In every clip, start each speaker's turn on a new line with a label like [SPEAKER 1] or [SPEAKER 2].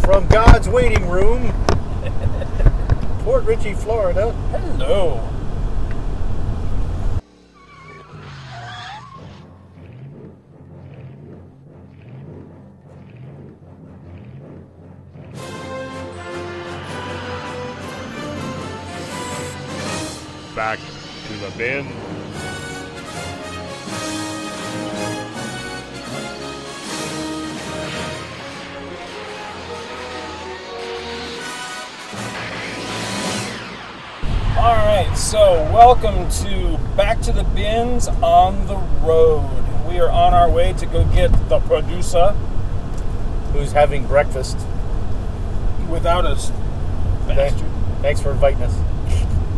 [SPEAKER 1] from God's waiting room, Port Richey, Florida. Hello.
[SPEAKER 2] Back to the bin.
[SPEAKER 3] All right, so welcome to Back to the Bins on the Road. We are on our way to go get the producer
[SPEAKER 1] Who's having breakfast?
[SPEAKER 3] without us.
[SPEAKER 1] Thank-
[SPEAKER 3] Bastard.
[SPEAKER 1] Thanks for inviting us.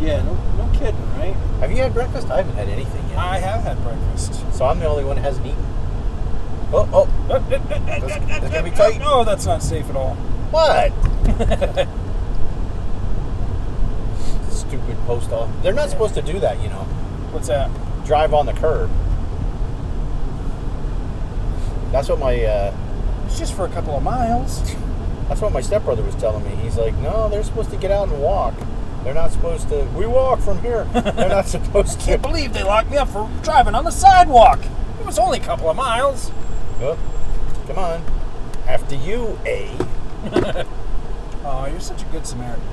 [SPEAKER 3] Yeah, no, no kidding, right?
[SPEAKER 1] Have you had breakfast? I haven't had anything yet.
[SPEAKER 3] I have had breakfast.
[SPEAKER 1] So I'm the only one who hasn't eaten. Oh, oh,
[SPEAKER 3] That's
[SPEAKER 1] gonna be tight.
[SPEAKER 3] No, that's not safe at all.
[SPEAKER 1] what? Stupid post off. They're not supposed to do that, you know.
[SPEAKER 3] What's that?
[SPEAKER 1] Drive on the curb. That's what my uh,
[SPEAKER 3] It's just for a couple of miles.
[SPEAKER 1] that's what my stepbrother was telling me. He's like, no, they're supposed to get out and walk. They're not supposed to. We walk from here. They're not supposed to.
[SPEAKER 3] Can't believe they locked me up for driving on the sidewalk. It was only a couple of miles.
[SPEAKER 1] Oh, come on. After you, A.
[SPEAKER 3] Oh, you're such a good Samaritan.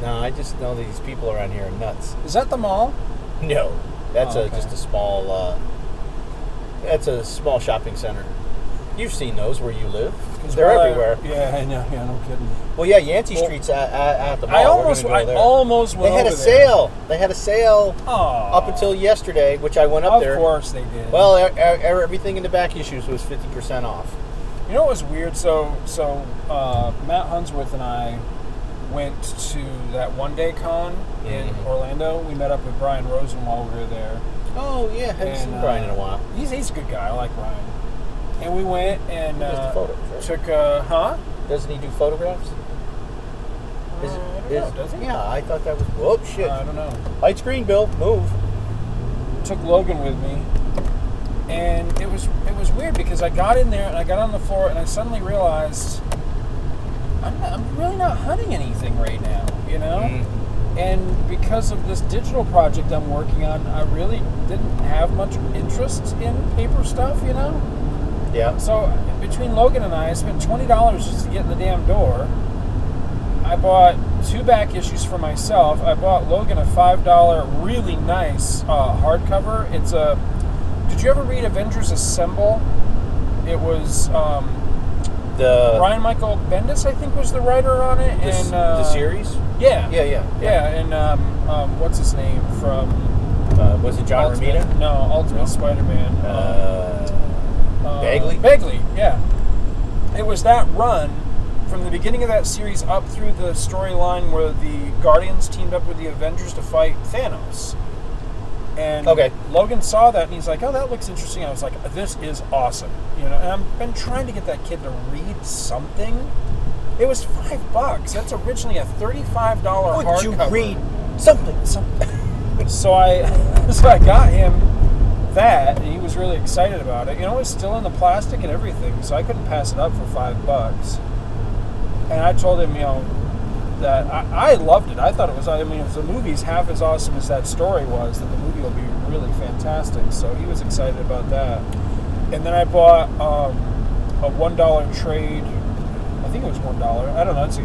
[SPEAKER 1] No, I just know these people around here are nuts.
[SPEAKER 3] Is that the mall?
[SPEAKER 1] No, that's
[SPEAKER 3] Oh,
[SPEAKER 1] a,
[SPEAKER 3] okay.
[SPEAKER 1] just a small. Uh, that's a small shopping center. You've seen those where you live.
[SPEAKER 3] 'Cause
[SPEAKER 1] They're
[SPEAKER 3] where I-
[SPEAKER 1] everywhere.
[SPEAKER 3] Yeah, I know. Yeah, no kidding.
[SPEAKER 1] Well, yeah, Yancey
[SPEAKER 3] uh, Well,
[SPEAKER 1] Street's at, at, at the mall.
[SPEAKER 3] I
[SPEAKER 1] We're
[SPEAKER 3] almost,
[SPEAKER 1] gonna go
[SPEAKER 3] I
[SPEAKER 1] there.
[SPEAKER 3] almost went
[SPEAKER 1] They had a
[SPEAKER 3] over there.
[SPEAKER 1] sale. They had a sale
[SPEAKER 3] Aw.
[SPEAKER 1] up until yesterday, which I went up
[SPEAKER 3] of
[SPEAKER 1] there.
[SPEAKER 3] course they did.
[SPEAKER 1] Well, e- e- everything in the back issues was fifty percent off.
[SPEAKER 3] you know what was weird? So, so uh, Matt Hunsworth and I went to that one day con in
[SPEAKER 1] Mhm.
[SPEAKER 3] Orlando. We met up with Brian Rosen while we were there.
[SPEAKER 1] Oh yeah, haven't
[SPEAKER 3] And,
[SPEAKER 1] seen
[SPEAKER 3] uh,
[SPEAKER 1] Brian in a while.
[SPEAKER 3] He's he's a good guy. I like Brian. And we went and
[SPEAKER 1] He does the
[SPEAKER 3] uh,
[SPEAKER 1] photos, right?
[SPEAKER 3] took uh, huh?
[SPEAKER 1] Doesn't he do photographs? Is-
[SPEAKER 3] Uh, I don't
[SPEAKER 1] is-
[SPEAKER 3] know, does he? Uh,
[SPEAKER 1] Yeah, I thought that was. Whoop, shit.
[SPEAKER 3] I don't know.
[SPEAKER 1] Light screen, Bill. Move.
[SPEAKER 3] took Logan with me, and it was it was weird because I got in there and I got on the floor and I suddenly realized I'm, not, I'm really not hunting anything right now, you know.
[SPEAKER 1] Mm-hmm.
[SPEAKER 3] And because of this digital project I'm working on, I really didn't have much interest in paper stuff, you know.
[SPEAKER 1] Yeah.
[SPEAKER 3] So between Logan and I, I spent twenty dollars just to get in the damn door. I bought two back issues for myself. I bought Logan a five dollar really nice uh, hardcover. It's a. Did you ever read Avengers Assemble? It was um,
[SPEAKER 1] The
[SPEAKER 3] Brian Michael Bendis, I think, was the writer on it.
[SPEAKER 1] the, s-
[SPEAKER 3] and uh,
[SPEAKER 1] the series.
[SPEAKER 3] Yeah,
[SPEAKER 1] Yeah,
[SPEAKER 3] yeah,
[SPEAKER 1] yeah,
[SPEAKER 3] and um, um, what's his name from
[SPEAKER 1] Uh, was it John
[SPEAKER 3] Ultimate-
[SPEAKER 1] Romita?
[SPEAKER 3] No, Ultimate
[SPEAKER 1] No.
[SPEAKER 3] Spider-Man. um,
[SPEAKER 1] Uh,
[SPEAKER 3] uh,
[SPEAKER 1] Bagley?
[SPEAKER 3] Bagley, yeah. It was that run from the beginning of that series up through the storyline where the Guardians teamed up with the Avengers to fight Thanos. And
[SPEAKER 1] Okay.
[SPEAKER 3] Logan saw that and he's like, "Oh, that looks interesting." I was like, "This is awesome," you know. And I've been trying to get that kid to read something. It was five bucks. That's originally a thirty-five dollar hardcover.
[SPEAKER 1] would you read something?
[SPEAKER 3] So I, so I got him that, and he was really excited about it. You know, it was still in the plastic and everything, so I couldn't pass it up for five bucks. And I told him, you know, that I, I loved it. I thought it was. I mean, if the movie's half as awesome as that story was, then the movie will be really fantastic. So he was excited about that. And then I bought um, a one dollar trade. I think it was one dollar. I don't know. It's a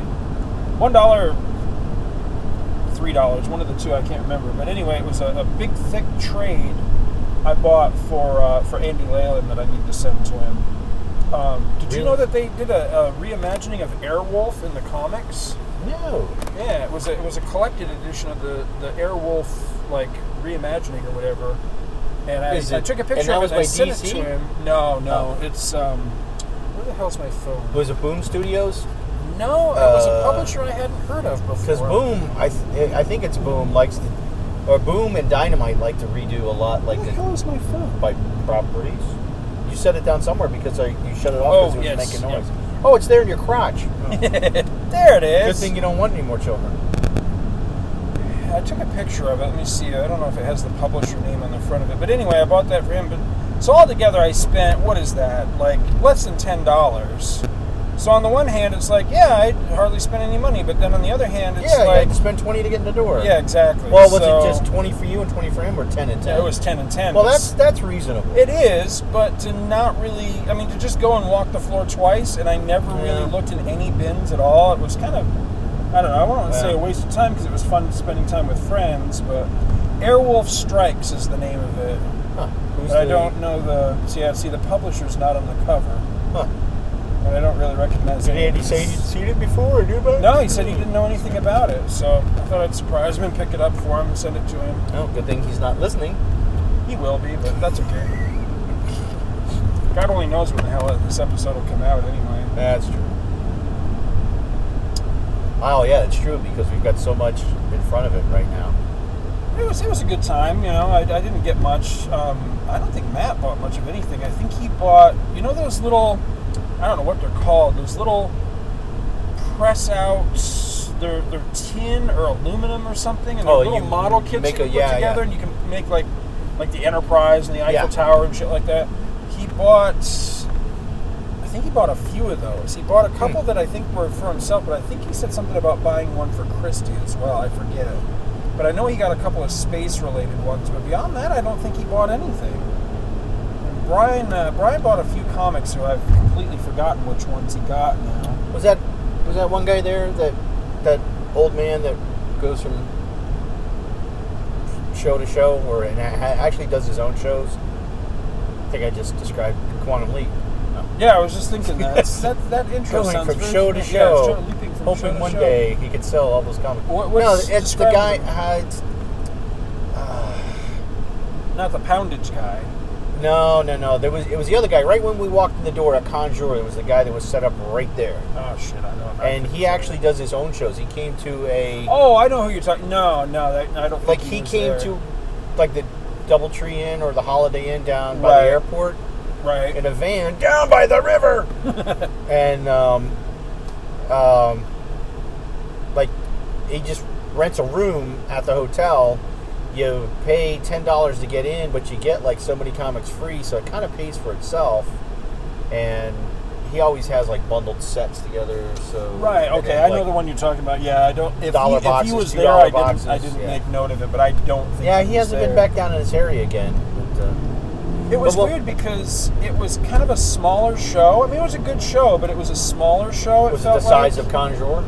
[SPEAKER 3] one dollar three dollars, one of the two I can't remember. But anyway, it was a, a big thick trade I bought for uh, for Andy Leyland that I need to send to him. Um, did you
[SPEAKER 1] Really?
[SPEAKER 3] know that they did a, a reimagining of Airwolf in the comics?
[SPEAKER 1] No.
[SPEAKER 3] Yeah, it was a, it was a collected edition of the the Airwolf like reimagining or whatever. And I,
[SPEAKER 1] Is
[SPEAKER 3] I
[SPEAKER 1] it-
[SPEAKER 3] took a
[SPEAKER 1] and
[SPEAKER 3] picture
[SPEAKER 1] that
[SPEAKER 3] of
[SPEAKER 1] was
[SPEAKER 3] it
[SPEAKER 1] by Oh.
[SPEAKER 3] and I sent it
[SPEAKER 1] DC?
[SPEAKER 3] to him. No, no, it's um, where the hell's my phone?
[SPEAKER 1] Was it Boom Studios?
[SPEAKER 3] No, it was a
[SPEAKER 1] Uh,
[SPEAKER 3] publisher I hadn't heard of before.
[SPEAKER 1] Because Boom, I th- I think it's Boom likes to, or Boom and Dynamite like to redo a lot like
[SPEAKER 3] Where the
[SPEAKER 1] the,
[SPEAKER 3] hell is my phone?
[SPEAKER 1] by properties. You set it down somewhere because I, you shut it
[SPEAKER 3] Oh,
[SPEAKER 1] off because it
[SPEAKER 3] yes,
[SPEAKER 1] was making
[SPEAKER 3] yeah. Mm.
[SPEAKER 1] noise. Oh, it's there in your crotch.
[SPEAKER 3] There it
[SPEAKER 1] Good
[SPEAKER 3] is.
[SPEAKER 1] thing you don't want any more children.
[SPEAKER 3] I took a picture of it. Let me see. I don't know if it has the publisher name on the front of it, but anyway, I bought that for him. But so altogether, I spent what is that? Like less than ten dollars So on the one hand, it's like, yeah, I hardly spent any money, but then on the other hand, it's
[SPEAKER 1] yeah, you
[SPEAKER 3] like,
[SPEAKER 1] had to spend twenty to get in the door.
[SPEAKER 3] yeah, exactly.
[SPEAKER 1] Well, was
[SPEAKER 3] So-
[SPEAKER 1] it just twenty for you and twenty for him, or ten and ten?
[SPEAKER 3] Yeah, it was ten and ten.
[SPEAKER 1] Well,
[SPEAKER 3] but
[SPEAKER 1] that's that's reasonable.
[SPEAKER 3] It is, but to not really, I mean, to just go and walk the floor twice, and I never really
[SPEAKER 1] Yeah.
[SPEAKER 3] looked in any bins at all. It was kind of, I don't know, I won't say a
[SPEAKER 1] Yeah.
[SPEAKER 3] waste of time because it was fun spending time with friends, but Airwolf Strikes is the name of it.
[SPEAKER 1] Huh. Who's
[SPEAKER 3] But I
[SPEAKER 1] the-
[SPEAKER 3] don't know the, see, I see the publisher's not on the cover,
[SPEAKER 1] Huh.
[SPEAKER 3] and I don't really recognize
[SPEAKER 1] Did
[SPEAKER 3] any of
[SPEAKER 1] Andy say
[SPEAKER 3] these.
[SPEAKER 1] he'd seen it before or knew about it?
[SPEAKER 3] No, he said he didn't know anything about it, so I thought I'd surprise him and pick it up for him and send it to him.
[SPEAKER 1] No, Oh, good thing he's not listening.
[SPEAKER 3] He will be, but that's okay. God only knows when the hell this episode will come out anyway.
[SPEAKER 1] That's true. Oh yeah, it's true because we've got so much in front of it right now.
[SPEAKER 3] It was, it was a good time, you know. I, I didn't get much. Um, I don't think Matt bought much of anything. I think he bought, you know, those little, I don't know what they're called, those little press outs. They're, they're tin or aluminum or something, and they're
[SPEAKER 1] Oh,
[SPEAKER 3] little
[SPEAKER 1] you
[SPEAKER 3] model kits
[SPEAKER 1] make
[SPEAKER 3] you
[SPEAKER 1] a-
[SPEAKER 3] put
[SPEAKER 1] yeah,
[SPEAKER 3] together,
[SPEAKER 1] yeah.
[SPEAKER 3] and you can make like like the Enterprise and the Eiffel
[SPEAKER 1] Yeah.
[SPEAKER 3] Tower and shit like that. He bought, I think he bought a few of those. He bought
[SPEAKER 1] Hmm.
[SPEAKER 3] a couple that I think were for himself, but I think he said something about buying one for Christie as well. I forget it. But I know he got a couple of space related ones, but beyond that, I don't think he bought anything. And Brian, uh, Brian bought a few comics who I've completely forgotten which ones he got now.
[SPEAKER 1] Was that was that one guy there that that old man that goes from show to show, or and a- actually does his own shows? I think I just described Quantum Leap. No.
[SPEAKER 3] Yeah, I was just thinking that. that, that intro
[SPEAKER 1] Going
[SPEAKER 3] sounds
[SPEAKER 1] from
[SPEAKER 3] very
[SPEAKER 1] show to
[SPEAKER 3] familiar. Yeah, it's
[SPEAKER 1] show,
[SPEAKER 3] sort of leaping from show
[SPEAKER 1] hoping
[SPEAKER 3] to
[SPEAKER 1] one
[SPEAKER 3] show.
[SPEAKER 1] day he could sell all those comics.
[SPEAKER 3] What-
[SPEAKER 1] no,
[SPEAKER 3] what's-
[SPEAKER 1] it's the
[SPEAKER 3] describe
[SPEAKER 1] guy.
[SPEAKER 3] it.
[SPEAKER 1] Uh, it's, uh,
[SPEAKER 3] Not the poundage guy.
[SPEAKER 1] no, no, no. There was it was the other guy. Right when we walked in the door at Conjure, it was the guy that was set up right there.
[SPEAKER 3] Oh, shit, I know.
[SPEAKER 1] and he actually does his own shows. He came to a
[SPEAKER 3] Oh, I know who you're talking. No, no, that, I don't. Think
[SPEAKER 1] like he
[SPEAKER 3] was
[SPEAKER 1] came
[SPEAKER 3] there.
[SPEAKER 1] to like the DoubleTree Inn or the Holiday Inn down by
[SPEAKER 3] Right.
[SPEAKER 1] the airport
[SPEAKER 3] right.
[SPEAKER 1] in a van down by the river, and um, um, like he just rents a room at the hotel. You pay ten dollars to get in, but you get like so many comics free, so it kind of pays for itself. And he always has like bundled sets together. So
[SPEAKER 3] Right.
[SPEAKER 1] and
[SPEAKER 3] Okay,
[SPEAKER 1] then,
[SPEAKER 3] I know
[SPEAKER 1] like,
[SPEAKER 3] the one you're talking about. Yeah, I don't. If
[SPEAKER 1] Dollar
[SPEAKER 3] he,
[SPEAKER 1] boxes,
[SPEAKER 3] if he was
[SPEAKER 1] two
[SPEAKER 3] there,
[SPEAKER 1] dollar
[SPEAKER 3] I didn't. I
[SPEAKER 1] boxes,
[SPEAKER 3] didn't
[SPEAKER 1] yeah.
[SPEAKER 3] make note of it, but I don't think.
[SPEAKER 1] Yeah,
[SPEAKER 3] he,
[SPEAKER 1] he
[SPEAKER 3] was
[SPEAKER 1] hasn't been
[SPEAKER 3] there.
[SPEAKER 1] back down in this area again. But, uh,
[SPEAKER 3] It was
[SPEAKER 1] But what-
[SPEAKER 3] weird because it was kind of a smaller show. I mean, it was a good show, but it was a smaller show. It
[SPEAKER 1] was it
[SPEAKER 3] felt
[SPEAKER 1] the size
[SPEAKER 3] like.
[SPEAKER 1] of Conjure?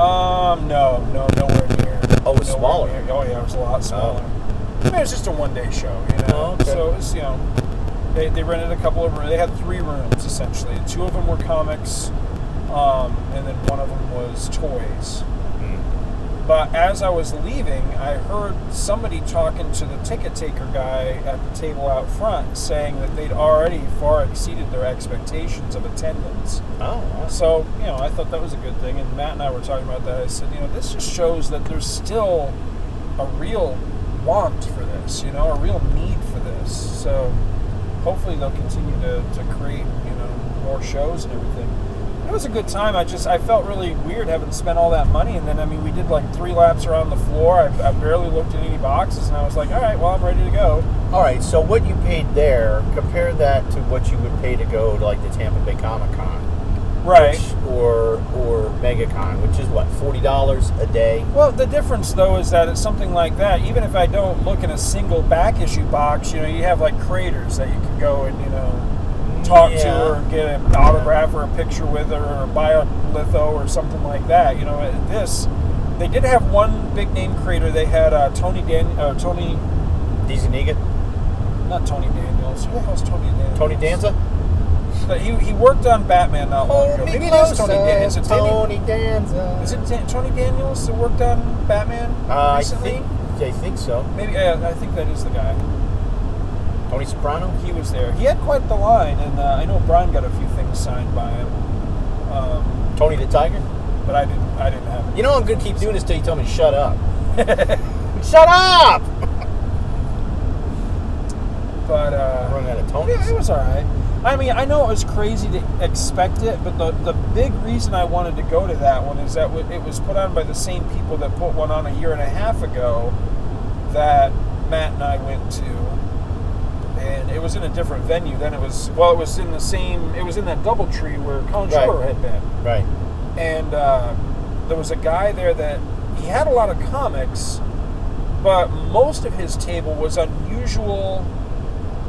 [SPEAKER 3] Um, no, no, nowhere near.
[SPEAKER 1] Oh, it was
[SPEAKER 3] Nowhere
[SPEAKER 1] smaller.
[SPEAKER 3] near. Oh yeah, it was a lot smaller. I mean, it was just a one-day show, you know.
[SPEAKER 1] Oh, okay.
[SPEAKER 3] So it was, you know, they, they rented a couple of rooms. They had three rooms essentially. Two of them were comics, um, and then one of them was toys. Hmm. But as I was leaving, I heard somebody talking to the ticket taker guy at the table out front, saying that they'd already far exceeded their expectations of attendance.
[SPEAKER 1] Oh,
[SPEAKER 3] So, you know, I thought that was a good thing. And Matt and I were talking about that. I said, you know, this just shows that there's still a real want for this, you know, a real need for this. So hopefully they'll continue to, to create, you know, more shows and everything. It was a good time. I just, I felt really weird having spent all that money. And then, I mean, we did like three laps around the floor. I, I barely looked at any boxes and I was like, all right, well, I'm ready to go.
[SPEAKER 1] all right. So what you paid there, compare that to what you would pay to go to like the Tampa Bay Comic Con,
[SPEAKER 3] Right.
[SPEAKER 1] or or MegaCon, which is what forty dollars a day.
[SPEAKER 3] Well, the difference though is that it's something like that. Even if I don't look in a single back issue box, you know, you have like creators that you can go and you know talk
[SPEAKER 1] Yeah.
[SPEAKER 3] to or get an autograph or a picture with or, or buy a litho or something like that. You know, at this they did have one big name creator. They had uh, Tony Dan, uh, Tony,
[SPEAKER 1] Dizzy Negan,
[SPEAKER 3] not Tony Daniels. Who the hell's Tony Daniels?
[SPEAKER 1] Tony Danza.
[SPEAKER 3] But he, he worked on Batman not long ago. Maybe it is Tony Daniels. Is it Tony-
[SPEAKER 1] Tony Danza.
[SPEAKER 3] Is it Dan- Tony Daniels that worked on Batman
[SPEAKER 1] Uh, I
[SPEAKER 3] recently?
[SPEAKER 1] think I think so.
[SPEAKER 3] Maybe yeah, I think that is the guy.
[SPEAKER 1] Tony Soprano.
[SPEAKER 3] He was there. He had quite the line, and uh, I know Brian got a few things signed by him, um,
[SPEAKER 1] Tony the Tiger.
[SPEAKER 3] but I didn't. I didn't have.
[SPEAKER 1] You know I'm gonna keep doing this till you tell me to shut up. shut up!
[SPEAKER 3] But
[SPEAKER 1] I'm
[SPEAKER 3] uh,
[SPEAKER 1] running out of Tony.
[SPEAKER 3] yeah, it was all right. I mean, I know it was crazy to expect it, but the the big reason I wanted to go to that one is that w- it was put on by the same people that put one on a year and a half ago that Matt and I went to. and it was in a different venue. Then it was well, it was in the same. It was in that double tree where Colin
[SPEAKER 1] Right.
[SPEAKER 3] Schreiber had been,
[SPEAKER 1] Right.
[SPEAKER 3] and uh, there was a guy there that he had a lot of comics, but most of his table was unusual,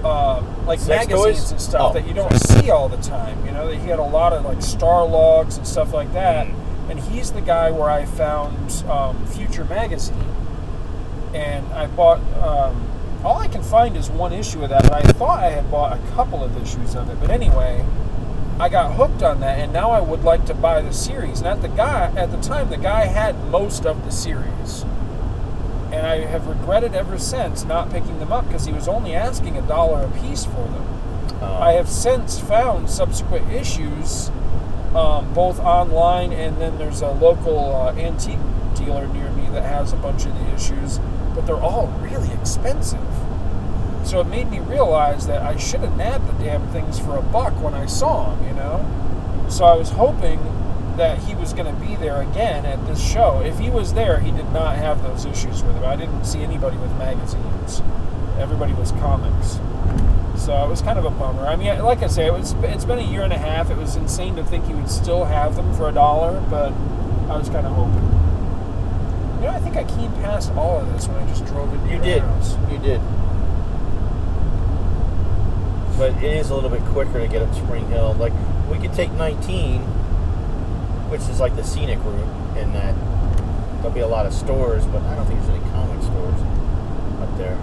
[SPEAKER 3] uh, like
[SPEAKER 1] Sex
[SPEAKER 3] magazines
[SPEAKER 1] toys?
[SPEAKER 3] and stuff
[SPEAKER 1] Oh.
[SPEAKER 3] that you don't see all the time. You know, that he had a lot of like star logs and stuff like that. And he's the guy where I found um, Future magazine, and I bought. Um, all I can find is one issue of that, but I thought I had bought a couple of issues of it. But anyway, I got hooked on that, and now I would like to buy the series. And at the guy at the time, the guy had most of the series, and I have regretted ever since not picking them up because he was only asking a dollar a piece for them.
[SPEAKER 1] Um,
[SPEAKER 3] I have since found subsequent issues, um, both online and then there's a local uh, antique dealer near me that has a bunch of the issues, but they're all really expensive. So it made me realize that I should have nabbed the damn things for a buck when I saw them, you know? So I was hoping that he was going to be there again at this show. If he was there, he did not have those issues with him. I didn't see anybody with magazines, everybody was comics. So it was kind of a bummer. I mean, like I say, it was it's been a year and a half. It was insane to think you would still have them for a dollar, but I was kind of hoping. You know, I think I came past all of this when I just drove into
[SPEAKER 1] You
[SPEAKER 3] your
[SPEAKER 1] did.
[SPEAKER 3] house.
[SPEAKER 1] You did. But it is a little bit quicker to get up Spring Hill. Like we could take 19, which is like the scenic route, and that there'll be a lot of stores, but I don't think there's any comic stores up there.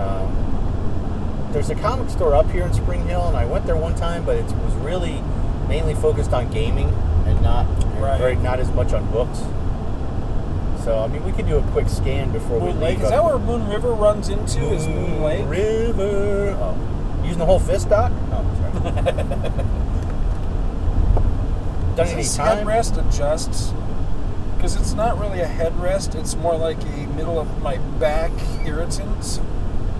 [SPEAKER 1] Um, there's a comic store up here in Spring Hill, and I went there one time, but it was really mainly focused on gaming and not
[SPEAKER 3] Right.
[SPEAKER 1] very, not as much on books. So I mean, we could do a quick scan before
[SPEAKER 3] Moon
[SPEAKER 1] we
[SPEAKER 3] Lake.
[SPEAKER 1] leave.
[SPEAKER 3] Is
[SPEAKER 1] up
[SPEAKER 3] that where Moon River runs into? is Moon Lake?
[SPEAKER 1] River. Oh. Using the whole fist doc? Oh, sorry. Done any
[SPEAKER 3] Is this
[SPEAKER 1] time?
[SPEAKER 3] headrest adjusts? Because it's not really a headrest. It's more like a middle of my back irritant.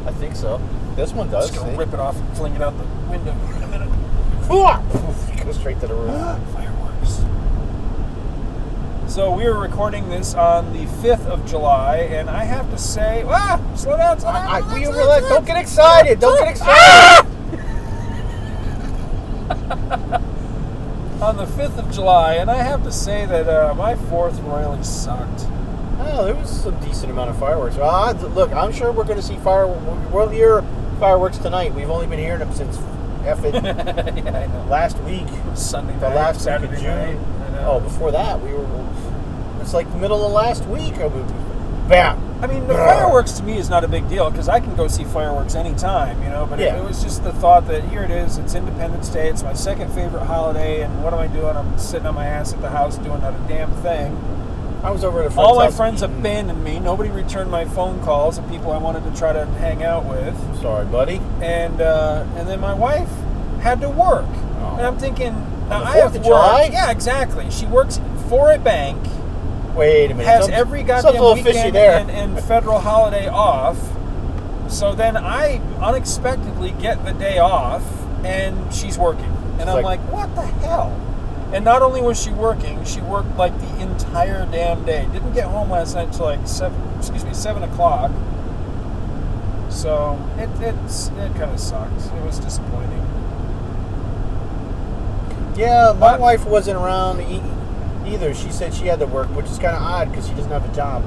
[SPEAKER 1] I think so. This one does.
[SPEAKER 3] Just gonna
[SPEAKER 1] see?
[SPEAKER 3] rip it off and fling it out the window in a minute.
[SPEAKER 1] Go straight to the roof.
[SPEAKER 3] Fireworks. So we are recording this on the 5th of July, and I have to say, ah, slow down, slow down.
[SPEAKER 1] I,
[SPEAKER 3] slow down,
[SPEAKER 1] we
[SPEAKER 3] slow down,
[SPEAKER 1] relax.
[SPEAKER 3] slow
[SPEAKER 1] Don't
[SPEAKER 3] down.
[SPEAKER 1] get excited. Don't get excited.
[SPEAKER 3] On the 5th of July, and I have to say that uh, my 4th royally sucked.
[SPEAKER 1] Oh, there was a decent amount of fireworks. Well, I, look, I'm sure we're going to see fire. We'll hear fireworks tonight. We've only been hearing them since effing
[SPEAKER 3] yeah, I know.
[SPEAKER 1] last week.
[SPEAKER 3] Sunday
[SPEAKER 1] the
[SPEAKER 3] night,
[SPEAKER 1] last week of
[SPEAKER 3] Saturday
[SPEAKER 1] June.
[SPEAKER 3] night. I know.
[SPEAKER 1] Oh, before that, we were. It's like the middle of last week. I would- Bam!
[SPEAKER 3] I mean, the
[SPEAKER 1] Brr.
[SPEAKER 3] fireworks to me is not a big deal because I can go see fireworks anytime, you know. But it-
[SPEAKER 1] Yeah.
[SPEAKER 3] it, was just the thought that here it is, it's Independence Day, it's my second favorite holiday, and what am I doing? I'm sitting on my ass at the house doing not a damn thing.
[SPEAKER 1] I was over at a friend's
[SPEAKER 3] All my
[SPEAKER 1] house
[SPEAKER 3] friends
[SPEAKER 1] eating.
[SPEAKER 3] abandoned me. Nobody returned my phone calls of people I wanted to try to hang out with,
[SPEAKER 1] Sorry, buddy.
[SPEAKER 3] and uh, and then my wife had to work,
[SPEAKER 1] Oh.
[SPEAKER 3] and I'm thinking, now
[SPEAKER 1] the
[SPEAKER 3] I
[SPEAKER 1] 4th
[SPEAKER 3] have
[SPEAKER 1] of
[SPEAKER 3] work.
[SPEAKER 1] July?
[SPEAKER 3] Yeah, exactly. She works for a bank
[SPEAKER 1] Wait a minute.
[SPEAKER 3] has
[SPEAKER 1] Some-
[SPEAKER 3] every
[SPEAKER 1] something's
[SPEAKER 3] goddamn
[SPEAKER 1] a little fishy
[SPEAKER 3] weekend
[SPEAKER 1] there.
[SPEAKER 3] and, and federal holiday off. So then I unexpectedly get the day off, and she's working, and I'm
[SPEAKER 1] like-
[SPEAKER 3] like, what the hell? And not only was she working, she worked like the entire damn day. Didn't get home last night till like seven. Excuse me, seven o'clock. So it it's, it kind of sucks. It was disappointing.
[SPEAKER 1] yeah, my
[SPEAKER 3] But-
[SPEAKER 1] wife wasn't around e- either. She said she had to work, which is kind of odd because she doesn't have a job.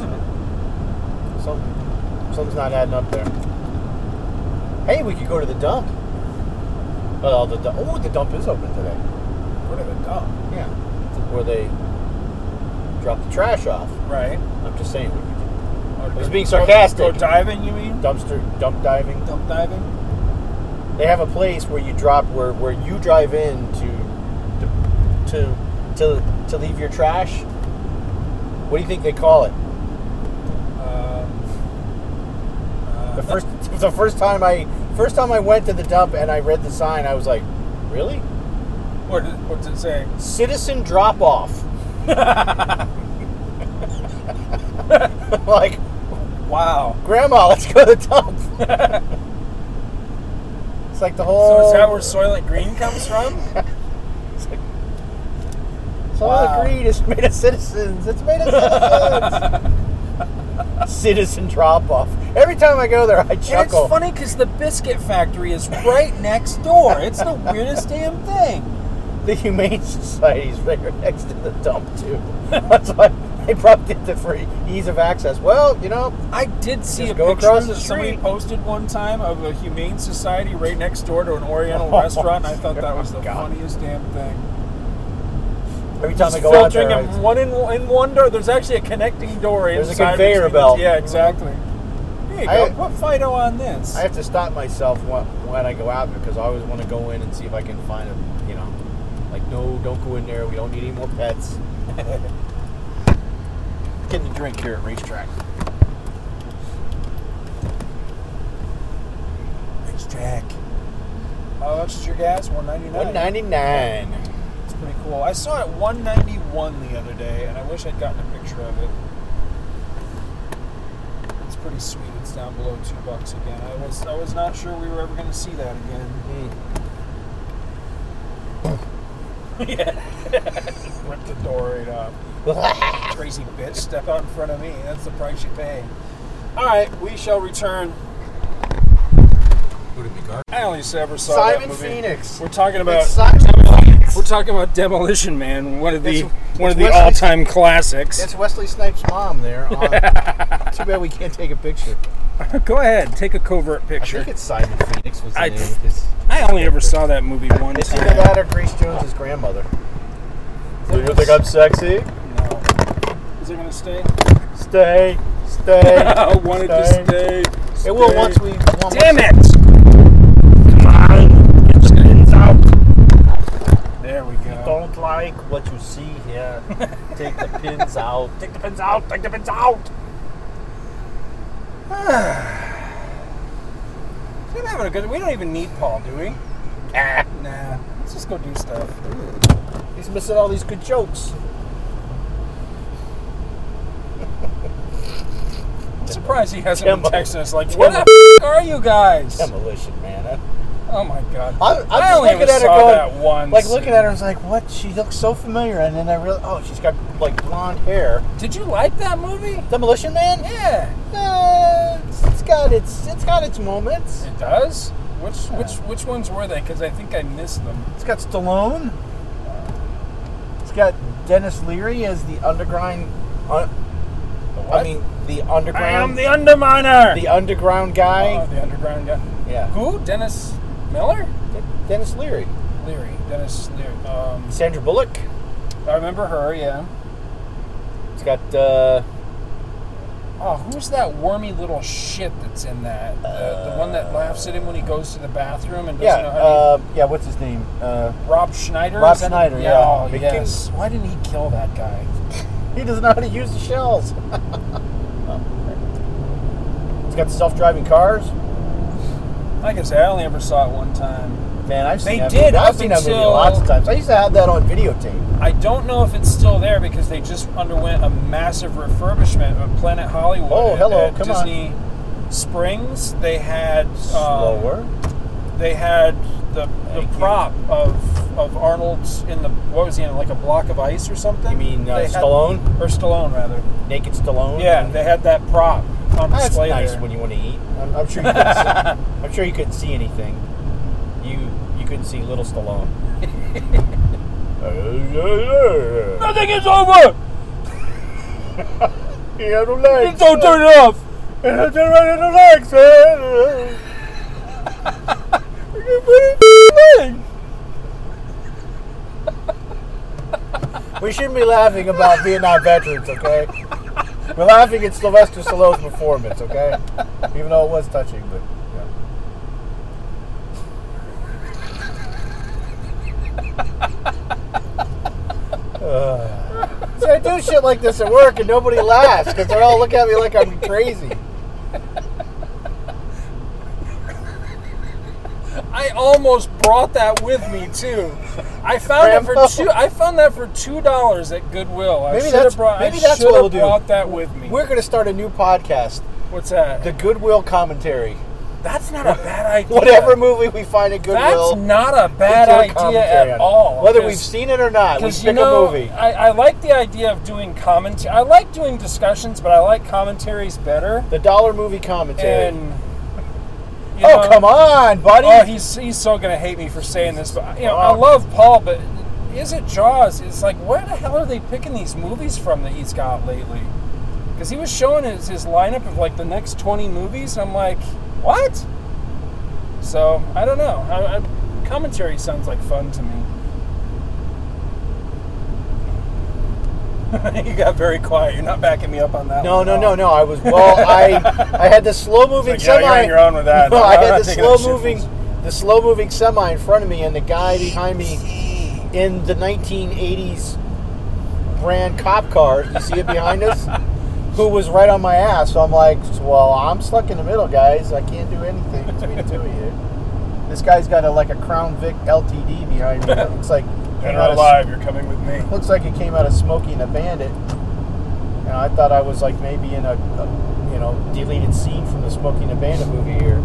[SPEAKER 1] so, something, something's not adding up there. Hey, we could go to the dump. Oh, the dump. Oh, the dump is open today.
[SPEAKER 3] What a dumb.
[SPEAKER 1] Yeah. Where they drop the trash off.
[SPEAKER 3] Right.
[SPEAKER 1] I'm just saying.
[SPEAKER 3] I
[SPEAKER 1] was being sarcastic.
[SPEAKER 3] Go diving, you mean?
[SPEAKER 1] Dumpster dump diving.
[SPEAKER 3] Dump diving.
[SPEAKER 1] They have a place where you drop where, where you drive in to to to to leave your trash. What do you think they call it?
[SPEAKER 3] Uh, Um,
[SPEAKER 1] The first the first time I first time I went to the dump and I read the sign, I was like, really?
[SPEAKER 3] What, did- what's it say?
[SPEAKER 1] Citizen drop off. like,
[SPEAKER 3] Wow.
[SPEAKER 1] grandma, let's go to the dump. it's like the whole.
[SPEAKER 3] So is that where Soylent Green comes from?
[SPEAKER 1] So all
[SPEAKER 3] Wow.
[SPEAKER 1] agreed, it's made us citizens. It's made us citizens. citizen drop off. Every time I go there, I
[SPEAKER 3] And it's
[SPEAKER 1] chuckle.
[SPEAKER 3] funny because the biscuit factory is right next door. It's the weirdest damn thing.
[SPEAKER 1] The Humane Society's right next to the dump too. That's why they probably did that for ease of access. Well, you know,
[SPEAKER 3] I did see
[SPEAKER 1] Just
[SPEAKER 3] a
[SPEAKER 1] go
[SPEAKER 3] picture
[SPEAKER 1] across
[SPEAKER 3] that
[SPEAKER 1] the
[SPEAKER 3] somebody
[SPEAKER 1] street.
[SPEAKER 3] posted one time of a humane society right next door to an Oriental
[SPEAKER 1] Oh,
[SPEAKER 3] restaurant, and I thought that was the
[SPEAKER 1] God.
[SPEAKER 3] funniest damn thing.
[SPEAKER 1] every time I
[SPEAKER 3] Just
[SPEAKER 1] go out
[SPEAKER 3] filtering
[SPEAKER 1] there, I-
[SPEAKER 3] them one in, in one door. There's actually a connecting door
[SPEAKER 1] There's a
[SPEAKER 3] inside
[SPEAKER 1] conveyor
[SPEAKER 3] between the-
[SPEAKER 1] belt.
[SPEAKER 3] Yeah, exactly. Here you
[SPEAKER 1] I-
[SPEAKER 3] go. Put Fido on this.
[SPEAKER 1] I have to stop myself when, when I go out because I always want to go in and see if I can find a, you know, like no, don't go in there. We don't need any more pets. Getting a drink here at racetrack.
[SPEAKER 3] Thanks, Jack. How much is Oh, your gas? One ninety nine.
[SPEAKER 1] One ninety nine.
[SPEAKER 3] It's pretty cool. I saw it 191 the other day, and I wish I'd gotten a picture of it. It's pretty sweet. It's down below two bucks again. I was I was not sure we were ever going to see that again.
[SPEAKER 1] Hmm.
[SPEAKER 3] yeah, ripped the door right off. Crazy bitch, step out in front of me. That's the price you pay. All right, we shall return. I only ever saw that
[SPEAKER 1] Simon
[SPEAKER 3] movie.
[SPEAKER 1] Phoenix.
[SPEAKER 3] We're talking about
[SPEAKER 1] It's Simon
[SPEAKER 3] We're talking about Demolition Man, one of the
[SPEAKER 1] That's-
[SPEAKER 3] one of
[SPEAKER 1] that's
[SPEAKER 3] the
[SPEAKER 1] Wesley-
[SPEAKER 3] all-time classics.
[SPEAKER 1] That's Wesley Snipes' mom there. On, too bad we can't take a picture.
[SPEAKER 3] Go ahead, take a covert
[SPEAKER 1] I
[SPEAKER 3] picture.
[SPEAKER 1] think it's Simon Phoenix was the
[SPEAKER 3] I-
[SPEAKER 1] name of his.
[SPEAKER 3] I, only ever saw that movie one
[SPEAKER 1] It's
[SPEAKER 3] time.
[SPEAKER 1] either that or Grace Jones' grandmother. Do you think I'm sexy?
[SPEAKER 3] No. Is it gonna stay?
[SPEAKER 1] Stay, stay.
[SPEAKER 3] I wanted
[SPEAKER 1] stay.
[SPEAKER 3] to stay.
[SPEAKER 1] It will
[SPEAKER 3] stay.
[SPEAKER 1] once we. One
[SPEAKER 3] Damn
[SPEAKER 1] once-
[SPEAKER 3] it!
[SPEAKER 2] Come on, it's getting out.
[SPEAKER 3] There we go.
[SPEAKER 1] Don't like what you see here. Take the pins out.
[SPEAKER 2] Take the pins out, take the pins out.
[SPEAKER 3] We're having a good. We don't even need Paul, do we?
[SPEAKER 1] Ah.
[SPEAKER 3] Nah. Let's just go do stuff.
[SPEAKER 1] He's missing all these good jokes.
[SPEAKER 3] I'm surprised he hasn't
[SPEAKER 1] Demo.
[SPEAKER 3] been texting us like,
[SPEAKER 1] Demo.
[SPEAKER 3] "Where the f- are you guys?"
[SPEAKER 1] Demolition, man.
[SPEAKER 3] Oh my god.
[SPEAKER 1] I, I'm
[SPEAKER 3] I
[SPEAKER 1] just
[SPEAKER 3] only
[SPEAKER 1] looking
[SPEAKER 3] ever
[SPEAKER 1] at her
[SPEAKER 3] saw
[SPEAKER 1] going,
[SPEAKER 3] that once.
[SPEAKER 1] like looking at her, I was like, "What? She looks so familiar." And then I realized, oh, she's got like blonde hair.
[SPEAKER 3] Did you like that movie?
[SPEAKER 1] Demolition Man.
[SPEAKER 3] Yeah.
[SPEAKER 1] Uh, it's- it's got its it's got its moments.
[SPEAKER 3] It does. Which which which ones were they? Because I think I missed them.
[SPEAKER 1] It's got Stallone. It's got Dennis Leary as the underground. Un, I
[SPEAKER 3] what?
[SPEAKER 1] mean, the underground.
[SPEAKER 2] I am the underminer.
[SPEAKER 1] the underground
[SPEAKER 3] Oh,
[SPEAKER 1] guy.
[SPEAKER 3] the underground guy.
[SPEAKER 1] yeah,
[SPEAKER 3] Who? Dennis Miller?
[SPEAKER 1] Dennis Leary,
[SPEAKER 3] Leary. Dennis Leary. Um,
[SPEAKER 1] Sandra Bullock.
[SPEAKER 3] I remember her. Yeah.
[SPEAKER 1] It's got uh,
[SPEAKER 3] Oh, who's that wormy little shit that's in that? The, the one that laughs at him when he goes to the bathroom and doesn't
[SPEAKER 1] Uh, yeah,
[SPEAKER 3] know how
[SPEAKER 1] uh, yeah. What's his name? Uh,
[SPEAKER 3] to. Rob Schneider.
[SPEAKER 1] Rob
[SPEAKER 3] is that-
[SPEAKER 1] Schneider, yeah.
[SPEAKER 3] Oh,
[SPEAKER 1] Big
[SPEAKER 3] yes. Why didn't he kill that guy?
[SPEAKER 1] he doesn't know how to use the shells. it's got self-driving cars.
[SPEAKER 3] Like I said, I only ever saw it one time.
[SPEAKER 1] Man, I've seen
[SPEAKER 3] They
[SPEAKER 1] that
[SPEAKER 3] did
[SPEAKER 1] movie.
[SPEAKER 3] up
[SPEAKER 1] I've seen that movie
[SPEAKER 3] until- uh,
[SPEAKER 1] lots of times. I used to have that on videotape.
[SPEAKER 3] I don't know if it's still there because they just underwent a massive refurbishment of Planet Hollywood.
[SPEAKER 1] Oh,
[SPEAKER 3] at,
[SPEAKER 1] hello,
[SPEAKER 3] at
[SPEAKER 1] come on.
[SPEAKER 3] Disney Springs. They had um,
[SPEAKER 1] Slower.
[SPEAKER 3] they had the, the
[SPEAKER 1] Thank you.
[SPEAKER 3] prop of of Arnold's in the what was he in like a block of ice or something?
[SPEAKER 1] You mean, uh,
[SPEAKER 3] They had-
[SPEAKER 1] Stallone?
[SPEAKER 3] or Stallone rather?
[SPEAKER 1] Naked Stallone.
[SPEAKER 3] Yeah, they had that prop on
[SPEAKER 1] That's
[SPEAKER 3] display
[SPEAKER 1] nice
[SPEAKER 3] there.
[SPEAKER 1] when you want to eat. I'm, I'm sure you couldn't see, I'm sure you couldn't see anything. You you couldn't see little Stallone.
[SPEAKER 3] Nothing is over. Don't turn it off.
[SPEAKER 1] we shouldn't be laughing about Vietnam veterans, okay? We're laughing at Sylvester Stallone's performance, okay? Even though it was touching, but yeah. Uh, See, I do shit like this at work, and nobody laughs because they all look at me like I'm crazy.
[SPEAKER 3] I almost brought that with me too. I found it for
[SPEAKER 1] Rambo.
[SPEAKER 3] two. I found that for two dollars at Goodwill. I
[SPEAKER 1] Maybe
[SPEAKER 3] should
[SPEAKER 1] that's-
[SPEAKER 3] have brought.
[SPEAKER 1] maybe
[SPEAKER 3] I
[SPEAKER 1] that's
[SPEAKER 3] should
[SPEAKER 1] what
[SPEAKER 3] have
[SPEAKER 1] we'll do.
[SPEAKER 3] Brought that with me.
[SPEAKER 1] We're going to start a new podcast,
[SPEAKER 3] What's that?
[SPEAKER 1] the Goodwill Commentary.
[SPEAKER 3] That's not a bad idea.
[SPEAKER 1] Whatever movie we find at
[SPEAKER 3] That's
[SPEAKER 1] Goodwill,
[SPEAKER 3] not a bad
[SPEAKER 1] do a
[SPEAKER 3] idea
[SPEAKER 1] commentary on
[SPEAKER 3] at
[SPEAKER 1] it.
[SPEAKER 3] all.
[SPEAKER 1] Whether
[SPEAKER 3] 'cause-
[SPEAKER 1] we've seen it or not, we
[SPEAKER 3] because
[SPEAKER 1] pick
[SPEAKER 3] you know,
[SPEAKER 1] a movie.
[SPEAKER 3] I, I like the idea of doing commentary. I like doing discussions, but I like commentaries better.
[SPEAKER 1] The dollar movie commentary.
[SPEAKER 3] And you
[SPEAKER 1] oh
[SPEAKER 3] know-
[SPEAKER 1] come on, buddy!
[SPEAKER 3] Oh, he's he's so gonna hate me for saying this, but you know I
[SPEAKER 1] Fuck.
[SPEAKER 3] love Paul, but is it Jaws? It's like where the hell are they picking these movies from that he's got lately? Because he was showing his his lineup of like the next twenty movies, and I'm like, what? So I don't know. I, I, commentary sounds like fun to me. you got very quiet. You're not backing me up on that.
[SPEAKER 1] no,
[SPEAKER 3] one
[SPEAKER 1] no,
[SPEAKER 3] at
[SPEAKER 1] no,
[SPEAKER 3] all.
[SPEAKER 1] no. I was well. I I had the slow moving
[SPEAKER 3] Like, yeah,
[SPEAKER 1] semi.
[SPEAKER 3] you're on your own with that.
[SPEAKER 1] No,
[SPEAKER 3] I'm
[SPEAKER 1] I
[SPEAKER 3] not
[SPEAKER 1] had the
[SPEAKER 3] taking
[SPEAKER 1] slow
[SPEAKER 3] that shit
[SPEAKER 1] moving,
[SPEAKER 3] from-
[SPEAKER 1] the slow moving semi in front of me, and the guy behind me in the 1980s brand cop car. You see it behind us? Who was right on my ass? So I'm like, well, I'm stuck in the middle, guys. I can't do anything between the two of you. This guy's got a like a Crown Vic LTD behind me. It looks like
[SPEAKER 3] Dead
[SPEAKER 1] came
[SPEAKER 3] or
[SPEAKER 1] out of-
[SPEAKER 3] alive, you're coming with me.
[SPEAKER 1] Looks like it came out of Smokey and the Bandit. And I thought I was like maybe in a, a you know deleted scene from the Smokey and the Bandit movie here.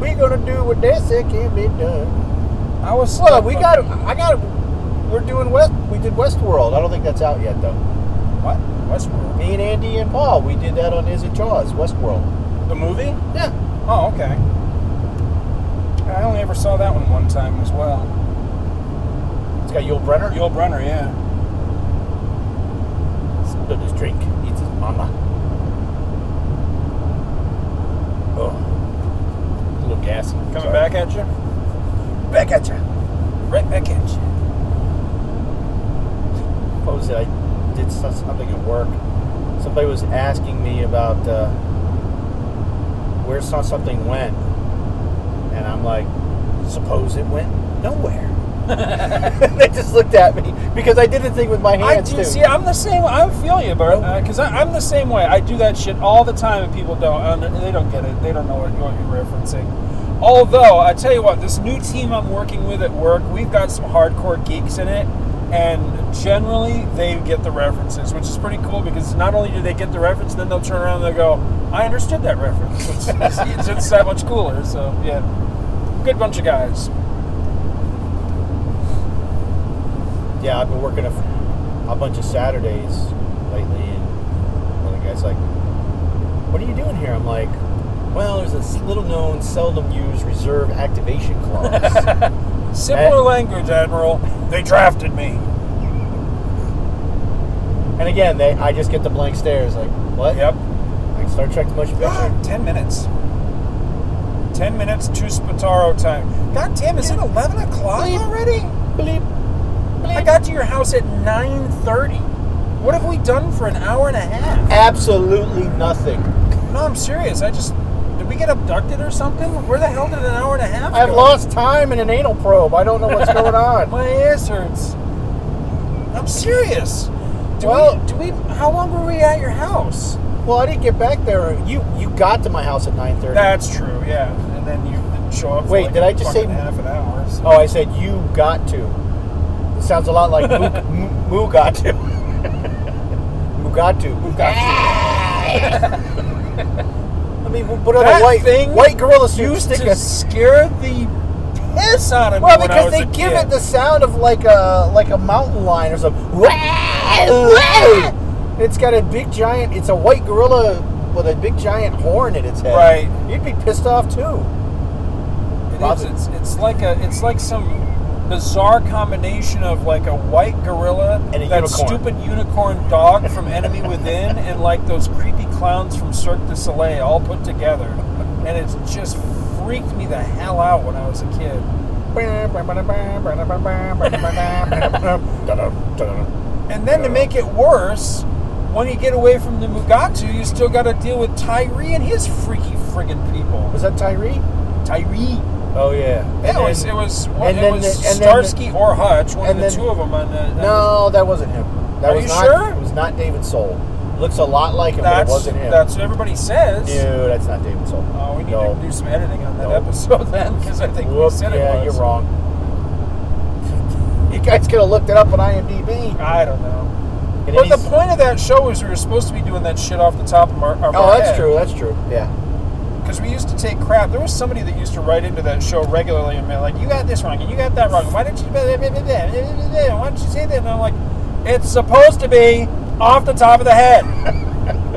[SPEAKER 1] we gonna do what they say can be done.
[SPEAKER 3] I was
[SPEAKER 1] Well,
[SPEAKER 3] stuck
[SPEAKER 1] we
[SPEAKER 3] on-
[SPEAKER 1] got I got we're doing West we did Westworld. I don't think that's out yet though.
[SPEAKER 3] what Westworld
[SPEAKER 1] Me and Andy and Paul, we did that on Is It Jaws, Westworld.
[SPEAKER 3] the movie.
[SPEAKER 1] Yeah.
[SPEAKER 3] Oh, okay. I only ever saw that one one time as well.
[SPEAKER 1] It's got Yul Brenner.
[SPEAKER 3] Yul Brenner, yeah.
[SPEAKER 1] spilled his drink. It's his mama. Oh, a little gassy.
[SPEAKER 3] Coming back at you?
[SPEAKER 1] back at you.
[SPEAKER 3] Right back at you.
[SPEAKER 1] What was it? I did so- something at work. Somebody was asking me about uh, where so- something went, and I'm like, suppose it went nowhere. they just looked at me because I did the thing with my
[SPEAKER 3] I
[SPEAKER 1] hands
[SPEAKER 3] do,
[SPEAKER 1] too.
[SPEAKER 3] see, I'm the same. I feel you, bro. Because I I'm the same way. I do that shit all the time, and people don't. and they don't get it. They don't know what, what you're referencing. Although I tell you what, this new team I'm working with at work, we've got some hardcore geeks in it, and generally they get the references, which is pretty cool because not only do they get the reference, then they'll turn around and they'll go, "I understood that reference." It's, it's, it's, it's that much cooler. So yeah, good bunch of guys.
[SPEAKER 1] yeah, I've been working a, f- a bunch of Saturdays lately, and one of the guys like, "What are you doing here?" I'm like, "Well, there's this little-known, seldom-used reserve activation clause."
[SPEAKER 3] Similar
[SPEAKER 1] Eh.
[SPEAKER 3] language, Admiral. They drafted me.
[SPEAKER 1] and again, they, I just get the blank stares, like, "What?"
[SPEAKER 3] Yep.
[SPEAKER 1] Like Star Trek: The Motion Picture.
[SPEAKER 3] 10 minutes. 10 minutes to Spataro time. God damn, is it 11 o'clock
[SPEAKER 1] Bleep.
[SPEAKER 3] already?
[SPEAKER 1] Bleep.
[SPEAKER 3] I got to your house at 9.30. What have we done for an hour and a half?
[SPEAKER 1] Absolutely nothing.
[SPEAKER 3] No, I'm serious. I just... Did we get abducted or something? Where the hell did an hour and a half
[SPEAKER 1] I've
[SPEAKER 3] go?
[SPEAKER 1] lost time in an anal probe. I don't know what's going on.
[SPEAKER 3] My ass hurts. I'm serious. Do
[SPEAKER 1] Well-
[SPEAKER 3] we, do we... How long were we at your house?
[SPEAKER 1] Well, I didn't get back there. You you got to my house at 9:30.
[SPEAKER 3] That's true, yeah. And then you didn't show up for
[SPEAKER 1] Wait,
[SPEAKER 3] like
[SPEAKER 1] did
[SPEAKER 3] a
[SPEAKER 1] I just say-
[SPEAKER 3] fucking half an hour? so-
[SPEAKER 1] Oh, I said you got to. It sounds a lot like Mu, M- Mu got to. Mugatu. I mean, what other
[SPEAKER 3] That
[SPEAKER 1] white
[SPEAKER 3] thing
[SPEAKER 1] white gorilla suit
[SPEAKER 3] used
[SPEAKER 1] stick
[SPEAKER 3] to
[SPEAKER 1] us?
[SPEAKER 3] scare the piss out of me.
[SPEAKER 1] Well,
[SPEAKER 3] when I
[SPEAKER 1] because
[SPEAKER 3] was
[SPEAKER 1] they
[SPEAKER 3] a
[SPEAKER 1] give
[SPEAKER 3] kid.
[SPEAKER 1] it the sound of like a like a mountain lion or something. It's got a big giant. It's a white gorilla with a big giant horn in its head.
[SPEAKER 3] Right.
[SPEAKER 1] You'd be pissed off too.
[SPEAKER 3] It is, it's, it's like a it's like some bizarre combination of like a white gorilla
[SPEAKER 1] And a
[SPEAKER 3] that
[SPEAKER 1] unicorn.
[SPEAKER 3] stupid unicorn dog from Enemy Within, and like those creepy clowns from Cirque du Soleil all put together, and it's just freaked me the hell out when I was a kid. And then to make it worse, when you get away from the Mugatu, you still got to deal with Tyree and his freaky friggin' people.
[SPEAKER 1] Was that Tyree?
[SPEAKER 3] Tyree.
[SPEAKER 1] Oh yeah.
[SPEAKER 3] Yeah,
[SPEAKER 1] And
[SPEAKER 3] it was
[SPEAKER 1] then-
[SPEAKER 3] it was,
[SPEAKER 1] and
[SPEAKER 3] one, it
[SPEAKER 1] then
[SPEAKER 3] was
[SPEAKER 1] the- and then
[SPEAKER 3] Starsky or Hutch, one of
[SPEAKER 1] and
[SPEAKER 3] the
[SPEAKER 1] then-
[SPEAKER 3] two of uh, them. On the,
[SPEAKER 1] No, that wasn't him. That
[SPEAKER 3] Are
[SPEAKER 1] was
[SPEAKER 3] you
[SPEAKER 1] not,
[SPEAKER 3] sure?
[SPEAKER 1] It was not David Soul. Looks a lot like him, but
[SPEAKER 3] that's
[SPEAKER 1] it wasn't him.
[SPEAKER 3] that's what everybody says.
[SPEAKER 1] no, that's not David Soul.
[SPEAKER 3] Oh, we need
[SPEAKER 1] no.
[SPEAKER 3] to do some editing on that
[SPEAKER 1] No.
[SPEAKER 3] episode then, because I think we
[SPEAKER 1] Whoop,
[SPEAKER 3] said it
[SPEAKER 1] yeah,
[SPEAKER 3] was.
[SPEAKER 1] you're wrong.
[SPEAKER 3] You
[SPEAKER 1] guys could have looked it up on IMDb.
[SPEAKER 3] I don't know.
[SPEAKER 1] And
[SPEAKER 3] But the
[SPEAKER 1] he's-
[SPEAKER 3] point of that show is we were supposed to be doing that shit off the top of our, of
[SPEAKER 1] oh, that's true. That's true. Yeah.
[SPEAKER 3] Because we used to take crap. There was somebody that used to write into that show regularly and be like, you got this wrong and you got that wrong. Why didn't you... Blah, blah, blah, blah, blah, blah, blah, blah. Why didn't you say that? And I'm like, it's supposed to be off the top of the head.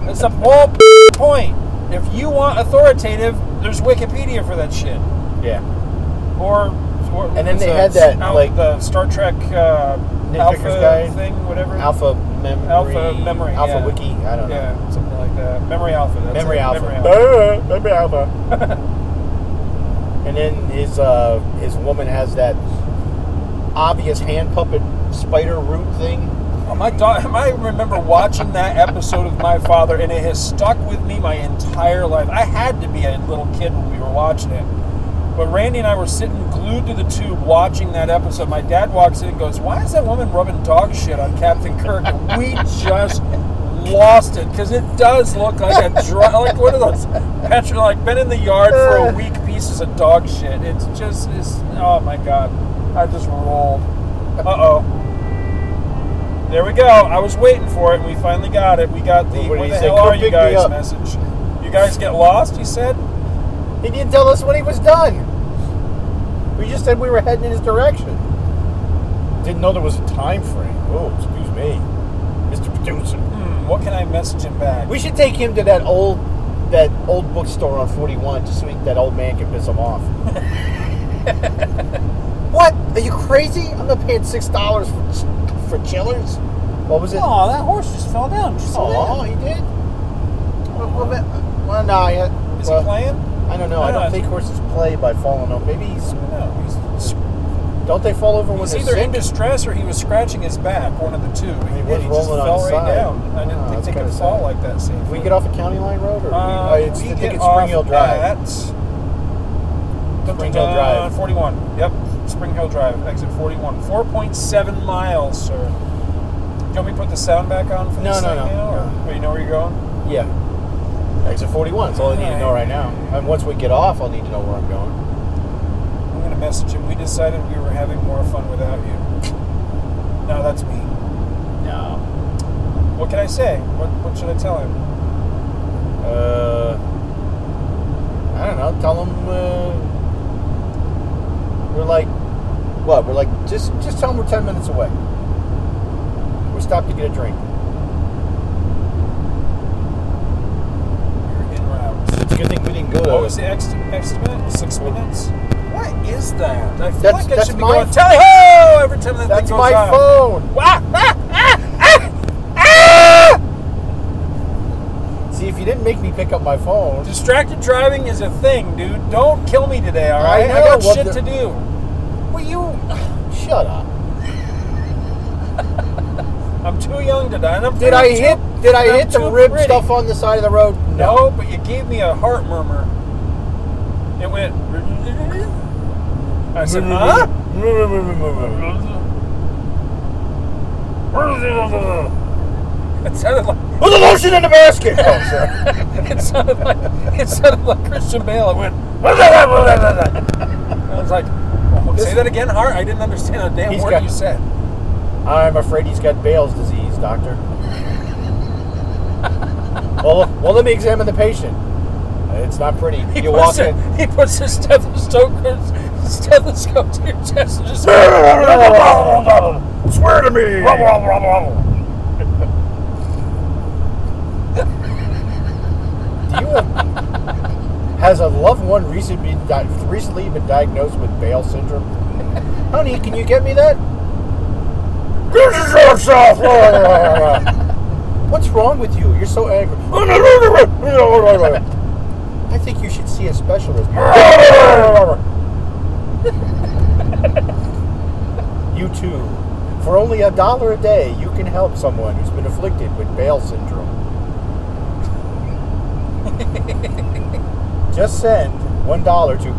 [SPEAKER 3] it's the whole point. If you want authoritative, there's Wikipedia for that shit.
[SPEAKER 1] Yeah.
[SPEAKER 3] or, or
[SPEAKER 1] And then they
[SPEAKER 3] it's a-
[SPEAKER 1] had that,
[SPEAKER 3] out-
[SPEAKER 1] like-
[SPEAKER 3] the Star Trek uh,
[SPEAKER 1] Nitpicker's
[SPEAKER 3] Alpha
[SPEAKER 1] Guide.
[SPEAKER 3] thing, whatever.
[SPEAKER 1] Alpha memory.
[SPEAKER 3] Alpha memory,
[SPEAKER 1] Alpha
[SPEAKER 3] yeah.
[SPEAKER 1] wiki. I don't know.
[SPEAKER 3] yeah, something like that. Memory Alpha. That's
[SPEAKER 1] Memory
[SPEAKER 3] it,
[SPEAKER 1] Alpha.
[SPEAKER 3] Memory
[SPEAKER 1] Alpha. Memory Alpha. and then his uh, his woman has that obvious hand puppet spider root thing.
[SPEAKER 3] Oh, my daughter. I remember watching that episode of My Father, and it has stuck with me my entire life. I had to be a little kid when we were watching it. But Randy and I were sitting glued to the tube watching that episode. My dad walks in and goes, Why is that woman rubbing dog shit on Captain Kirk? And we just lost it because it does look like a dry, like one of those petrol, like been in the yard for a week pieces of dog shit. It's just, it's, oh my God. I just rolled. Uh oh. There we go. I was waiting for it. We finally got it. We got the,
[SPEAKER 1] What did
[SPEAKER 3] where
[SPEAKER 1] he
[SPEAKER 3] the
[SPEAKER 1] say?
[SPEAKER 3] hell
[SPEAKER 1] Come
[SPEAKER 3] are
[SPEAKER 1] pick me
[SPEAKER 3] you guys
[SPEAKER 1] up.
[SPEAKER 3] message. You guys get lost, he said?
[SPEAKER 1] He didn't tell us when he was done. We just said we were heading in his direction. Didn't know there was a time frame. Oh, excuse me, Mr. Producer.
[SPEAKER 3] Hmm, what can I message him back?
[SPEAKER 1] We should take him to that old that old bookstore on 41 just so he- that old man can piss him off. what? Are you crazy? I'm not paying six dollars for for chillers. What was it?
[SPEAKER 3] Oh, that horse just fell down. Did you see
[SPEAKER 1] Aw,
[SPEAKER 3] that?
[SPEAKER 1] he did. Well, well, that- well, no, I,
[SPEAKER 3] Is
[SPEAKER 1] well,
[SPEAKER 3] he playing?
[SPEAKER 1] I don't know. I
[SPEAKER 3] No,
[SPEAKER 1] don't
[SPEAKER 3] no,
[SPEAKER 1] think horses play by falling over. Maybe he's,
[SPEAKER 3] No, he's,
[SPEAKER 1] don't they fall over when
[SPEAKER 3] he's
[SPEAKER 1] they're
[SPEAKER 3] either
[SPEAKER 1] sick?
[SPEAKER 3] in distress or he was scratching his back, one of the two.
[SPEAKER 1] He
[SPEAKER 3] did.
[SPEAKER 1] was
[SPEAKER 3] just
[SPEAKER 1] rolling on
[SPEAKER 3] fell
[SPEAKER 1] his
[SPEAKER 3] right
[SPEAKER 1] side.
[SPEAKER 3] down. I didn't
[SPEAKER 1] Oh,
[SPEAKER 3] think
[SPEAKER 1] that's
[SPEAKER 3] they could
[SPEAKER 1] kinda
[SPEAKER 3] fall
[SPEAKER 1] sad.
[SPEAKER 3] like that safely.
[SPEAKER 1] we get off a county line road, or we,
[SPEAKER 3] Uh,
[SPEAKER 1] uh, it's,
[SPEAKER 3] we
[SPEAKER 1] I
[SPEAKER 3] get
[SPEAKER 1] think it's
[SPEAKER 3] off
[SPEAKER 1] Spring Hill Drive.
[SPEAKER 3] At
[SPEAKER 1] Spring Hill Drive.
[SPEAKER 3] 41. Yep. Spring Hill Drive, exit 41. 4.7 miles, sir. Do you want me to put the sound back on for
[SPEAKER 1] No,
[SPEAKER 3] this
[SPEAKER 1] no,
[SPEAKER 3] thing
[SPEAKER 1] no,
[SPEAKER 3] now? Or,
[SPEAKER 1] no.
[SPEAKER 3] Wait, you know where you're going?
[SPEAKER 1] Yeah. Exit 41. That's all I need to know right now. And once we get off, I'll need to know where I'm going.
[SPEAKER 3] I'm going to message him. We decided we were having more fun without you. No, that's me.
[SPEAKER 1] No.
[SPEAKER 3] What can I say? What, what should I tell him?
[SPEAKER 1] Uh, I don't know. Tell them uh, we're like, what? We're like, just just tell them we're 10 minutes away. We stopped to get a drink.
[SPEAKER 3] You're in route.
[SPEAKER 1] It's a good thing we didn't go to.
[SPEAKER 3] What was the ex- estimate? Six minutes? What is that? I feel
[SPEAKER 1] That's-
[SPEAKER 3] like I
[SPEAKER 1] that's
[SPEAKER 3] should be
[SPEAKER 1] my-
[SPEAKER 3] going, tally ho! Every time that
[SPEAKER 1] That's
[SPEAKER 3] thing goes
[SPEAKER 1] my
[SPEAKER 3] off.
[SPEAKER 1] phone.
[SPEAKER 3] Ah, ah, ah, ah, ah!
[SPEAKER 1] See, if you didn't make me pick up my phone,
[SPEAKER 3] Distracted driving is a thing, dude. Don't kill me today, all
[SPEAKER 1] I
[SPEAKER 3] right?
[SPEAKER 1] know,
[SPEAKER 3] got
[SPEAKER 1] what
[SPEAKER 3] shit
[SPEAKER 1] the-
[SPEAKER 3] to do. Will you?
[SPEAKER 1] shut up.
[SPEAKER 3] I'm too young to die. And I'm
[SPEAKER 1] Did I
[SPEAKER 3] pretty
[SPEAKER 1] hit?
[SPEAKER 3] too-
[SPEAKER 1] Did I
[SPEAKER 3] I'm
[SPEAKER 1] hit the
[SPEAKER 3] too
[SPEAKER 1] rib
[SPEAKER 3] pretty.
[SPEAKER 1] stuff on the side of the road?
[SPEAKER 3] No, but you gave me a heart murmur. It went. I said, huh? Mm-hmm. It sounded like
[SPEAKER 1] Put the lotion in the basket. Oh, sorry.
[SPEAKER 3] it sounded like it sounded like Christian Bale. It went. I was like, say that again, Hart. I didn't understand a damn
[SPEAKER 1] He's
[SPEAKER 3] word
[SPEAKER 1] got-
[SPEAKER 3] you said.
[SPEAKER 1] I'm afraid he's got Bale's disease, doctor. well, well, let me examine the patient. It's not pretty.
[SPEAKER 3] He
[SPEAKER 1] You
[SPEAKER 3] puts
[SPEAKER 1] walk in.
[SPEAKER 3] A, he puts his stethoscope, stethoscope to your chest and just.
[SPEAKER 2] Swear to me.
[SPEAKER 1] Do you have, has a loved one recently been, di- recently been diagnosed with Bale syndrome? Honey, can you get me that?
[SPEAKER 2] This is yourself.
[SPEAKER 1] What's wrong with you? You're so angry.
[SPEAKER 2] Why
[SPEAKER 1] I think you should see a specialist. You too. For only a dollar a day, you can help someone who's been afflicted with Bale syndrome. Just send one dollar to.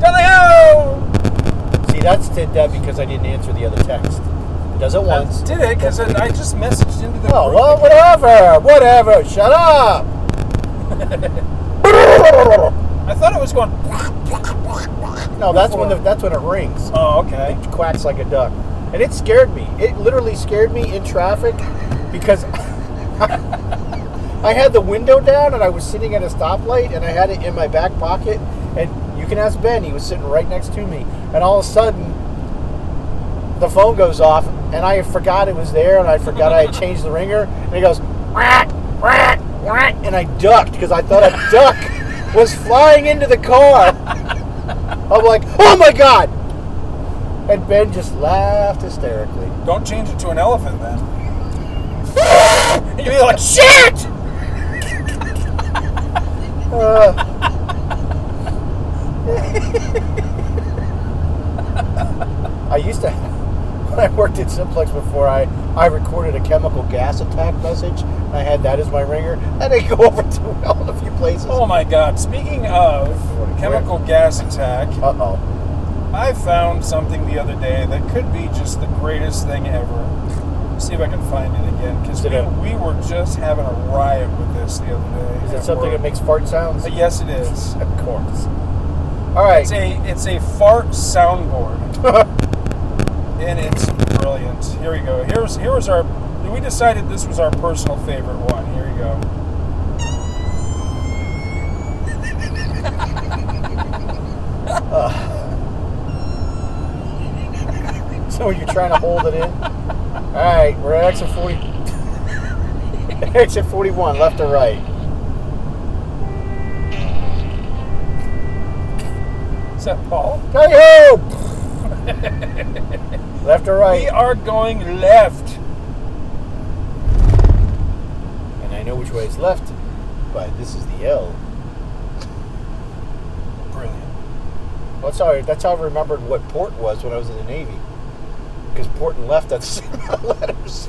[SPEAKER 3] Tally-ho!
[SPEAKER 1] See, that's did that because I didn't answer the other text. Does it
[SPEAKER 3] I
[SPEAKER 1] once?
[SPEAKER 3] did it because I, I just messaged into the.
[SPEAKER 1] Oh
[SPEAKER 3] group.
[SPEAKER 1] well, whatever, whatever. Shut up.
[SPEAKER 3] I thought it was going.
[SPEAKER 1] No, that's when the,
[SPEAKER 3] before.
[SPEAKER 1] that's when it rings.
[SPEAKER 3] Oh, okay.
[SPEAKER 1] It quacks like a duck, and it scared me. It literally scared me in traffic because I had the window down and I was sitting at a stoplight and I had it in my back pocket. And you can ask Ben; he was sitting right next to me. And all of a sudden, the phone goes off, and I forgot it was there, and I forgot I had changed the ringer. And it goes, "Whack, whack, whack," and I ducked because I thought a duck was flying into the car. I'm like, oh my god! And Ben just laughed hysterically.
[SPEAKER 3] Don't change it to an elephant then. You'd be like, shit!
[SPEAKER 1] Uh, I used to, when I worked at Simplex before, I, I recorded a chemical gas attack message, and I had that as my ringer. That didn't go over too well in a few places.
[SPEAKER 3] Oh my god. Speaking of chemical gas attack,
[SPEAKER 1] Uh oh.
[SPEAKER 3] I found something the other day that could be just the greatest thing ever. See if I can find it again, because
[SPEAKER 1] Is
[SPEAKER 3] we,
[SPEAKER 1] it a-
[SPEAKER 3] we were just having a riot with this the other day.
[SPEAKER 1] Is
[SPEAKER 3] at
[SPEAKER 1] it something
[SPEAKER 3] work.
[SPEAKER 1] that makes fart sounds?
[SPEAKER 3] Uh, Yes, it is.
[SPEAKER 1] Of course. All right.
[SPEAKER 3] It's a it's a fart soundboard, and it's brilliant. Here we go. Here's here was our. We decided this was our personal favorite one. Here we go.
[SPEAKER 1] So you're trying to hold it in? All right, we're at exit 40. exit 41, left or right?
[SPEAKER 3] Is that Paul?
[SPEAKER 1] Hey ho! left or right?
[SPEAKER 3] We are going left.
[SPEAKER 1] And I know which way is left, but this is the L.
[SPEAKER 3] Brilliant.
[SPEAKER 1] Well, sorry, that's how I remembered what port was when I was in the Navy. Because port and left, that's the same amount of letters.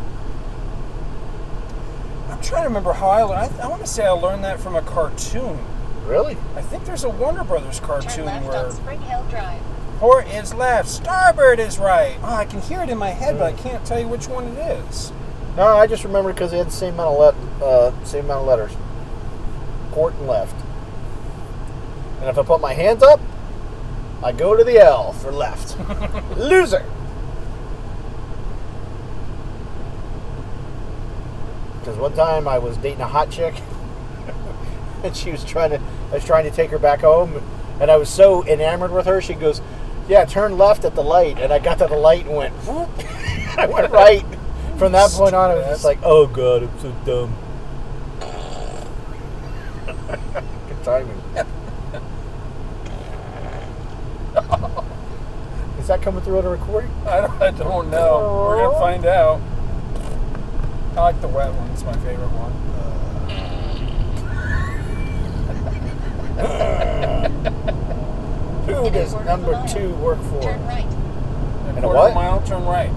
[SPEAKER 3] I'm trying to remember how I learned. I, I want to say I learned that from a cartoon.
[SPEAKER 1] Really?
[SPEAKER 3] I think there's a Warner Brothers
[SPEAKER 4] Turn
[SPEAKER 3] cartoon
[SPEAKER 4] left
[SPEAKER 3] where
[SPEAKER 4] on Spring Hill Drive.
[SPEAKER 3] port is left, starboard is right. Oh, I can hear it in my head, but I can't tell you which one it is.
[SPEAKER 1] No, I just remembered because they had the same amount of let, uh, same amount of letters. Port and left. And if I put my hands up, I go to the L for left. Loser. Because one time I was dating a hot chick, and she was trying to, I was trying to take her back home, and I was so enamored with her. She goes, "Yeah, turn left at the light," and I got to the light and went, I went right. From that point on, I was just like, "Oh god, I'm so dumb." Good timing. Is that coming through on a recording?
[SPEAKER 3] I don't, I don't know. We're gonna find out. I like the wet one. It's my favorite one.
[SPEAKER 1] Who does
[SPEAKER 4] Quarter of a
[SPEAKER 1] number
[SPEAKER 4] mile.
[SPEAKER 1] two work for?
[SPEAKER 4] Turn right.
[SPEAKER 3] And
[SPEAKER 1] a what?
[SPEAKER 3] mile, turn right.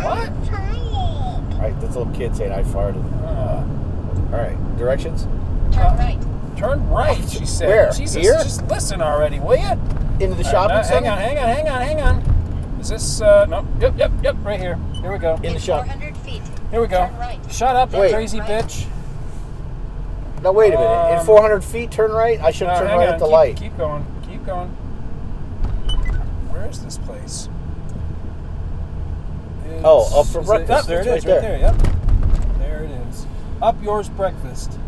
[SPEAKER 3] What?
[SPEAKER 1] All right, this little kid saying I farted.
[SPEAKER 3] Uh,
[SPEAKER 1] All right, directions.
[SPEAKER 4] Turn right.
[SPEAKER 3] turn right. She said.
[SPEAKER 1] Oh, Where?
[SPEAKER 3] Jesus,
[SPEAKER 1] Here?
[SPEAKER 3] just listen already, will you?
[SPEAKER 1] Into the
[SPEAKER 3] All right,
[SPEAKER 1] shopping
[SPEAKER 3] now, hang
[SPEAKER 1] center.
[SPEAKER 3] on, hang on, hang on, hang on. Is this uh no? Yep, yep, yep. Right here. Here we go.
[SPEAKER 1] In the
[SPEAKER 4] In
[SPEAKER 1] shop.
[SPEAKER 4] 400 feet.
[SPEAKER 3] Here we go.
[SPEAKER 4] Turn right.
[SPEAKER 3] Shut up, you
[SPEAKER 1] Wait.
[SPEAKER 3] crazy
[SPEAKER 4] Right.
[SPEAKER 3] bitch.
[SPEAKER 1] No, wait a minute. In
[SPEAKER 3] Um,
[SPEAKER 1] 400 feet, turn right. I should
[SPEAKER 3] No,
[SPEAKER 1] have turned
[SPEAKER 3] hang
[SPEAKER 1] right
[SPEAKER 3] on,
[SPEAKER 1] at the
[SPEAKER 3] keep,
[SPEAKER 1] light.
[SPEAKER 3] Keep going. Keep going. Where is this place?
[SPEAKER 1] Oh, up for
[SPEAKER 3] is it-
[SPEAKER 1] breakfast.
[SPEAKER 3] yep, there it
[SPEAKER 1] It's
[SPEAKER 3] is,
[SPEAKER 1] right
[SPEAKER 3] right there. Yep. There it is. Up yours breakfast.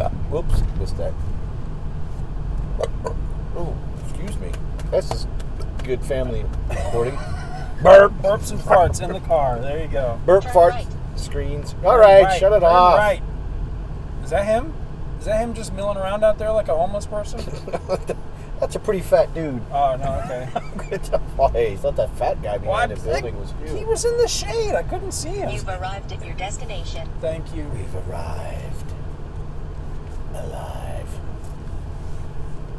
[SPEAKER 1] Ah, whoops, missed that. Oh, excuse me. This is good family recording. Burp,
[SPEAKER 3] Burps and farts in the car. There you go.
[SPEAKER 1] burp,
[SPEAKER 4] Turn
[SPEAKER 1] fart,
[SPEAKER 4] right.
[SPEAKER 1] screens. All right,
[SPEAKER 3] Right,
[SPEAKER 1] shut it
[SPEAKER 3] turn
[SPEAKER 1] off.
[SPEAKER 3] Right. Is that him? Is that him just milling around out there like a homeless person?
[SPEAKER 1] That's a pretty fat dude.
[SPEAKER 3] oh no. Okay.
[SPEAKER 1] I'm gonna tell why. He's not that fat guy
[SPEAKER 3] Well, I
[SPEAKER 1] behind the
[SPEAKER 3] think
[SPEAKER 1] building. Was
[SPEAKER 3] he
[SPEAKER 1] you?
[SPEAKER 3] was in the shade. I couldn't see him.
[SPEAKER 4] You've arrived at your destination.
[SPEAKER 3] Thank you.
[SPEAKER 1] We've arrived alive.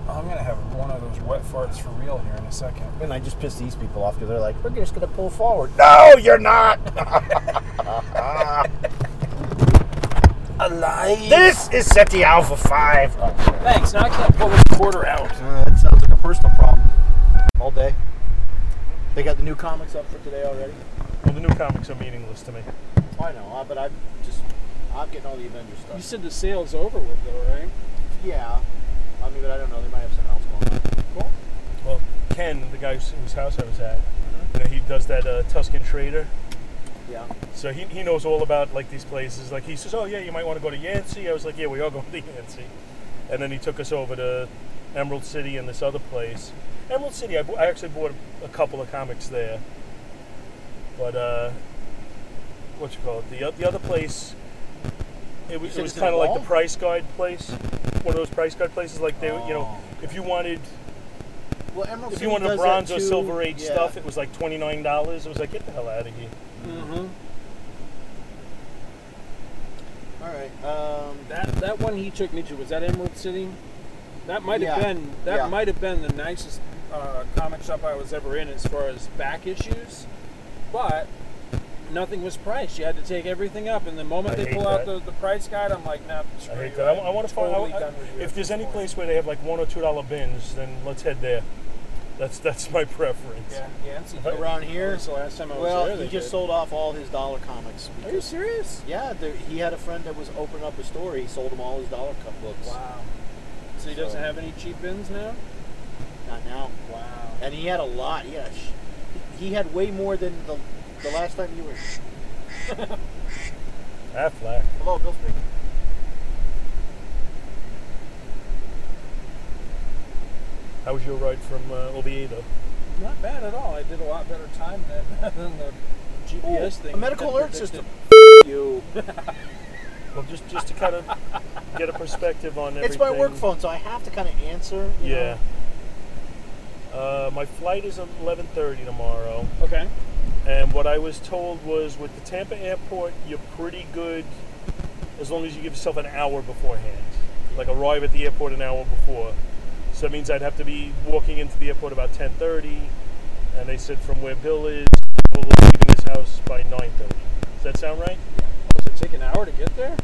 [SPEAKER 3] I'm gonna have one of those wet farts for real here in a second.
[SPEAKER 1] And I just pissed these people off because they're like, "We're just gonna pull forward." No, you're not.
[SPEAKER 3] Alive.
[SPEAKER 1] this is SETI Alpha Five. Oh,
[SPEAKER 3] Thanks. Now I can't pull this quarter out.
[SPEAKER 1] uh, that sounds like a personal problem. All day. They got the new comics up for today already.
[SPEAKER 5] Well, the new comics are meaningless to me.
[SPEAKER 1] I know, uh, but I'm just I'm getting all the Avengers
[SPEAKER 3] You
[SPEAKER 1] stuff.
[SPEAKER 3] said the sale's over with, though, right?
[SPEAKER 1] Yeah, I mean, but I don't know. They might have something else going on.
[SPEAKER 3] Cool.
[SPEAKER 5] Well, Ken, the guy whose, whose house I was at, you know, he does that uh, Tuscan Trader.
[SPEAKER 1] Mm-hmm. Yeah.
[SPEAKER 5] So he, he knows all about like these places. Like he says, oh yeah, you might want to go to Yancey. I was like, yeah, we are going to Yancey. And then he took us over to Emerald City and this other place. Emerald City, I, bou- I actually bought a couple of comics there. But uh, what you call it? The o- the other place, it was
[SPEAKER 1] said
[SPEAKER 5] it was
[SPEAKER 1] it's in a
[SPEAKER 5] kind of like
[SPEAKER 1] mall?
[SPEAKER 5] the price guide place, one of those price guide places. Like they, you know,
[SPEAKER 1] Oh,
[SPEAKER 5] if you wanted
[SPEAKER 1] Well, Emerald
[SPEAKER 5] if
[SPEAKER 1] City
[SPEAKER 5] you wanted
[SPEAKER 1] does
[SPEAKER 5] the bronze
[SPEAKER 1] that
[SPEAKER 5] or
[SPEAKER 1] too.
[SPEAKER 5] silver age
[SPEAKER 1] Yeah.
[SPEAKER 5] stuff, it was like twenty nine dollars. It was like get the hell out of here.
[SPEAKER 3] Mm-hmm.
[SPEAKER 1] All right. Um,
[SPEAKER 3] That that one he took me to was that Emerald City. That might have
[SPEAKER 1] Yeah.
[SPEAKER 3] been that
[SPEAKER 1] Yeah.
[SPEAKER 3] might have been the nicest uh, comic shop I was ever in as far as back issues, but nothing was priced. You had to take everything up, and the moment
[SPEAKER 5] I
[SPEAKER 3] they
[SPEAKER 5] hate
[SPEAKER 3] pull out the,
[SPEAKER 5] that.
[SPEAKER 3] the price guide, I'm like, nah.
[SPEAKER 5] I
[SPEAKER 3] Screw
[SPEAKER 5] hate
[SPEAKER 3] you.
[SPEAKER 5] that. I,
[SPEAKER 3] I'm
[SPEAKER 5] want to find.
[SPEAKER 3] totally
[SPEAKER 5] I- I-
[SPEAKER 3] done with you at
[SPEAKER 5] if there's
[SPEAKER 3] this
[SPEAKER 5] any
[SPEAKER 3] point.
[SPEAKER 5] place where they have like one or two dollar bins, then let's head there. That's that's my preference.
[SPEAKER 3] Yeah, Yancey.
[SPEAKER 1] around
[SPEAKER 3] That
[SPEAKER 1] here.
[SPEAKER 3] was the last time I was
[SPEAKER 1] Well,
[SPEAKER 3] there.
[SPEAKER 1] he
[SPEAKER 3] they
[SPEAKER 1] just
[SPEAKER 3] did.
[SPEAKER 1] sold off all his dollar comics.
[SPEAKER 3] Are you serious?
[SPEAKER 1] Yeah, there, he had a friend that was opening up a store. He sold him all his dollar cup books.
[SPEAKER 3] Wow. So he doesn't
[SPEAKER 1] So-
[SPEAKER 3] have any cheap bins now.
[SPEAKER 1] Not now.
[SPEAKER 3] Wow.
[SPEAKER 1] And he had a lot. Yeah, sh- he had way more than the the last time you were.
[SPEAKER 5] Affleck.
[SPEAKER 1] Hello, Bill speaking.
[SPEAKER 5] How was your ride from uh, Oviedo?
[SPEAKER 3] Not bad at all. I did a lot better time than, than the GPS thing.
[SPEAKER 1] a medical
[SPEAKER 3] that
[SPEAKER 1] alert
[SPEAKER 3] predicted.
[SPEAKER 1] system. you.
[SPEAKER 5] Well, just just to kind of get a perspective on everything.
[SPEAKER 1] It's my work phone, so I have to kind of answer. you know?
[SPEAKER 5] Yeah. Uh, my flight is eleven thirty tomorrow,
[SPEAKER 3] Okay.
[SPEAKER 5] and what I was told was with the Tampa airport, you're pretty good as long as you give yourself an hour beforehand. Like arrive at the airport an hour before. So that means I'd have to be walking into the airport about 10:30, and they said from where Bill is, Bill is leaving his house by 9:30. Does that sound right?
[SPEAKER 3] Does it take an hour to get there?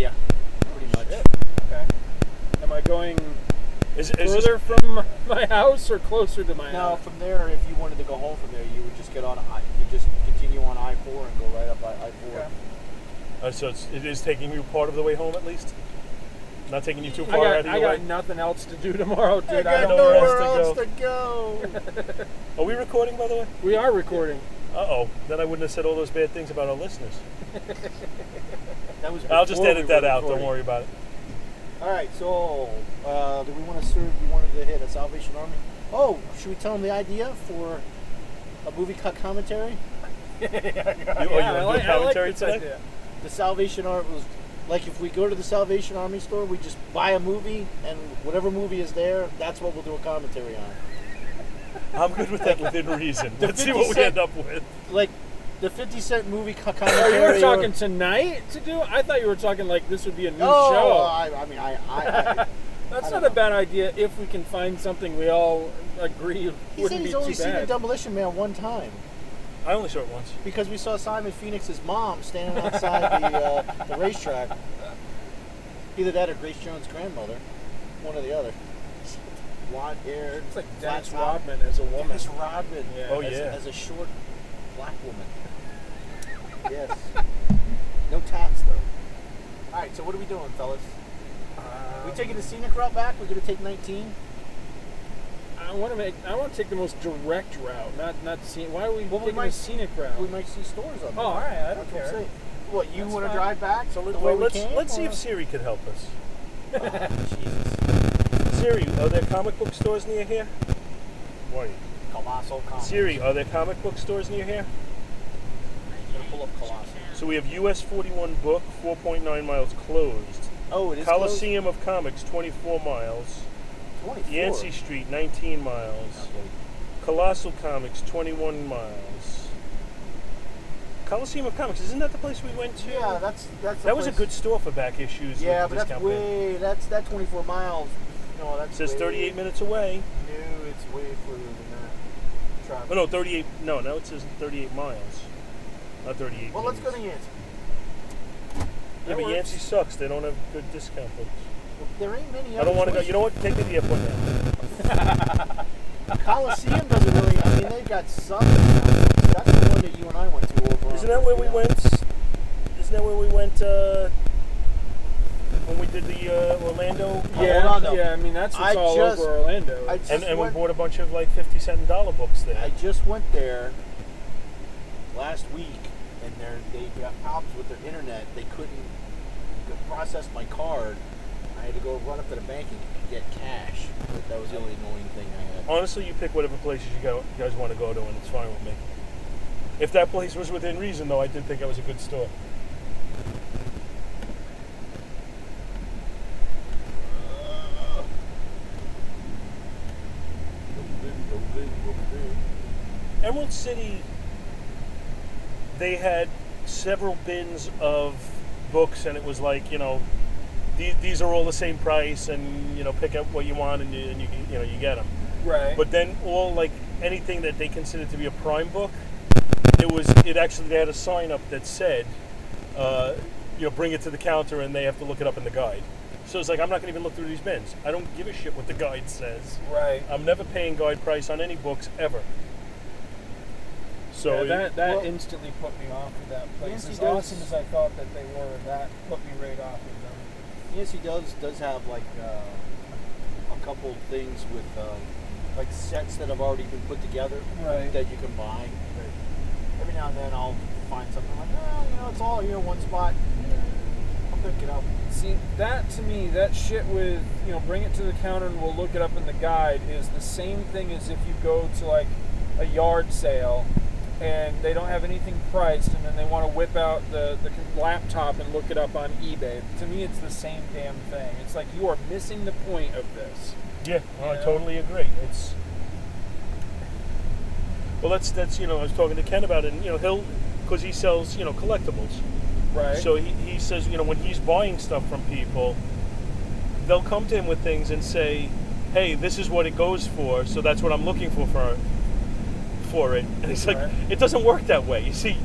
[SPEAKER 1] Yeah. Pretty much.
[SPEAKER 3] Shit. Okay. Am I going
[SPEAKER 5] Is, is this,
[SPEAKER 3] further from my house or closer to my
[SPEAKER 1] Now,
[SPEAKER 3] house?
[SPEAKER 1] from there, if you wanted to go home from there, you would just get on. I, you just continue on I four and go right up I four.
[SPEAKER 3] Okay.
[SPEAKER 5] uh, so it's, it is taking you part of the way home at least. Not taking you too
[SPEAKER 3] I
[SPEAKER 5] far out of
[SPEAKER 3] got,
[SPEAKER 5] your
[SPEAKER 3] I got
[SPEAKER 5] way.
[SPEAKER 3] nothing else to do tomorrow, dude. I
[SPEAKER 5] got
[SPEAKER 3] don't
[SPEAKER 5] nowhere
[SPEAKER 3] rest.
[SPEAKER 5] else to
[SPEAKER 1] go.
[SPEAKER 5] Are we recording, by the way?
[SPEAKER 3] We are recording.
[SPEAKER 5] Uh oh. Then I wouldn't have said all those bad things about our listeners.
[SPEAKER 1] that was.
[SPEAKER 5] I'll just
[SPEAKER 1] before
[SPEAKER 5] edit
[SPEAKER 1] we
[SPEAKER 5] that
[SPEAKER 1] were
[SPEAKER 5] out. Don't
[SPEAKER 1] recording.
[SPEAKER 5] worry about it.
[SPEAKER 1] All right. So, uh, do we want to serve? You wanted to hit a Salvation Army. Oh, should we tell them the idea for a movie co- commentary?
[SPEAKER 5] You, oh, you
[SPEAKER 3] Yeah, I like,
[SPEAKER 5] want to do a
[SPEAKER 3] I like
[SPEAKER 5] commentary
[SPEAKER 3] this
[SPEAKER 5] today?
[SPEAKER 3] idea.
[SPEAKER 1] The Salvation Army was like if we go to the Salvation Army store, we just buy a movie, and whatever movie is there, that's what we'll do a commentary on.
[SPEAKER 5] I'm good with that within reason. Let's see
[SPEAKER 1] 50
[SPEAKER 5] what we
[SPEAKER 1] cent-
[SPEAKER 5] end up with.
[SPEAKER 1] Like the Fifty Cent movie co-
[SPEAKER 3] Oh,
[SPEAKER 1] commentary.
[SPEAKER 3] you were
[SPEAKER 1] or-
[SPEAKER 3] talking tonight to do? I thought you were talking like this would be a new
[SPEAKER 1] Oh,
[SPEAKER 3] show.
[SPEAKER 1] I, I mean, I, I, I
[SPEAKER 3] That's
[SPEAKER 1] I
[SPEAKER 3] not
[SPEAKER 1] don't
[SPEAKER 3] a bad idea if we can find something we all agree
[SPEAKER 1] he
[SPEAKER 3] wouldn't
[SPEAKER 1] said he's
[SPEAKER 3] be
[SPEAKER 1] only
[SPEAKER 3] too
[SPEAKER 1] seen a
[SPEAKER 3] bad.
[SPEAKER 1] Demolition Man one time
[SPEAKER 5] I only saw it once.
[SPEAKER 1] because we saw Simon Phoenix's mom standing outside the, uh, the racetrack. Either that or Grace Jones' grandmother, one or the other. Blonde haired,
[SPEAKER 3] it's like Dennis Rodman as a woman.
[SPEAKER 1] Dennis Rodman.
[SPEAKER 3] Yeah.
[SPEAKER 5] Oh,
[SPEAKER 1] as,
[SPEAKER 5] yeah.
[SPEAKER 1] as a short black woman. yes. No tats though. All right, so what are we doing, fellas?
[SPEAKER 3] Um,
[SPEAKER 1] we taking the scenic route back? We're gonna take 19.
[SPEAKER 3] I want to make. I want to take the most direct route, not not scenic. Why are we
[SPEAKER 1] Well, we
[SPEAKER 3] taking
[SPEAKER 1] might-
[SPEAKER 3] the scenic route?
[SPEAKER 1] We might see stores on.
[SPEAKER 3] oh,
[SPEAKER 1] there.
[SPEAKER 3] all right. I don't
[SPEAKER 1] That's what I'm
[SPEAKER 3] care.
[SPEAKER 1] saying. What you
[SPEAKER 3] That's
[SPEAKER 1] want to
[SPEAKER 3] fine.
[SPEAKER 1] drive back? So the way
[SPEAKER 5] Well,
[SPEAKER 1] we
[SPEAKER 5] let's
[SPEAKER 1] can,
[SPEAKER 5] let's see
[SPEAKER 1] or-
[SPEAKER 5] if Siri could help us.
[SPEAKER 1] Jesus.
[SPEAKER 5] Siri, are there comic book stores near here? Wait.
[SPEAKER 1] Colossal comics.
[SPEAKER 5] Siri, are there comic book stores near here?
[SPEAKER 1] I'm gonna pull up Colossal.
[SPEAKER 5] So we have US 41 book, 4.9 miles closed.
[SPEAKER 1] Oh, it is
[SPEAKER 5] Coliseum of Comics, 24 miles.
[SPEAKER 1] closed. 24.
[SPEAKER 5] Yancey Street, 19 miles. Colossal Comics, 21 miles. Coliseum of Comics, isn't that the place we went to?
[SPEAKER 1] Yeah, that's that's.
[SPEAKER 5] that was a
[SPEAKER 1] place-
[SPEAKER 5] good store for back issues.
[SPEAKER 1] Yeah,
[SPEAKER 5] with
[SPEAKER 1] but
[SPEAKER 5] the
[SPEAKER 1] that's
[SPEAKER 5] discount bin.
[SPEAKER 1] way. That's that 24 miles. No,
[SPEAKER 5] It
[SPEAKER 1] that's.
[SPEAKER 5] says
[SPEAKER 1] way-
[SPEAKER 5] 38 minutes away.
[SPEAKER 1] No, it's way further than that.
[SPEAKER 5] Oh
[SPEAKER 1] Travel.
[SPEAKER 5] no, 38. No, now it says 38 miles, not 38.
[SPEAKER 1] Well, let's go to
[SPEAKER 5] minutes.
[SPEAKER 1] Yancey.
[SPEAKER 5] Yeah,
[SPEAKER 1] That
[SPEAKER 5] but
[SPEAKER 1] works.
[SPEAKER 5] Yancey sucks. They don't have good discount books.
[SPEAKER 1] There ain't many.
[SPEAKER 5] I don't want to go. You know what? Take me to the airport now.
[SPEAKER 1] Coliseum doesn't really. I mean, mean, they've got some. That's the one that you and I went to over. on-
[SPEAKER 5] Isn't that where we
[SPEAKER 1] Oh, yeah.
[SPEAKER 5] went? Isn't that where we went uh, when we did the uh, Orlando?
[SPEAKER 1] Yeah, Orlando.
[SPEAKER 3] yeah. I mean, that's what's
[SPEAKER 1] I
[SPEAKER 3] all
[SPEAKER 1] just-
[SPEAKER 3] over Orlando.
[SPEAKER 1] I
[SPEAKER 5] And,
[SPEAKER 1] just
[SPEAKER 5] and we
[SPEAKER 1] went,
[SPEAKER 5] bought a bunch of like fifty cent and dollar books
[SPEAKER 1] I
[SPEAKER 5] there.
[SPEAKER 1] just went there last week, and they're, they got problems with their internet. They couldn't process my card. I had to go run up to the bank and get cash. But that was the only annoying thing I had.
[SPEAKER 5] Honestly, you pick whatever places you, go, you guys want to go to, and it's fine with me. If that place was within reason, though, I did think that was a good store. Emerald City, they had several bins of books, and it was like you know, these, these are all the same price, and you know, pick up what you want, and you, and you you know you get them.
[SPEAKER 3] right.
[SPEAKER 5] But then all like anything that they considered to be a prime book, it was it actually they had a sign up that said, uh, you know, bring it to the counter, and they have to look it up in the guide. So it's like I'm not going to even look through these bins. I don't give a shit what the guide says.
[SPEAKER 3] right.
[SPEAKER 5] I'm never paying guide price on any books ever.
[SPEAKER 3] Yeah,
[SPEAKER 5] So it-
[SPEAKER 3] that that
[SPEAKER 1] well-
[SPEAKER 3] instantly put me off of that place.
[SPEAKER 1] Nancy
[SPEAKER 3] As
[SPEAKER 1] does-
[SPEAKER 3] awesome as I thought that they were, that put me right off of them.
[SPEAKER 1] Yes, he does does have like uh, a couple things with um, like sets that have already been put together
[SPEAKER 3] Right.
[SPEAKER 1] that you can buy. Every now and then I'll find something like, oh, you know, it's all here in one spot. "Oh, I'll pick it up.
[SPEAKER 3] See, that to me, that shit with, you know, bring it to the counter and we'll look it up in the guide is the same thing as if you go to like a yard sale and they don't have anything priced and then they want to whip out the, the con- laptop and look it up on eBay. To me, it's the same damn thing. It's like you are missing the point of this.
[SPEAKER 5] Yeah, no, I
[SPEAKER 3] Yeah.
[SPEAKER 5] totally agree. It's well, that's that's you know I was talking to Ken about it, and you know he'll because he sells you know collectibles,
[SPEAKER 3] Right.
[SPEAKER 5] so he, he says you know when he's buying stuff from people, they'll come to him with things and say, hey, this is what it goes for, so that's what I'm looking for for for it, and it's like
[SPEAKER 3] Right.
[SPEAKER 5] it doesn't work that way. You see,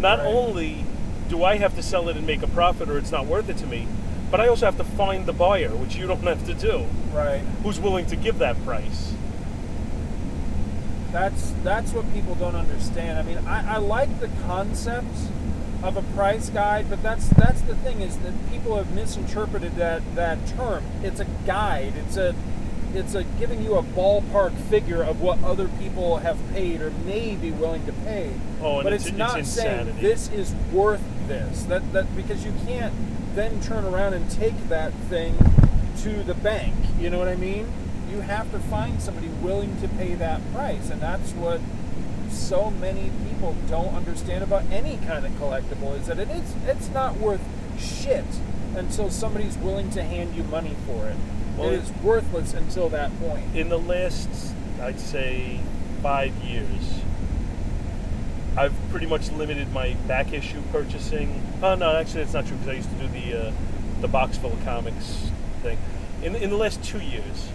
[SPEAKER 5] not
[SPEAKER 3] Right.
[SPEAKER 5] only do I have to sell it and make a profit, or it's not worth it to me, but I also have to find the buyer, which you don't have to do
[SPEAKER 3] right.
[SPEAKER 5] who's willing to give that price.
[SPEAKER 3] That's that's what people don't understand. I mean, I, I like the concept of a price guide, but that's that's the thing is that people have misinterpreted that that term. It's a guide. It's a it's a giving you a ballpark figure of what other people have paid or may be willing to pay.
[SPEAKER 5] Oh, and
[SPEAKER 3] but
[SPEAKER 5] it's-
[SPEAKER 3] it's,
[SPEAKER 5] it's
[SPEAKER 3] not saying
[SPEAKER 5] insanity.
[SPEAKER 3] this is worth this. That that because you can't then turn around and take that thing to the bank. You know what I mean? You have to find somebody willing to pay that price, and that's what so many people don't understand about any kind of collectible is that it is it's not worth shit until somebody's willing to hand you money for it.
[SPEAKER 5] Well,
[SPEAKER 3] it is worthless until that point.
[SPEAKER 5] In the last, I'd say, five years, I've pretty much limited my back issue purchasing. Oh no, actually, that's not true because I used to do the uh, the box full of comics thing. In in the last two years,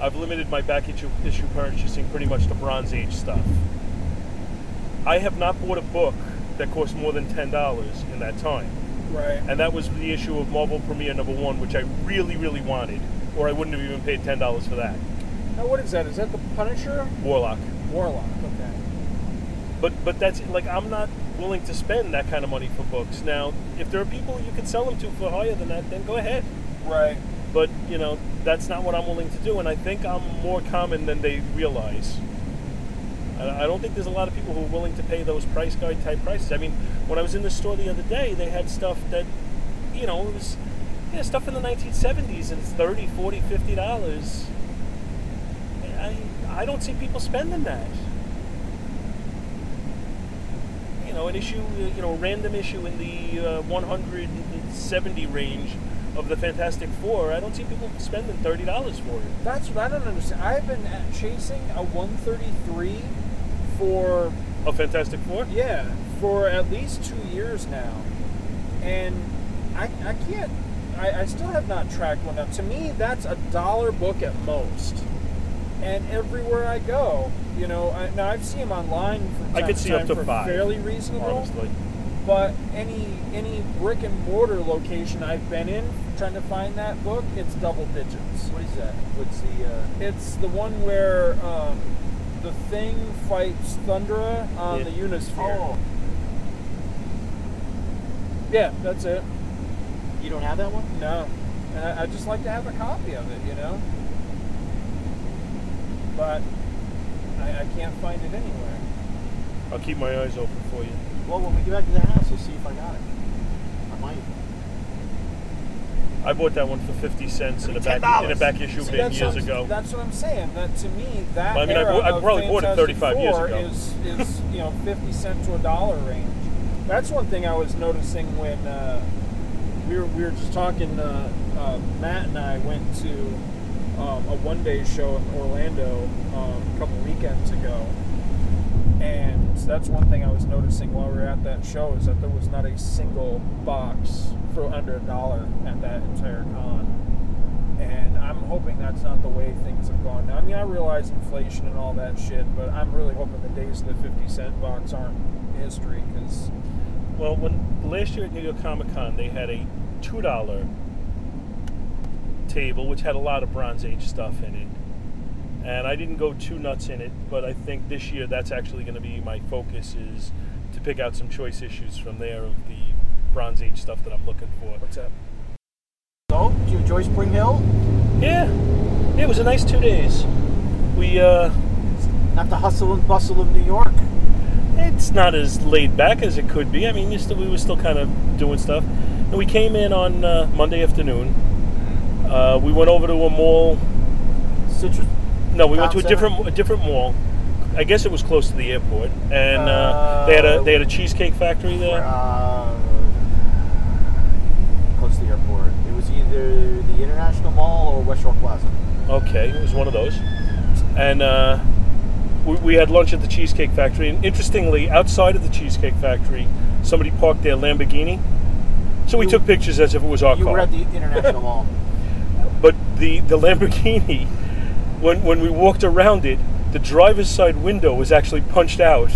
[SPEAKER 5] I've limited my back issue, issue purchasing pretty much to Bronze Age stuff. I have not bought a book that cost more than ten dollars in that time.
[SPEAKER 3] Right.
[SPEAKER 5] and that was the issue of Marvel Premiere number one, which I really, really wanted, or I wouldn't have even paid ten dollars for that.
[SPEAKER 3] Now what is that? Is that the Punisher?
[SPEAKER 5] Warlock,
[SPEAKER 3] Warlock. Okay.
[SPEAKER 5] but but that's like I'm not willing to spend that kind of money for books. Now, if there are people you could sell them to for higher than that, then go ahead.
[SPEAKER 3] Right.
[SPEAKER 5] But you know that's not what I'm willing to do, and I think I'm more common than they realize. I I don't think there's a lot of people who are willing to pay those price guide type prices. I mean, when I was in the store the other day, they had stuff that, you know, it was yeah, stuff in the 1970s and it's 30, 40, 50 dollars. I I don't see people spending that. You know, an issue, you know, a random issue in the uh, 170 range of the Fantastic Four. I don't see people spending thirty dollars for it.
[SPEAKER 3] That's what I don't understand. I've been at- chasing a 133 for
[SPEAKER 5] A Fantastic Four?
[SPEAKER 3] yeah for at least two years now, and I, I can't. I, I still have not tracked one up. To me, that's a dollar book at most. And everywhere I go, you know, I, now I've seen them online. From
[SPEAKER 5] I
[SPEAKER 3] time
[SPEAKER 5] could see up
[SPEAKER 3] time
[SPEAKER 5] to
[SPEAKER 3] for
[SPEAKER 5] five,
[SPEAKER 3] Fairly reasonable.
[SPEAKER 5] Honestly.
[SPEAKER 3] but any any brick and mortar location I've been in trying to find that book, it's double digits.
[SPEAKER 1] What is that? What's the? Uh,
[SPEAKER 3] It's the one where um, the Thing fights Thundera on
[SPEAKER 5] Yeah.
[SPEAKER 3] the Unisphere. Yeah, that's it.
[SPEAKER 1] You don't have that one?
[SPEAKER 3] No, and I, I just like to have a copy of it, you know. But I, I can't find it anywhere.
[SPEAKER 5] I'll keep my eyes open for you.
[SPEAKER 1] Well, when we get back to the house, we'll see if I got it. I might.
[SPEAKER 5] I bought that one for fifty cents in a back in a back issue bin
[SPEAKER 3] that's
[SPEAKER 5] years
[SPEAKER 3] what I'm-
[SPEAKER 5] ago.
[SPEAKER 3] That's what I'm saying. That to me, that
[SPEAKER 5] Well, I mean, I
[SPEAKER 3] era
[SPEAKER 5] bought- I
[SPEAKER 3] of
[SPEAKER 5] probably bought it
[SPEAKER 3] Fantastic
[SPEAKER 5] 35 years
[SPEAKER 3] Four
[SPEAKER 5] ago.
[SPEAKER 3] Is is you know fifty cent to a dollar range. That's one thing I was noticing when uh, we were we were just talking. Uh, uh, Matt and I went to um, a one day show in Orlando um, a couple weekends ago, and so that's one thing I was noticing while we were at that show is that there was not a single box for under a dollar at that entire con and I'm hoping that's not the way things have gone. Now, I mean, I realize inflation and all that shit, but I'm really hoping the days of the 50 cent box aren't history because
[SPEAKER 5] Well, when last year at New York Comic Con, they had a two dollar table which had a lot of Bronze Age stuff in it, and I didn't go too nuts in it. But I think this year that's actually going to be my focus is to pick out some choice issues from there of the Bronze Age stuff that I'm looking for.
[SPEAKER 3] what's up?
[SPEAKER 1] So, did you enjoy Spring Hill?
[SPEAKER 5] Yeah, it was a nice two days. We uh,
[SPEAKER 1] Not the hustle and bustle of New York.
[SPEAKER 5] it's not as laid back as it could be. I mean, you still, we were still kind of doing stuff. And we came in on uh, Monday afternoon. Uh, we went over to a mall.
[SPEAKER 1] Citrus.
[SPEAKER 5] No, we went
[SPEAKER 1] Town
[SPEAKER 5] to a
[SPEAKER 1] center?
[SPEAKER 5] different a different mall. I guess it was close to the airport, and uh, they had a they had a cheesecake factory there.
[SPEAKER 1] Uh, close to the airport. It was either the International Mall or West Shore Plaza.
[SPEAKER 5] Okay, it was one of those. And uh, we, we had lunch at the cheesecake factory. And interestingly, outside of the cheesecake factory, somebody parked their Lamborghini. So we
[SPEAKER 1] You-
[SPEAKER 5] took pictures as if it was our
[SPEAKER 1] You
[SPEAKER 5] car.
[SPEAKER 1] were at the International Mall.
[SPEAKER 5] But the, the Lamborghini, when, when we walked around it, the driver's side window was actually punched out,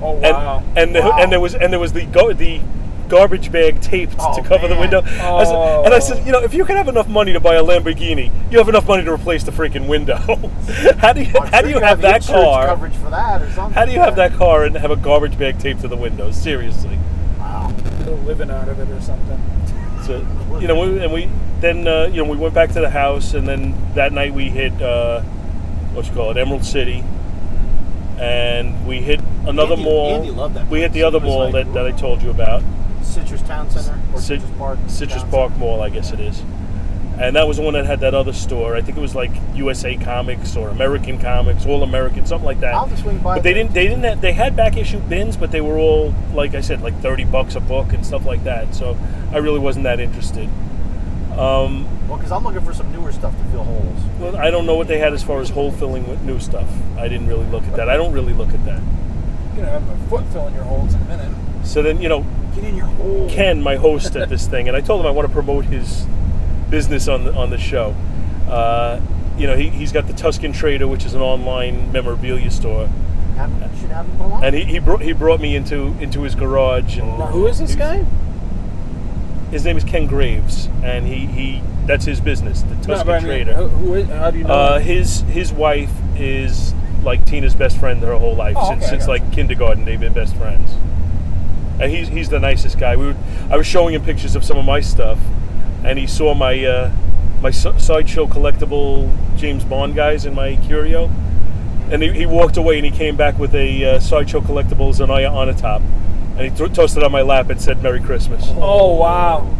[SPEAKER 3] Oh
[SPEAKER 5] and
[SPEAKER 3] wow!
[SPEAKER 5] and, the,
[SPEAKER 1] Wow.
[SPEAKER 5] and there was and there was the gar- the garbage bag taped
[SPEAKER 1] Oh,
[SPEAKER 5] to cover the
[SPEAKER 1] man.
[SPEAKER 5] window. I said- and I said,
[SPEAKER 3] Oh.
[SPEAKER 5] you know, if you can have enough money to buy a Lamborghini, you have enough money to replace the freaking window. how do you
[SPEAKER 1] I'm
[SPEAKER 5] how
[SPEAKER 1] sure
[SPEAKER 5] do you have that
[SPEAKER 1] insurance
[SPEAKER 5] car?
[SPEAKER 1] Coverage for that or something.
[SPEAKER 5] How do you have that car and have a garbage bag taped to the window? Seriously.
[SPEAKER 1] Wow.
[SPEAKER 3] They're living out of it or something.
[SPEAKER 5] So you know, we, and we then uh, you know we went back to the house, and then that night we hit uh, what you call it, Emerald City, and we hit another
[SPEAKER 1] Andy-
[SPEAKER 5] mall.
[SPEAKER 1] Andy loved that
[SPEAKER 5] we hit
[SPEAKER 1] place.
[SPEAKER 5] the other
[SPEAKER 1] It was
[SPEAKER 5] mall
[SPEAKER 1] like-
[SPEAKER 5] that, that I told you about,
[SPEAKER 1] Citrus Town Center or
[SPEAKER 5] Cit-
[SPEAKER 1] Citrus Park.
[SPEAKER 5] Citrus
[SPEAKER 1] Town
[SPEAKER 5] Park Mall, I guess it is, and that was the one that had that other store. I think it was like USA Comics or American Comics, All American, something like that.
[SPEAKER 1] I'll just swing by
[SPEAKER 5] But they
[SPEAKER 1] there.
[SPEAKER 5] didn't. They didn't. Have, they had back issue bins, but they were all like I said, like thirty bucks a book and stuff like that. So I really wasn't that interested. Um,
[SPEAKER 1] Center. Well, because I'm looking for some newer stuff to fill holes.
[SPEAKER 5] Well, I don't know what they had as far as hole filling with new stuff. I didn't really look at that. I don't really look at that.
[SPEAKER 3] You're gonna have my foot filling your holes in a minute.
[SPEAKER 5] So then, you know,
[SPEAKER 1] Get in your hole.
[SPEAKER 5] Ken, my host at this thing, and I told him I want to promote his business on the, on the show. Uh, you know, he, he's got the Tuscan Trader, which is an online memorabilia store,
[SPEAKER 1] Have, should have them belong.
[SPEAKER 5] and he, he brought he brought me into into his garage. And
[SPEAKER 3] Now, who is this
[SPEAKER 5] he was-
[SPEAKER 3] guy?
[SPEAKER 5] His name is Ken Graves, and he, he that's his business, the Tuscan
[SPEAKER 3] but I mean,
[SPEAKER 5] Trader.
[SPEAKER 3] Who, who is, how do you know?
[SPEAKER 5] Uh,
[SPEAKER 3] him?
[SPEAKER 5] his his wife is like Tina's best friend her whole life
[SPEAKER 3] Oh,
[SPEAKER 5] since
[SPEAKER 3] okay,
[SPEAKER 5] since
[SPEAKER 3] gotcha.
[SPEAKER 5] like kindergarten. They've been best friends, and he's he's the nicest guy. We were, I was showing him pictures of some of my stuff, and he saw my uh, my si- sideshow collectible James Bond guys in my curio, and he, he walked away and he came back with a uh, sideshow collectible Zanaya on a top, and he th- tossed it on my lap and said Merry Christmas.
[SPEAKER 3] oh wow!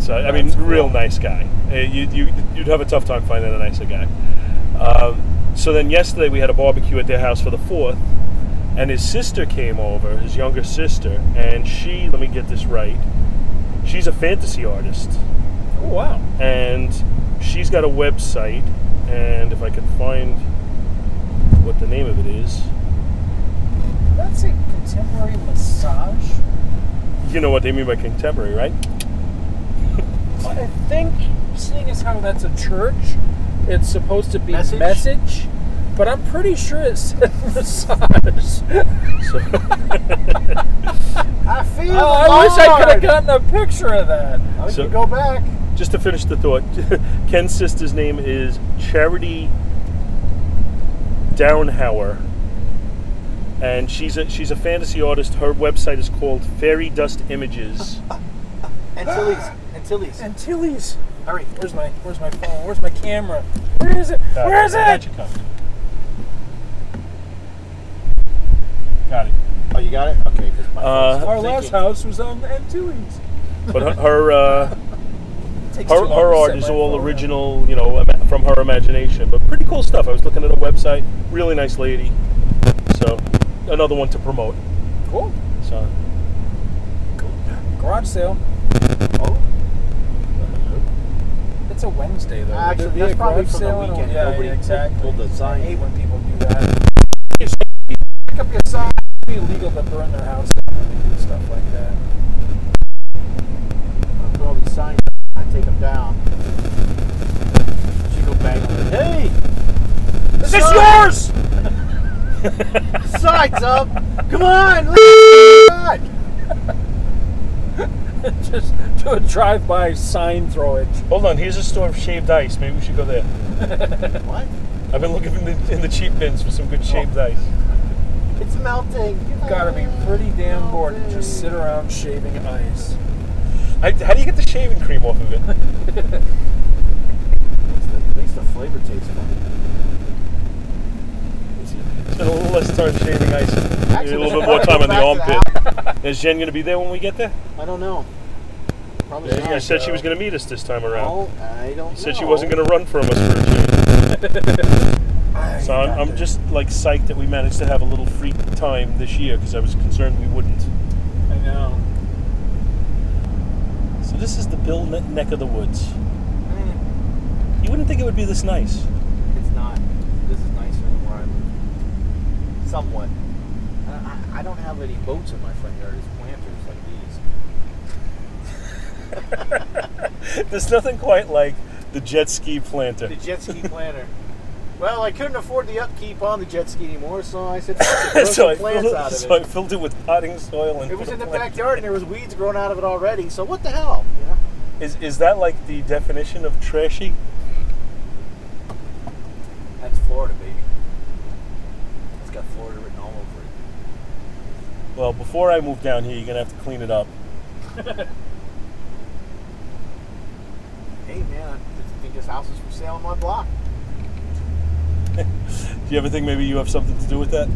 [SPEAKER 5] So I mean,
[SPEAKER 3] That's cool.
[SPEAKER 5] real nice guy. Uh, You you you'd have a tough time finding a nicer guy. Um, so then yesterday we had a barbecue at their house for the fourth, and his sister came over, his younger sister, and she let me get this right. She's a fantasy artist,
[SPEAKER 3] Oh wow!
[SPEAKER 5] and she's got a website, and if I can find what the name of it is,
[SPEAKER 3] That's a contemporary massage.
[SPEAKER 5] you know what they mean by contemporary, right?
[SPEAKER 3] But I think seeing as how that's a church, it's supposed to be
[SPEAKER 1] Message?
[SPEAKER 3] message. but I'm pretty sure it said massage.
[SPEAKER 5] So
[SPEAKER 1] I feel.
[SPEAKER 3] Oh, I wish I could
[SPEAKER 1] Lord.
[SPEAKER 3] have gotten a picture of that.
[SPEAKER 1] I
[SPEAKER 5] So-
[SPEAKER 1] could go back.
[SPEAKER 5] just to finish the thought, Ken's sister's name is Charity Downhauer, and she's a she's a fantasy artist. Her website is called Fairy Dust Images.
[SPEAKER 1] Antilles. Antilles.
[SPEAKER 3] Antilles.
[SPEAKER 1] Hurry.
[SPEAKER 3] Where's my Where's my phone? Where's my camera? Where is it? Where is
[SPEAKER 5] Got
[SPEAKER 3] it?
[SPEAKER 5] you covered. Got it.
[SPEAKER 1] Oh, you got it? Okay. 'cause my
[SPEAKER 5] Uh,
[SPEAKER 1] phone's
[SPEAKER 3] Our last
[SPEAKER 1] thinking.
[SPEAKER 3] house was on Antilles.
[SPEAKER 5] But her her, uh,
[SPEAKER 3] Takes too
[SPEAKER 5] her,
[SPEAKER 3] long
[SPEAKER 5] her
[SPEAKER 3] to
[SPEAKER 5] art
[SPEAKER 3] set
[SPEAKER 5] is
[SPEAKER 3] my
[SPEAKER 5] all
[SPEAKER 3] phone up.
[SPEAKER 5] original, you know, ima- from her imagination. But pretty cool stuff. I was looking at her website. Really nice lady. So another one to promote.
[SPEAKER 3] Cool.
[SPEAKER 5] So
[SPEAKER 3] Garage sale.
[SPEAKER 1] Oh,
[SPEAKER 3] It's a Wednesday though. Would there
[SPEAKER 1] actually,
[SPEAKER 3] be
[SPEAKER 1] that's
[SPEAKER 3] a
[SPEAKER 1] probably
[SPEAKER 3] garage
[SPEAKER 1] from the
[SPEAKER 3] sale on a-
[SPEAKER 1] weekend.
[SPEAKER 3] Yeah,
[SPEAKER 1] Nobody
[SPEAKER 3] yeah, exactly.
[SPEAKER 1] pulled the
[SPEAKER 3] I
[SPEAKER 1] sign.
[SPEAKER 3] hate when people do that. Pick up your sign. It'd be illegal to burn their house down when they do stuff like that.
[SPEAKER 1] I put all these signs. I take them down. She go bang on it. Hey,
[SPEAKER 5] this is yours.
[SPEAKER 1] signs up! Come on, let's go.
[SPEAKER 3] Just do a drive-by sign throwage.
[SPEAKER 5] Hold on. Here's a store of shaved ice. Maybe we should go there.
[SPEAKER 1] What?
[SPEAKER 5] I've been looking in the, in the cheap bins for some good shaved ice.
[SPEAKER 1] It's melting.
[SPEAKER 3] You've got to be pretty damn bored to just sit around shaving ice.
[SPEAKER 5] I, how do you get the shaving cream off of it?
[SPEAKER 1] At least the flavor tastes good.
[SPEAKER 5] Spend a little less time shaving ice. Maybe a little bit more
[SPEAKER 1] let's
[SPEAKER 5] time
[SPEAKER 1] go
[SPEAKER 5] in the
[SPEAKER 1] back to
[SPEAKER 5] armpit. Is Jen going to be there when we get there?
[SPEAKER 1] I don't know. Probably
[SPEAKER 5] She
[SPEAKER 1] not.
[SPEAKER 5] said she was going to meet us this time around.
[SPEAKER 1] Oh, No, I don't know.
[SPEAKER 5] Said she wasn't going to run from us for a change. So I'm, I'm just like psyched that we managed to have a little free time this year because I was concerned we wouldn't.
[SPEAKER 3] I know.
[SPEAKER 5] So this is the Bill ne- neck of the woods. You wouldn't think it would be this nice.
[SPEAKER 1] It's not. This is nicer than where I live. Somewhat. I- I, I don't have any boats in my front yard. It's planters like these.
[SPEAKER 5] There's nothing quite like the jet ski planter.
[SPEAKER 1] The jet ski planter. Well, I couldn't afford the upkeep on the jet ski anymore, so I said, "Fuck it, grow
[SPEAKER 5] so,
[SPEAKER 1] some
[SPEAKER 5] I
[SPEAKER 1] plants
[SPEAKER 5] filled,
[SPEAKER 1] out of
[SPEAKER 5] so I
[SPEAKER 1] it."
[SPEAKER 5] filled it with potting soil and
[SPEAKER 1] It
[SPEAKER 5] put
[SPEAKER 1] was
[SPEAKER 5] a
[SPEAKER 1] in the
[SPEAKER 5] plant-
[SPEAKER 1] backyard, and there was weeds growing out of it already. So what the hell? You know?
[SPEAKER 5] Is, is that like the definition of trashy?
[SPEAKER 1] That's Florida, baby. It's got Florida written all over it.
[SPEAKER 5] Well, before I move down here, you're gonna have to clean it up.
[SPEAKER 1] Hey, man, I think this house is for sale on my block.
[SPEAKER 5] Do you ever think maybe you have something to do with that?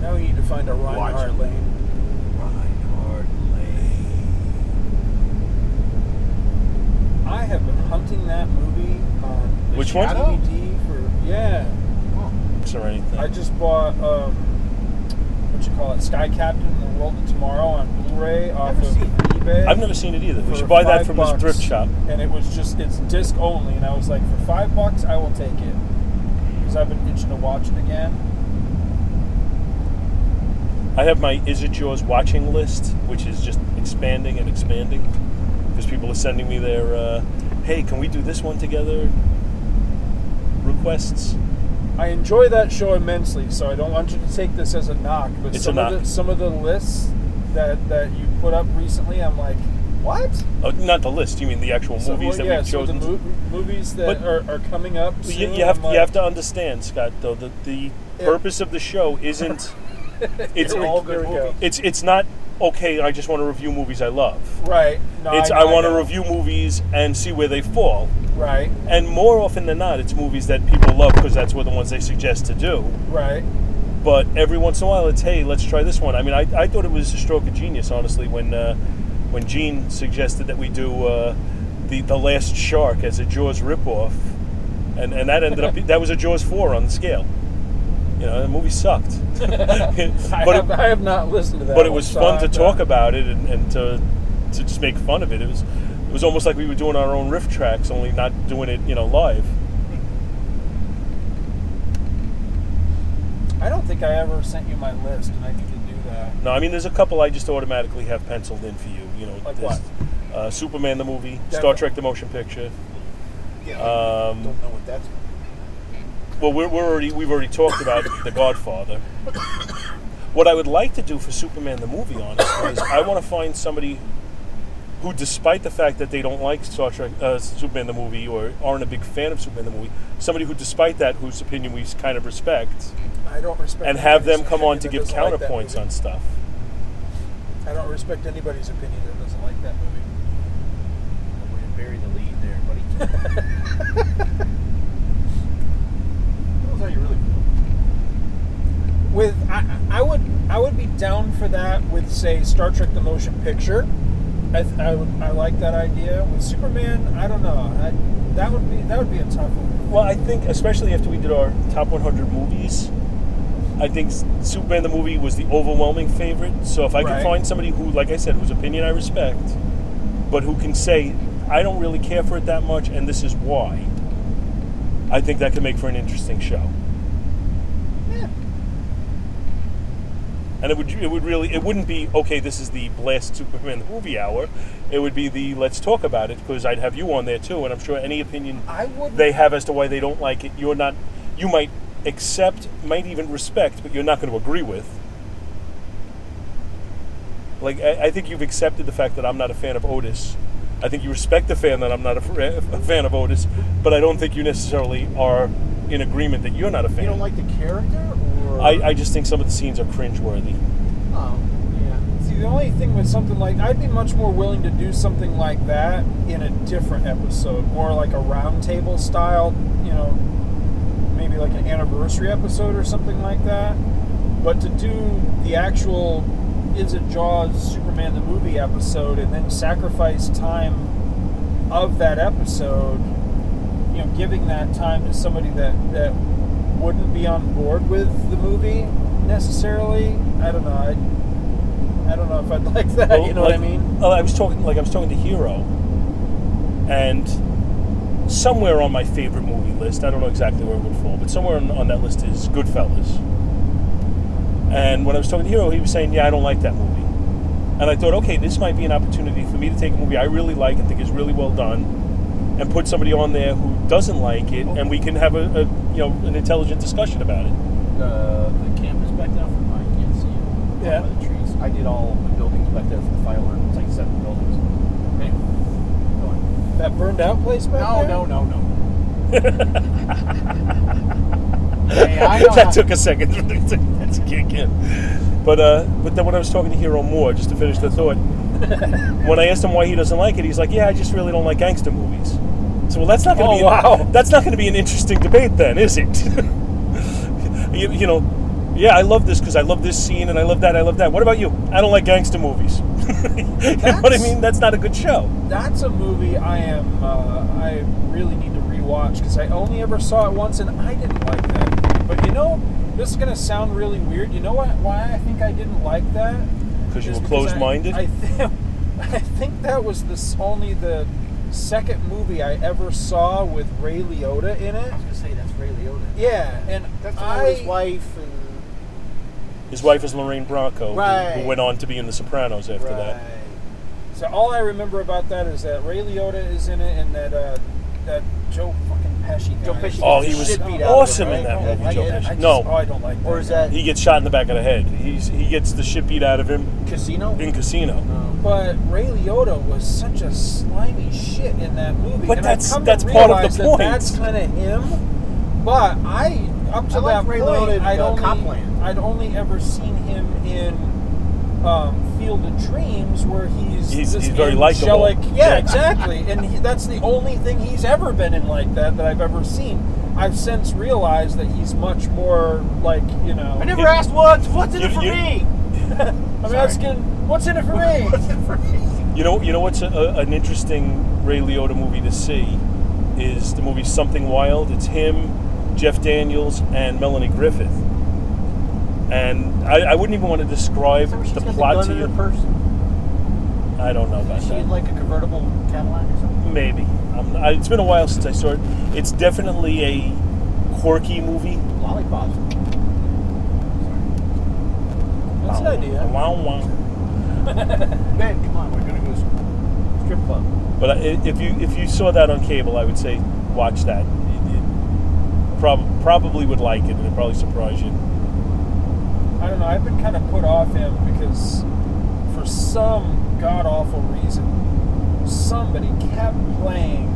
[SPEAKER 3] Now we need to find a Reinhardt lane.
[SPEAKER 1] Reinhard Lane.
[SPEAKER 3] I have been hunting that movie on the
[SPEAKER 5] Which one?
[SPEAKER 3] DVD for yeah.
[SPEAKER 5] Or anything?
[SPEAKER 3] I just bought um, what you call it, Sky Captain: and The World of Tomorrow on Blu-ray off
[SPEAKER 1] Never
[SPEAKER 3] of
[SPEAKER 1] seen it.
[SPEAKER 3] eBay.
[SPEAKER 5] I've never seen it either. We
[SPEAKER 3] for
[SPEAKER 5] should buy
[SPEAKER 3] five
[SPEAKER 5] that from this
[SPEAKER 3] bucks.
[SPEAKER 5] thrift shop.
[SPEAKER 3] And it was just it's disc only, and I was like, for five bucks, I will take it because I've been itching to watch it again.
[SPEAKER 5] I have my Is It Yours watching list, which is just expanding and expanding because people are sending me their, uh, hey, can we do this one together? Requests.
[SPEAKER 3] I enjoy that show immensely, so I don't want you to take this as a knock. But
[SPEAKER 5] It's a
[SPEAKER 3] some of
[SPEAKER 5] knock.
[SPEAKER 3] the some of the lists that that you put up recently, I'm like, what?
[SPEAKER 5] Oh, not the list. You mean the actual
[SPEAKER 3] So, well,
[SPEAKER 5] movies that
[SPEAKER 3] yeah,
[SPEAKER 5] we've
[SPEAKER 3] so the
[SPEAKER 5] chosen?
[SPEAKER 3] mo-
[SPEAKER 5] to-
[SPEAKER 3] movies that
[SPEAKER 5] But-
[SPEAKER 3] are, are coming up.
[SPEAKER 5] Well,
[SPEAKER 3] Soon,
[SPEAKER 5] you, you have
[SPEAKER 3] I'm like,
[SPEAKER 5] you have to understand, Scott. Though the the
[SPEAKER 3] Yeah.
[SPEAKER 5] purpose of the show isn't it's
[SPEAKER 3] Here we-
[SPEAKER 5] all
[SPEAKER 3] here we go.
[SPEAKER 5] it's it's not okay. I just want to review movies I love.
[SPEAKER 3] Right. No,
[SPEAKER 5] It's I, want to
[SPEAKER 3] know.
[SPEAKER 5] review movies and see where they fall.
[SPEAKER 3] Right.
[SPEAKER 5] And more often than not, it's movies that people love because that's what the ones they suggest to do.
[SPEAKER 3] Right.
[SPEAKER 5] But every once in a while, it's hey, let's try this one. I mean, I, I thought it was a stroke of genius, honestly, when uh, when Gene suggested that we do uh, the the Last Shark as a Jaws ripoff, and and that ended up that was a Jaws four on the scale. You know, the movie sucked,
[SPEAKER 3] I,
[SPEAKER 5] but
[SPEAKER 3] have,
[SPEAKER 5] it,
[SPEAKER 3] I have not listened to that.
[SPEAKER 5] but it
[SPEAKER 3] one,
[SPEAKER 5] was
[SPEAKER 3] so
[SPEAKER 5] fun
[SPEAKER 3] I
[SPEAKER 5] to
[SPEAKER 3] have
[SPEAKER 5] talk about it and, and to to just make fun of it. It was it was almost like we were doing our own riff tracks, only not doing it you know live.
[SPEAKER 3] I don't think I ever sent you my list, and I need to do that.
[SPEAKER 5] No, I mean, there's a couple I just automatically have penciled in for you. You know,
[SPEAKER 3] Like
[SPEAKER 5] there's, Uh, Superman the movie, Star
[SPEAKER 3] Definitely.
[SPEAKER 5] Trek the motion picture.
[SPEAKER 1] Yeah,
[SPEAKER 5] Um,
[SPEAKER 1] don't know what that's.
[SPEAKER 5] well, we're, we're already we've already talked about The Godfather. What I would like to do for Superman the movie, honestly, is I want to find somebody who, despite the fact that they don't like Star Trek, uh, Superman the movie, or aren't a big fan of Superman the movie, somebody who, despite that, whose opinion we kind of respect,
[SPEAKER 6] I don't respect.
[SPEAKER 5] and have them
[SPEAKER 6] anybody's
[SPEAKER 5] come on to give
[SPEAKER 6] opinion that doesn't like that
[SPEAKER 5] counterpoints on
[SPEAKER 6] movie.
[SPEAKER 5] stuff.
[SPEAKER 6] I don't respect anybody's opinion that doesn't like that movie.
[SPEAKER 1] Way to bury the lead there, buddy.
[SPEAKER 6] That's how you really feel. With I, I would I would be down for that with say Star Trek the Motion Picture. I, th- I, would, I like that idea. With Superman, I don't know. I, that would be that would be a tough one.
[SPEAKER 5] Well, I think, especially after we did our top 100 movies, I think S- Superman the movie was the overwhelming favorite. So if I
[SPEAKER 6] Right.
[SPEAKER 5] can find somebody who, like I said, whose opinion I respect, but who can say, I don't really care for it that much, and this is why, I think that could make for an interesting show.
[SPEAKER 6] Yeah.
[SPEAKER 5] And it would it would really it wouldn't be okay. This is the blast Superman the movie hour. It would be the let's talk about it because I'd have you on there too, and I'm sure any opinion
[SPEAKER 6] I would.
[SPEAKER 5] they have as to why they don't like it. You're not, you might accept, might even respect, but you're not going to agree with. Like, I, I think you've accepted the fact that I'm not a fan of Otis. I think you respect the fan that I'm not a, fra- a fan of Otis, but I don't think you necessarily are in agreement that you're not a fan.
[SPEAKER 1] You don't like the character, or
[SPEAKER 5] I, I just think some of the scenes are cringeworthy.
[SPEAKER 1] Oh, yeah.
[SPEAKER 3] See, the only thing with something like I'd be much more willing to do something like that in a different episode, more like a roundtable style, you know, maybe like an anniversary episode or something like that. But to do the actual is it Jaws Superman the movie episode and then sacrifice time of that episode, you know, giving that time to somebody that that wouldn't be on board with the movie necessarily. I don't know. I, I don't know if I'd like that. you know what I
[SPEAKER 5] Like-
[SPEAKER 3] mean?
[SPEAKER 5] Oh, I was talking like I was talking to Hero, and somewhere on my favorite movie list, I don't know exactly where it would fall, but somewhere on, on that list is Goodfellas. And when I was talking to Hero, he was saying, "Yeah, I don't like that movie." And I thought, okay, this might be an opportunity for me to take a movie I really like and think is really well done, and put somebody on there who doesn't like it,
[SPEAKER 3] Oh.
[SPEAKER 5] and we can have a, a you know an intelligent discussion about it.
[SPEAKER 7] The, the campus back there from mine, you can't see it.
[SPEAKER 5] Yeah.
[SPEAKER 7] By the trees. I did all the buildings back there for the fire alarm. It's like seven buildings. Anyway, go on.
[SPEAKER 3] That burned out place back there?
[SPEAKER 7] No, no, no, no. hey, I know
[SPEAKER 5] that
[SPEAKER 7] how-
[SPEAKER 5] took a second to kick in. But uh, but then when I was talking to Hero Moore, just to finish the thought, when I asked him why he doesn't like it, he's like, "Yeah, I just really don't like gangster movies." So well, that's not going to
[SPEAKER 3] Oh,
[SPEAKER 5] be
[SPEAKER 3] wow.
[SPEAKER 5] that's not going to be an interesting debate then, is it? you, you know, yeah, I love this because I love this scene and I love that. I love that. What about you? I don't like gangster movies. you know what I
[SPEAKER 3] That's-
[SPEAKER 5] mean? That's not a good show.
[SPEAKER 3] That's a movie I am. Uh, I really need to rewatch because I only ever saw it once and I didn't like that. movie. But you know, this is gonna sound really weird. You know what? Why I think I didn't like that?
[SPEAKER 5] 'Cause you
[SPEAKER 3] Is
[SPEAKER 5] were
[SPEAKER 3] because I-
[SPEAKER 5] closed-minded?
[SPEAKER 3] I, think. I think that was this only the second movie I ever saw with Ray Liotta in it.
[SPEAKER 7] I was going to say that's Ray Liotta.
[SPEAKER 3] Yeah, and
[SPEAKER 1] That's the one
[SPEAKER 3] I
[SPEAKER 1] with his wife and
[SPEAKER 5] His wife is Lorraine Bracco, who- who,
[SPEAKER 1] Right.
[SPEAKER 5] went on to be in The Sopranos after that.
[SPEAKER 3] So all I remember about that is that Ray Liotta is in it, and that uh, that Joe fucking Pesci. Guy
[SPEAKER 1] Joe Pesci
[SPEAKER 5] Oh,
[SPEAKER 1] gets
[SPEAKER 5] he
[SPEAKER 1] the
[SPEAKER 5] was
[SPEAKER 1] shit beat out of him,
[SPEAKER 5] awesome in
[SPEAKER 1] right?
[SPEAKER 5] that
[SPEAKER 1] Yeah,
[SPEAKER 5] movie,
[SPEAKER 1] I
[SPEAKER 5] Joe
[SPEAKER 1] get it.
[SPEAKER 5] Pesci.
[SPEAKER 3] I just-
[SPEAKER 5] no,
[SPEAKER 3] oh, I don't like.
[SPEAKER 1] Or
[SPEAKER 3] that
[SPEAKER 1] is
[SPEAKER 3] guy.
[SPEAKER 1] that
[SPEAKER 5] He gets shot in the back of the head. He's he gets the shit beat out of him
[SPEAKER 1] Casino?
[SPEAKER 5] in Casino.
[SPEAKER 3] But Ray Liotta was such a slimy shit in that movie.
[SPEAKER 5] But
[SPEAKER 3] and
[SPEAKER 5] that's-
[SPEAKER 3] I've come
[SPEAKER 5] that's
[SPEAKER 3] to
[SPEAKER 5] part of
[SPEAKER 3] realize
[SPEAKER 5] the
[SPEAKER 3] that
[SPEAKER 5] point.
[SPEAKER 3] That's kind of him. But I, up to
[SPEAKER 1] I like
[SPEAKER 3] that
[SPEAKER 1] Ray
[SPEAKER 3] point,
[SPEAKER 1] Liotta in,
[SPEAKER 3] I'd,
[SPEAKER 1] uh,
[SPEAKER 3] only,
[SPEAKER 1] Copland.
[SPEAKER 3] I'd only ever seen him in um, Field of Dreams, where he's
[SPEAKER 5] He's-
[SPEAKER 3] this
[SPEAKER 5] he's very likable.
[SPEAKER 3] angelic-
[SPEAKER 5] Yeah.
[SPEAKER 3] Yeah, exactly. and he, that's the only thing he's ever been in like that that I've ever seen. I've since realized that he's much more like you know.
[SPEAKER 1] I never asked once. What's in
[SPEAKER 5] You-
[SPEAKER 1] it for
[SPEAKER 5] you-
[SPEAKER 1] me?
[SPEAKER 3] I'm asking, what's in it for me?
[SPEAKER 5] You know you know what's a, a, an interesting Ray Liotta movie to see is the movie Something Wild. It's him, Jeff Daniels, and Melanie Griffith. And I, I wouldn't even want to describe
[SPEAKER 7] So she's
[SPEAKER 5] the
[SPEAKER 7] got
[SPEAKER 5] plot
[SPEAKER 7] gun
[SPEAKER 5] to
[SPEAKER 7] in
[SPEAKER 5] you.
[SPEAKER 7] her purse.
[SPEAKER 5] I don't know about
[SPEAKER 7] Is she
[SPEAKER 5] that.
[SPEAKER 7] in like a convertible Cadillac or something?
[SPEAKER 5] Maybe. Um, I, it's been a while since I saw it. It's definitely a quirky movie.
[SPEAKER 7] Lollipops.
[SPEAKER 3] That's an idea.
[SPEAKER 5] Wow, wow.
[SPEAKER 7] Ben, come on, we're gonna go to strip club.
[SPEAKER 5] But I- if you if you saw that on cable, I would say watch that. It, it prob- probably would like it, and it probably surprise you.
[SPEAKER 3] I don't know. I've been kind of put off him because, for some god awful reason, somebody kept playing.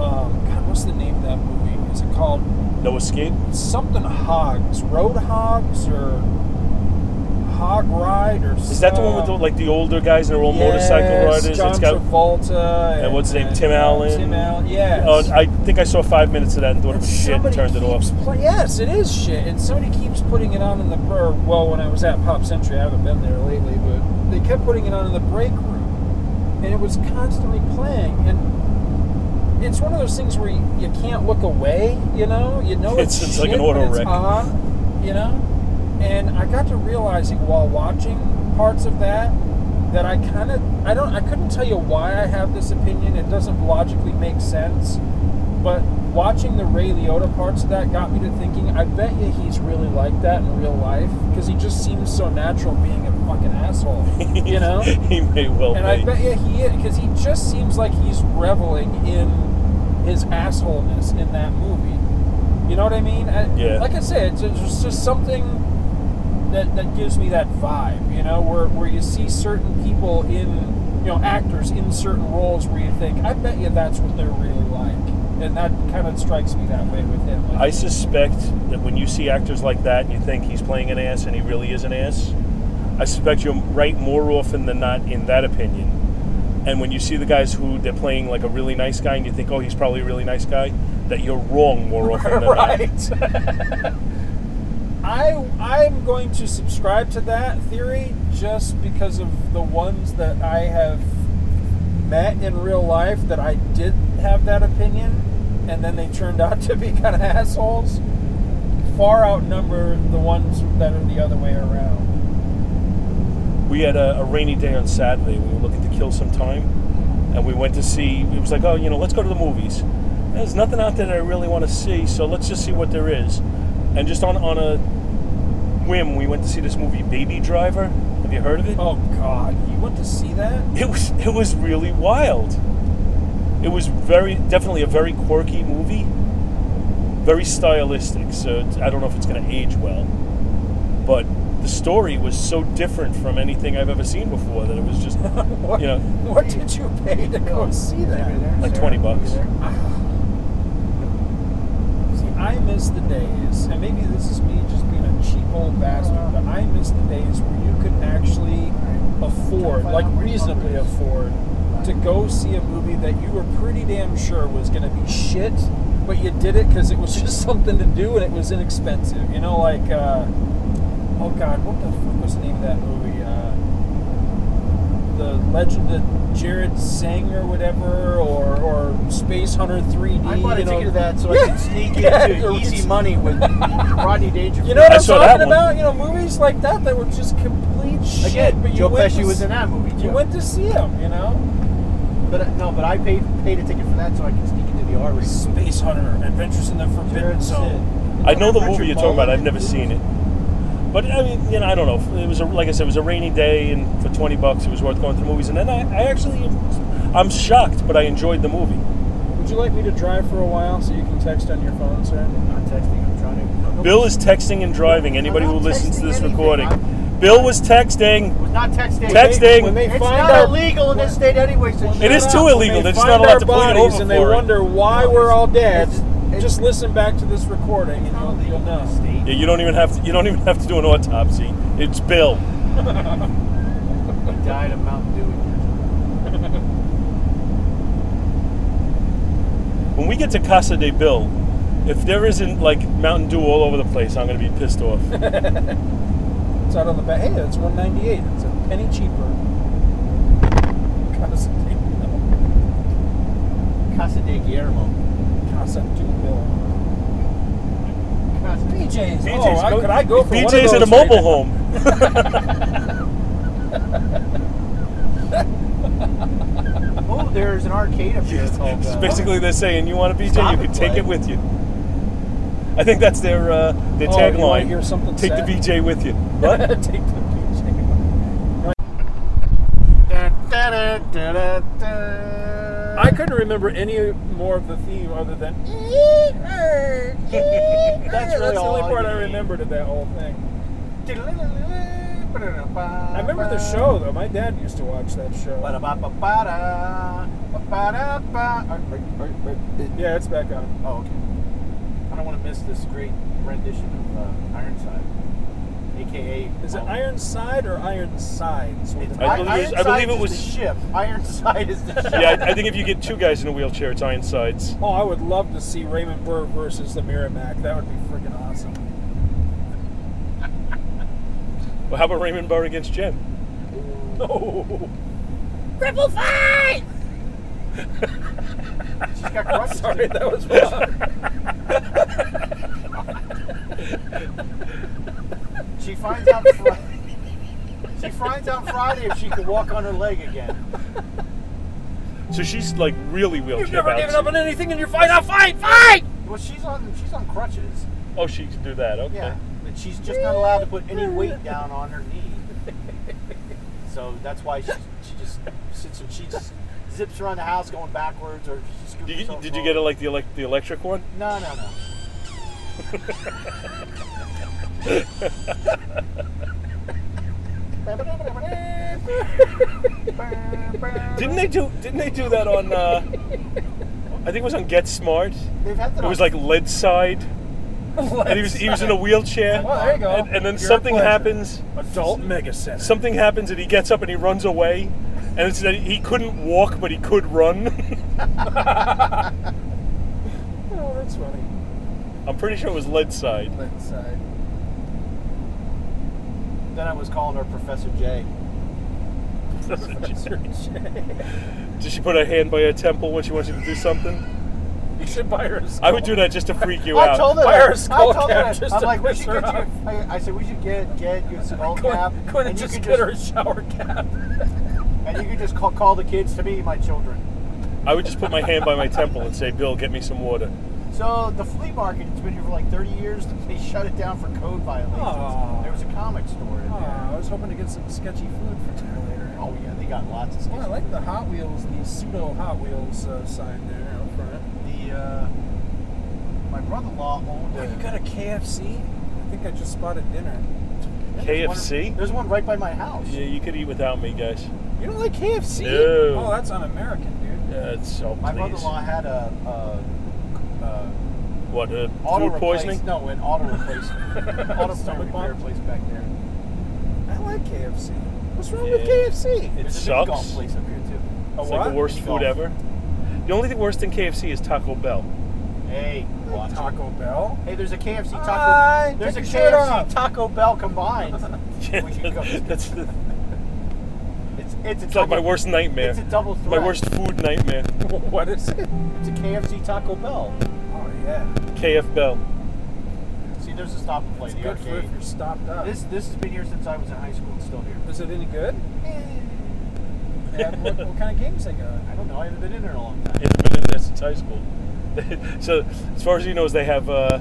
[SPEAKER 3] Um, God, what's the name of that movie? Is it called
[SPEAKER 5] No escape.
[SPEAKER 3] something Hogs, Road Hogs, or Hog Ride, or
[SPEAKER 5] Is that the one with the, like the older guys and their old motorcycle riders?
[SPEAKER 3] Oh. John
[SPEAKER 5] it's got.
[SPEAKER 3] Travolta
[SPEAKER 5] and what's his name, Tim Allen?
[SPEAKER 3] Tim Allen, yes.
[SPEAKER 5] Oh, I think I saw five minutes of that and thought it
[SPEAKER 3] And
[SPEAKER 5] was shit and
[SPEAKER 3] somebody
[SPEAKER 5] turned it off.
[SPEAKER 3] keeps play- yes, it is shit, and somebody keeps putting it on in the or, well. When I was at Pop Century, I haven't been there lately, but they kept putting it on in the break room, and it was constantly playing. And it's one of those things where you, you can't look away. You know, you know it's,
[SPEAKER 5] It's- it's like
[SPEAKER 3] shit,
[SPEAKER 5] an
[SPEAKER 3] but
[SPEAKER 5] auto
[SPEAKER 3] it's
[SPEAKER 5] wreck.
[SPEAKER 3] on, you know, and I got to realizing while watching parts of that that I kind of I don't I couldn't tell you why I have this opinion. It doesn't logically make sense. But watching the Ray Liotta parts of that got me to thinking. I bet you he's really like that in real life because he just seems so natural being a fucking asshole, you know.
[SPEAKER 5] he may well
[SPEAKER 3] and
[SPEAKER 5] be.
[SPEAKER 3] I bet you he is because he just seems like he's reveling in his assholeness in that movie. You know what I mean? I,
[SPEAKER 5] Yeah.
[SPEAKER 3] Like I said, it's, it's just something that, that gives me that vibe, you know, where, where you see certain people in, you know, actors in certain roles where you think, I bet you that's what they're really like. And that kind of strikes me that way with him. Like,
[SPEAKER 5] I suspect that when you see actors like that and you think he's playing an ass and he really is an ass, I suspect you're right more often than not in that opinion. And when you see the guys who they're playing like a really nice guy and you think, oh, he's probably a really nice guy, that you're wrong more often than not.
[SPEAKER 3] right. I I'm going to subscribe to that theory just because of the ones that I have met in real life that I did have that opinion, and then they turned out to be kind of assholes. Far outnumber the ones that are the other way around.
[SPEAKER 5] we had a, a rainy day on Saturday. We were looking to kill some time, and we went to see. It was like, oh, you know, let's go to the movies. There's nothing out there that I really want to see, so let's just see what there is. And just on on a whim, we went to see this movie, Baby Driver. Have you heard of it?
[SPEAKER 3] Oh God, you want to see that?
[SPEAKER 5] It was it was really wild. It was very definitely a very quirky movie, very stylistic. So it's- I don't know if it's going to age well, but the story was so different from anything I've ever seen before that it was just
[SPEAKER 3] What,
[SPEAKER 5] You know-
[SPEAKER 3] what did you pay to go see that?
[SPEAKER 5] like twenty bucks.
[SPEAKER 3] See, I miss the days, and maybe this is me just being a cheap old bastard, but I miss the days where you could actually afford, like reasonably afford, to go see a movie that you were pretty damn sure was going to be shit, but you did it because it was just something to do and it was inexpensive. You know, like, uh, oh god, what the fuck was the name of that movie? Uh, the legend that Jared sang or whatever, or, or Space Hunter 3D.
[SPEAKER 1] I bought a
[SPEAKER 3] you know?
[SPEAKER 1] ticket to that so I could sneak
[SPEAKER 3] Yeah,
[SPEAKER 1] into
[SPEAKER 3] you're-
[SPEAKER 1] Easy Money with Rodney Dangerfield.
[SPEAKER 3] You know what
[SPEAKER 5] I
[SPEAKER 3] I am
[SPEAKER 5] saw that
[SPEAKER 3] talking
[SPEAKER 5] one.
[SPEAKER 3] about? You know, movies like that that were just complete shit.
[SPEAKER 1] Again,
[SPEAKER 3] but you
[SPEAKER 1] Joe
[SPEAKER 3] went to
[SPEAKER 1] Pesci was
[SPEAKER 3] s-
[SPEAKER 1] in that movie.
[SPEAKER 3] You
[SPEAKER 1] too.
[SPEAKER 3] went to see him, you know?
[SPEAKER 1] but uh, no, but I paid paid a ticket for that so I could sneak into the R rating.
[SPEAKER 3] Space Hunter, Adventures in the Forbidden
[SPEAKER 1] Jared
[SPEAKER 3] Zone.
[SPEAKER 1] Sid.
[SPEAKER 5] I know the
[SPEAKER 1] Richard
[SPEAKER 5] movie you're talking about.
[SPEAKER 1] Mullen.
[SPEAKER 5] I've never seen it, but I mean, you know, I don't know. It was a, like I said, it was a rainy day, and for twenty bucks, it was worth going to the movies. And then I, I actually, I'm shocked, but I enjoyed the movie.
[SPEAKER 3] Would you like me to drive for a while so you can text on your phone, sir?
[SPEAKER 1] I'm not texting. I'm trying to. no,
[SPEAKER 5] Bill is texting and driving. Anybody
[SPEAKER 1] I'm
[SPEAKER 5] who
[SPEAKER 1] not
[SPEAKER 5] listens to
[SPEAKER 1] texting
[SPEAKER 5] this
[SPEAKER 1] anything.
[SPEAKER 5] recording,
[SPEAKER 1] I'm-
[SPEAKER 5] Bill was texting.
[SPEAKER 1] it was not texting.
[SPEAKER 5] Texting.
[SPEAKER 3] When they
[SPEAKER 1] It's
[SPEAKER 3] find
[SPEAKER 1] not
[SPEAKER 3] out,
[SPEAKER 1] illegal in this state anyway. So
[SPEAKER 5] It is too illegal. They're just not allowed to pull you over
[SPEAKER 3] and
[SPEAKER 5] for
[SPEAKER 3] they
[SPEAKER 5] it.
[SPEAKER 3] wonder why we're all dead.
[SPEAKER 1] It's- it's-
[SPEAKER 3] just listen back to this recording and you'll, you'll know.
[SPEAKER 1] state.
[SPEAKER 5] Yeah, you don't even have to. You don't even have to do an autopsy. It's Bill.
[SPEAKER 1] He died of Mountain Dew.
[SPEAKER 5] When we get to Casa de Bill, if there isn't like Mountain Dew all over the place, I'm gonna be pissed off.
[SPEAKER 3] Oh, It's out on the back. Hey, it's 198. It's a penny cheaper. Casa de Bill.
[SPEAKER 1] Casa de Guillermo.
[SPEAKER 3] Casa de Bill.
[SPEAKER 1] Casa de
[SPEAKER 3] BJ's. oh, I, could I go for one of
[SPEAKER 5] BJ's at a
[SPEAKER 3] those
[SPEAKER 5] mobile
[SPEAKER 3] right now?
[SPEAKER 5] home.
[SPEAKER 1] Oh, there's an arcade up here called.
[SPEAKER 5] It's
[SPEAKER 1] Uh,
[SPEAKER 5] basically they're saying you want a BJ,
[SPEAKER 1] Stop
[SPEAKER 5] you
[SPEAKER 1] and
[SPEAKER 5] can take
[SPEAKER 1] play.
[SPEAKER 5] it with you. I think that's their uh, their
[SPEAKER 3] Oh, you wanna
[SPEAKER 5] tagline.
[SPEAKER 3] hear something
[SPEAKER 5] take
[SPEAKER 3] sad?
[SPEAKER 5] the BJ with you. What?
[SPEAKER 3] Take the BJ.
[SPEAKER 1] Da, da, da, da, da, da.
[SPEAKER 3] I couldn't remember any more of the theme other than. that's
[SPEAKER 1] really
[SPEAKER 3] the only
[SPEAKER 1] all
[SPEAKER 3] part
[SPEAKER 1] you
[SPEAKER 3] I
[SPEAKER 1] need.
[SPEAKER 3] remembered of that whole thing.
[SPEAKER 1] I
[SPEAKER 3] I remember the show though. My dad used to watch that show. Yeah, it's back on.
[SPEAKER 1] Oh, okay. I don't want to miss this great rendition of uh, Ironside, aka.
[SPEAKER 3] Is it Ironside or Ironsides?
[SPEAKER 1] It's
[SPEAKER 5] I believe
[SPEAKER 1] Ironsides
[SPEAKER 5] it was- I believe it
[SPEAKER 1] is
[SPEAKER 5] was-
[SPEAKER 1] the ship. Ironside is the ship.
[SPEAKER 5] yeah, I, I think if you get two guys in a wheelchair, it's Ironsides.
[SPEAKER 3] Oh, I would love to see Raymond Burr versus the Miramac. That would be freaking awesome.
[SPEAKER 5] Well, how about Raymond Burr against Jen? No.
[SPEAKER 1] She's got crushes.
[SPEAKER 3] Sorry, that was wrong.
[SPEAKER 1] She finds out. Fri- she finds out Friday if she can walk on her leg again.
[SPEAKER 5] So she's like really wheelchair bound.
[SPEAKER 3] on anything in your fight. Now fight, fight!
[SPEAKER 1] Well, she's on. She's on crutches.
[SPEAKER 5] Oh, she can do that. Okay.
[SPEAKER 1] Yeah, but she's just not allowed to put any weight down on her knee. So that's why she, she just sits and she just zips around the house going backwards or she scoops
[SPEAKER 5] Did you,
[SPEAKER 1] herself
[SPEAKER 5] did you get it
[SPEAKER 1] forward.
[SPEAKER 5] like the elec- the electric one?
[SPEAKER 1] No, no, no.
[SPEAKER 5] Didn't they do Didn't they do that on? Uh, I think it was on Get Smart.
[SPEAKER 1] They've had that
[SPEAKER 5] It was like lead side, and he was he was in a wheelchair.
[SPEAKER 3] Oh, there you go.
[SPEAKER 5] And, and then
[SPEAKER 3] Your
[SPEAKER 5] something
[SPEAKER 3] pleasure.
[SPEAKER 5] happens.
[SPEAKER 3] Adult Mega Center.
[SPEAKER 5] Something happens, and he gets up and he runs away. And it's that he couldn't walk, but he could run.
[SPEAKER 3] Oh, that's funny.
[SPEAKER 5] I'm pretty sure it was lead side.
[SPEAKER 3] Inside.
[SPEAKER 1] uh, then I was calling her Professor J.
[SPEAKER 5] Does she put her hand by her temple when she wants you to do something?
[SPEAKER 3] You should buy her a
[SPEAKER 5] I would do that just to freak you
[SPEAKER 1] I
[SPEAKER 5] out.
[SPEAKER 1] told her.
[SPEAKER 3] Buy her a
[SPEAKER 1] that. I
[SPEAKER 3] skull
[SPEAKER 1] told
[SPEAKER 3] cap
[SPEAKER 1] her. that.
[SPEAKER 3] just
[SPEAKER 1] I'm
[SPEAKER 3] to
[SPEAKER 1] like, we
[SPEAKER 3] piss
[SPEAKER 1] should
[SPEAKER 3] her
[SPEAKER 1] get you. I, I said we should get get you a skull cap.
[SPEAKER 3] Couldn't, couldn't
[SPEAKER 1] and you
[SPEAKER 3] just
[SPEAKER 1] could
[SPEAKER 3] get her a shower cap.
[SPEAKER 1] And you can just call, call the kids to me, my children.
[SPEAKER 5] I would just put my hand by my temple and say, Bill, get me some water.
[SPEAKER 1] So the flea market, it's been here for like 30 years. They shut it down for code violations.
[SPEAKER 3] Aw.
[SPEAKER 1] There was a comic store in
[SPEAKER 3] Oh,
[SPEAKER 1] there.
[SPEAKER 3] I was hoping to get some sketchy food for dinner later.
[SPEAKER 1] Oh yeah, they got lots of
[SPEAKER 3] Oh, I
[SPEAKER 1] stuff.
[SPEAKER 3] like the Hot Wheels, the pseudo Hot Wheels uh, sign there out front.
[SPEAKER 1] The uh, my brother-in-law owned.
[SPEAKER 3] Oh,
[SPEAKER 1] a-
[SPEAKER 3] you got a KFC? I think I just spotted dinner.
[SPEAKER 1] there's one-
[SPEAKER 5] KFC?
[SPEAKER 1] There's one right by my house.
[SPEAKER 5] Yeah, you could eat without me, guys.
[SPEAKER 3] You don't like KFC?
[SPEAKER 5] No.
[SPEAKER 3] Oh, that's un-American, dude.
[SPEAKER 5] Yeah, Uh, it's so
[SPEAKER 1] My
[SPEAKER 5] please.
[SPEAKER 1] brother-in-law had a, a, a
[SPEAKER 5] What, uh,
[SPEAKER 1] auto
[SPEAKER 5] food
[SPEAKER 1] replace-
[SPEAKER 5] poisoning?
[SPEAKER 1] No, an auto replacement. auto
[SPEAKER 3] Stomach
[SPEAKER 1] stomach
[SPEAKER 3] bump?
[SPEAKER 1] repair place back there.
[SPEAKER 3] I like KFC. What's wrong with
[SPEAKER 5] Yeah.
[SPEAKER 3] KFC?
[SPEAKER 5] It
[SPEAKER 1] There's a big golf
[SPEAKER 5] sucks.
[SPEAKER 1] place up here too.
[SPEAKER 3] A
[SPEAKER 5] It's like the
[SPEAKER 3] what?
[SPEAKER 5] worst
[SPEAKER 1] Golf.
[SPEAKER 5] food ever. The only thing worse than KFC is Taco Bell.
[SPEAKER 1] Hey,
[SPEAKER 3] I like
[SPEAKER 1] watch it.
[SPEAKER 3] Taco Bell.
[SPEAKER 1] Hey, there's a KFC Taco.
[SPEAKER 3] Hi,
[SPEAKER 1] there's a
[SPEAKER 3] take your shirt
[SPEAKER 1] KFC
[SPEAKER 3] off.
[SPEAKER 1] Taco Bell combined. We should go.
[SPEAKER 5] That's the,
[SPEAKER 1] It's it's, a
[SPEAKER 5] it's like my
[SPEAKER 1] double-
[SPEAKER 5] worst nightmare.
[SPEAKER 1] It's a double
[SPEAKER 5] my
[SPEAKER 1] threat.
[SPEAKER 5] worst food nightmare.
[SPEAKER 3] what is it?
[SPEAKER 1] It's a KFC Taco Bell.
[SPEAKER 3] Oh, yeah.
[SPEAKER 5] KF Bell.
[SPEAKER 1] See, there's a stop and play.
[SPEAKER 3] It's
[SPEAKER 1] the
[SPEAKER 3] good for if
[SPEAKER 1] arcade.
[SPEAKER 3] you're stopped up.
[SPEAKER 1] This this has been here since I was in high school. It's still here.
[SPEAKER 3] Is it any good? They have- what, what kind of games they got?
[SPEAKER 1] I don't know. I haven't been in there in a long time.
[SPEAKER 5] It's been in there since high school. so, as far as you know, is they have uh,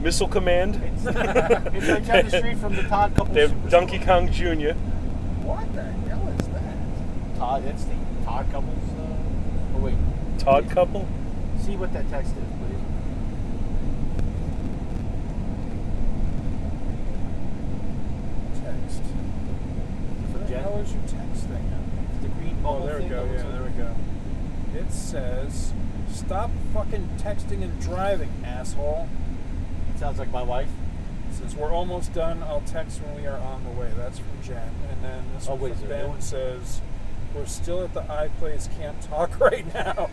[SPEAKER 5] Missile Command.
[SPEAKER 1] It's, it's like down the street from the Todd Couple.
[SPEAKER 5] They have
[SPEAKER 1] Superstore.
[SPEAKER 5] Donkey Kong Jr.
[SPEAKER 3] What the hell is that?
[SPEAKER 1] Todd, that's the Todd Couples. Uh, oh wait,
[SPEAKER 5] Todd couple.
[SPEAKER 1] see what that text is, please.
[SPEAKER 3] Text. What the
[SPEAKER 1] Jen?
[SPEAKER 3] hell is your text thing up?
[SPEAKER 1] It's the green bubble
[SPEAKER 3] Oh, there we
[SPEAKER 1] thing
[SPEAKER 3] go.
[SPEAKER 1] that looks
[SPEAKER 3] Yeah,
[SPEAKER 1] like-
[SPEAKER 3] there we go. It says, "Stop fucking texting and driving, asshole."
[SPEAKER 1] It sounds like my wife.
[SPEAKER 3] It says, "We're almost done. I'll text when we are on the way." That's from Jen. And then this
[SPEAKER 1] Oh,
[SPEAKER 3] one
[SPEAKER 1] wait, is
[SPEAKER 3] from
[SPEAKER 1] there
[SPEAKER 3] Ben
[SPEAKER 1] one?
[SPEAKER 3] says, "We're still at the I place. Can't talk right now."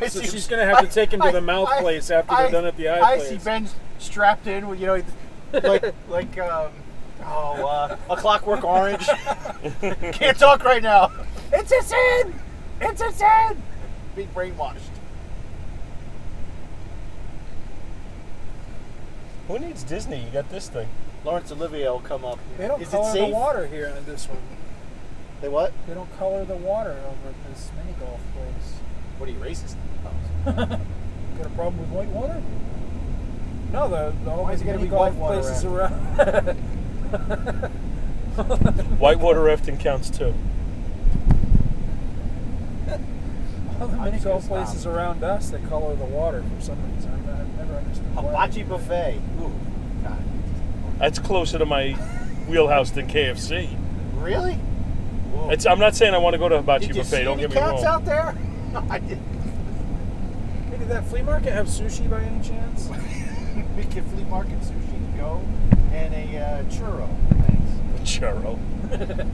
[SPEAKER 1] I
[SPEAKER 3] So
[SPEAKER 1] see-
[SPEAKER 3] she's gonna have to
[SPEAKER 1] I-
[SPEAKER 3] take him to
[SPEAKER 1] I-
[SPEAKER 3] the mouth
[SPEAKER 1] I-
[SPEAKER 3] place after they're
[SPEAKER 1] I-
[SPEAKER 3] done at the eye
[SPEAKER 1] I
[SPEAKER 3] place.
[SPEAKER 1] see Ben strapped in, with, you know, like like um, oh, uh, a Clockwork Orange. Can't talk right now. It's a sin. It's a sin. Being brainwashed.
[SPEAKER 5] Who needs Disney? You got this thing.
[SPEAKER 1] Lawrence Olivier will come up.
[SPEAKER 3] They don't
[SPEAKER 1] Is it
[SPEAKER 3] color the
[SPEAKER 1] safe?
[SPEAKER 3] water here on this one.
[SPEAKER 1] They what?
[SPEAKER 3] They don't color the water over at this mini golf place.
[SPEAKER 1] What are you racist?
[SPEAKER 3] Got a problem with white water? No, the, the
[SPEAKER 1] Why is
[SPEAKER 3] always
[SPEAKER 1] it gotta
[SPEAKER 3] going to
[SPEAKER 1] be
[SPEAKER 3] be golf
[SPEAKER 1] white water
[SPEAKER 3] places
[SPEAKER 1] after?
[SPEAKER 3] around.
[SPEAKER 5] Whitewater rafting counts too.
[SPEAKER 3] All the
[SPEAKER 1] I'm
[SPEAKER 3] mini
[SPEAKER 1] just gonna
[SPEAKER 3] golf places
[SPEAKER 1] stop.
[SPEAKER 3] around us that color the water for some reason. I've, I've never understood why.
[SPEAKER 1] Hibachi buffet. Ooh, God.
[SPEAKER 5] That's closer to my wheelhouse than KFC.
[SPEAKER 1] Really?
[SPEAKER 5] It's, I'm not saying I want to go to hibachi
[SPEAKER 1] Did you
[SPEAKER 5] buffet.
[SPEAKER 1] see
[SPEAKER 5] Don't
[SPEAKER 1] any
[SPEAKER 5] get me wrong.
[SPEAKER 1] cats out there? I did.
[SPEAKER 3] Hey, did that flea market have sushi by any chance?
[SPEAKER 1] We get flea market sushi to go and a uh, churro. Thanks.
[SPEAKER 5] Churro.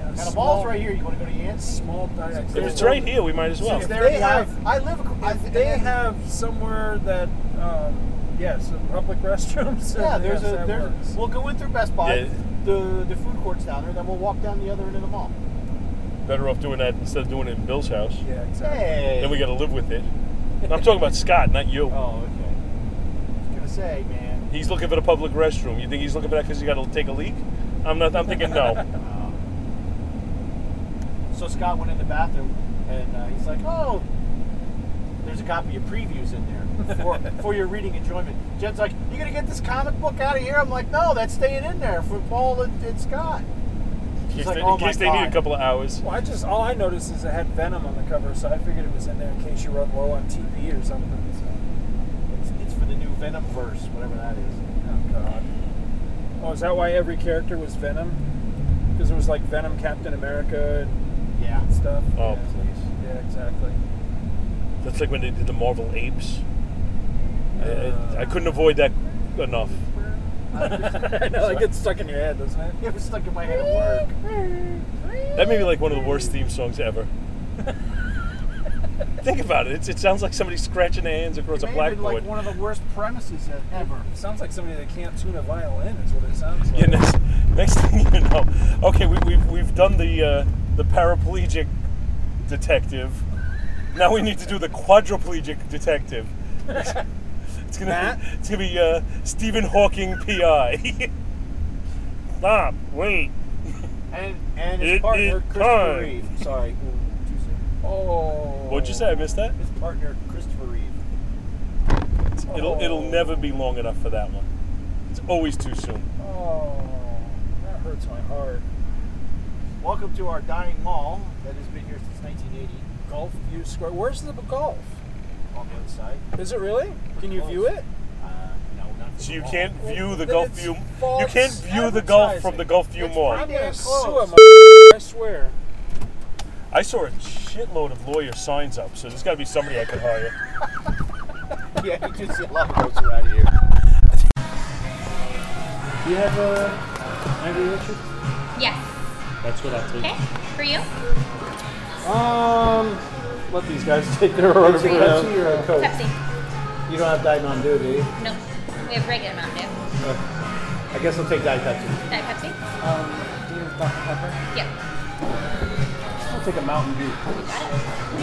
[SPEAKER 1] And the mall's right here. You want to go to Yancey?
[SPEAKER 3] Small diet.
[SPEAKER 5] If it's right here, we might as well.
[SPEAKER 3] If
[SPEAKER 1] They
[SPEAKER 3] there we
[SPEAKER 1] have.
[SPEAKER 3] have-
[SPEAKER 1] I live. ac- I,
[SPEAKER 3] If they have somewhere that, um, yes, some public restrooms.
[SPEAKER 1] Yeah,
[SPEAKER 3] then
[SPEAKER 1] there's
[SPEAKER 3] yes,
[SPEAKER 1] a.
[SPEAKER 3] that
[SPEAKER 1] There's,
[SPEAKER 3] works.
[SPEAKER 1] we'll go in through Best Buy,
[SPEAKER 5] Yeah.
[SPEAKER 1] the the food courts down there, then we'll walk down the other end of the mall.
[SPEAKER 5] Better off doing that instead of doing it in Bill's house.
[SPEAKER 3] Yeah, exactly.
[SPEAKER 1] Hey.
[SPEAKER 5] Then we got to live with it. I'm talking about Scott, not you.
[SPEAKER 1] Oh, okay. I was gonna say, man.
[SPEAKER 5] He's looking for the public restroom. You think he's looking for that because he got to take a leak? I'm not. I'm thinking no.
[SPEAKER 1] um, so Scott went in the bathroom, and uh, he's like, "Oh, there's a copy of previews in there for for your reading enjoyment." Jed's like, "You gonna get this comic book out of here?" I'm like, "No, that's staying in there for Paul and, and Scott."
[SPEAKER 5] In
[SPEAKER 1] He's
[SPEAKER 5] case,
[SPEAKER 1] like,
[SPEAKER 5] they,
[SPEAKER 1] "Oh
[SPEAKER 5] in case
[SPEAKER 1] my
[SPEAKER 5] they need a
[SPEAKER 1] God."
[SPEAKER 5] couple of hours.
[SPEAKER 3] Well, I just all I noticed is it had venom on the cover, so I figured it was in there in case you run low on TP or something. So.
[SPEAKER 1] It's, it's for the new Venom verse, whatever that is.
[SPEAKER 3] Oh God. Oh, is that why every character was Venom? Because there was like Venom, Captain America,
[SPEAKER 1] Yeah.
[SPEAKER 3] and stuff.
[SPEAKER 5] Oh,
[SPEAKER 3] yeah.
[SPEAKER 5] please.
[SPEAKER 3] Yeah, exactly.
[SPEAKER 5] That's like when they did the Marvel Apes. I-
[SPEAKER 3] Uh.
[SPEAKER 5] I, I couldn't avoid that enough.
[SPEAKER 3] I know, it gets stuck in your head, doesn't it?
[SPEAKER 1] It was stuck in my head at work.
[SPEAKER 5] That may be like one of the worst theme songs ever. Think about it. It's, it sounds like somebody scratching their hands across
[SPEAKER 1] It
[SPEAKER 5] a
[SPEAKER 1] may have been like
[SPEAKER 5] blackboard.
[SPEAKER 1] one of the worst premises e-, ever.
[SPEAKER 3] Sounds like somebody that can't tune a violin is what it sounds like.
[SPEAKER 5] Yeah, next, next thing you know, okay, we, we've, we've done the uh, the paraplegic detective. Now we need to do the quadriplegic detective. it's gonna
[SPEAKER 3] Matt?
[SPEAKER 5] be, it's gonna be uh, Stephen Hawking PI. Stop! Wait!
[SPEAKER 1] And and
[SPEAKER 5] It
[SPEAKER 1] his partner
[SPEAKER 5] is
[SPEAKER 1] Christopher
[SPEAKER 5] time.
[SPEAKER 1] Reeve. Sorry. Ooh, too soon.
[SPEAKER 3] Oh.
[SPEAKER 5] What'd you say? I missed that.
[SPEAKER 1] His partner Christopher Reeve.
[SPEAKER 5] It'll it'll never be long enough for that one. It's always too soon.
[SPEAKER 3] Oh, that hurts my heart.
[SPEAKER 1] Welcome to our dying mall that has been here since 1980.
[SPEAKER 3] Golf View Square. Where's the golf?
[SPEAKER 1] On the other side.
[SPEAKER 3] Is it really? Can you view it?
[SPEAKER 1] Uh, no, not for
[SPEAKER 5] So
[SPEAKER 1] the
[SPEAKER 5] you
[SPEAKER 1] mall.
[SPEAKER 5] can't view the
[SPEAKER 3] Then
[SPEAKER 5] Gulf
[SPEAKER 3] it's
[SPEAKER 5] View. You
[SPEAKER 3] false
[SPEAKER 5] can't view the Gulf from the
[SPEAKER 3] advertising.
[SPEAKER 5] Gulf View
[SPEAKER 3] It's
[SPEAKER 5] Mall.
[SPEAKER 3] I'm
[SPEAKER 1] probably-
[SPEAKER 3] gonna
[SPEAKER 1] Damn
[SPEAKER 3] sue
[SPEAKER 1] close.
[SPEAKER 3] him. I swear.
[SPEAKER 5] I saw a shitload of lawyer signs up, so there's got to be somebody I could hire.
[SPEAKER 1] Yeah, you just see a lot of those around here.
[SPEAKER 5] Do you have a
[SPEAKER 3] uh,
[SPEAKER 5] Angry Orchard?
[SPEAKER 8] Yes.
[SPEAKER 5] That's what I'll take.
[SPEAKER 8] Okay. For you?
[SPEAKER 9] Um, let these guys take their order.
[SPEAKER 1] Is it Pepsi or a Coke?
[SPEAKER 8] Pepsi.
[SPEAKER 1] You don't have Diet Mountain Dew, do you?
[SPEAKER 8] No. We have regular Mountain Dew.
[SPEAKER 1] I guess I'll take Diet Pepsi.
[SPEAKER 8] Diet Pepsi?
[SPEAKER 9] Um, do you have Dr. Pepper?
[SPEAKER 8] Yeah.
[SPEAKER 9] I'll take a Mountain Dew.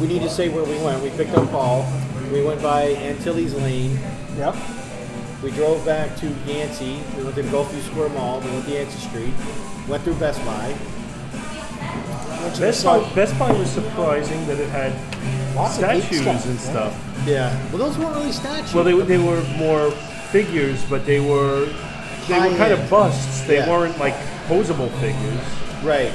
[SPEAKER 1] We need to say where we went. We picked up Paul. We went by Antilles Lane.
[SPEAKER 3] Yep.
[SPEAKER 1] We drove back to Yancey. We went to Gulfview Square Mall. We went to Yancey Street. Went through Best Buy.
[SPEAKER 5] Best Buy, Best Buy was surprising that it had
[SPEAKER 1] Lots of geek
[SPEAKER 5] statues
[SPEAKER 1] stuff,
[SPEAKER 5] and
[SPEAKER 1] yeah.
[SPEAKER 5] stuff.
[SPEAKER 1] Yeah. Well, those weren't really statues.
[SPEAKER 5] Well, they, were- they were more figures, but they were they were kind
[SPEAKER 1] High-end.
[SPEAKER 5] of busts. They
[SPEAKER 1] Yeah.
[SPEAKER 5] weren't like posable figures.
[SPEAKER 1] right.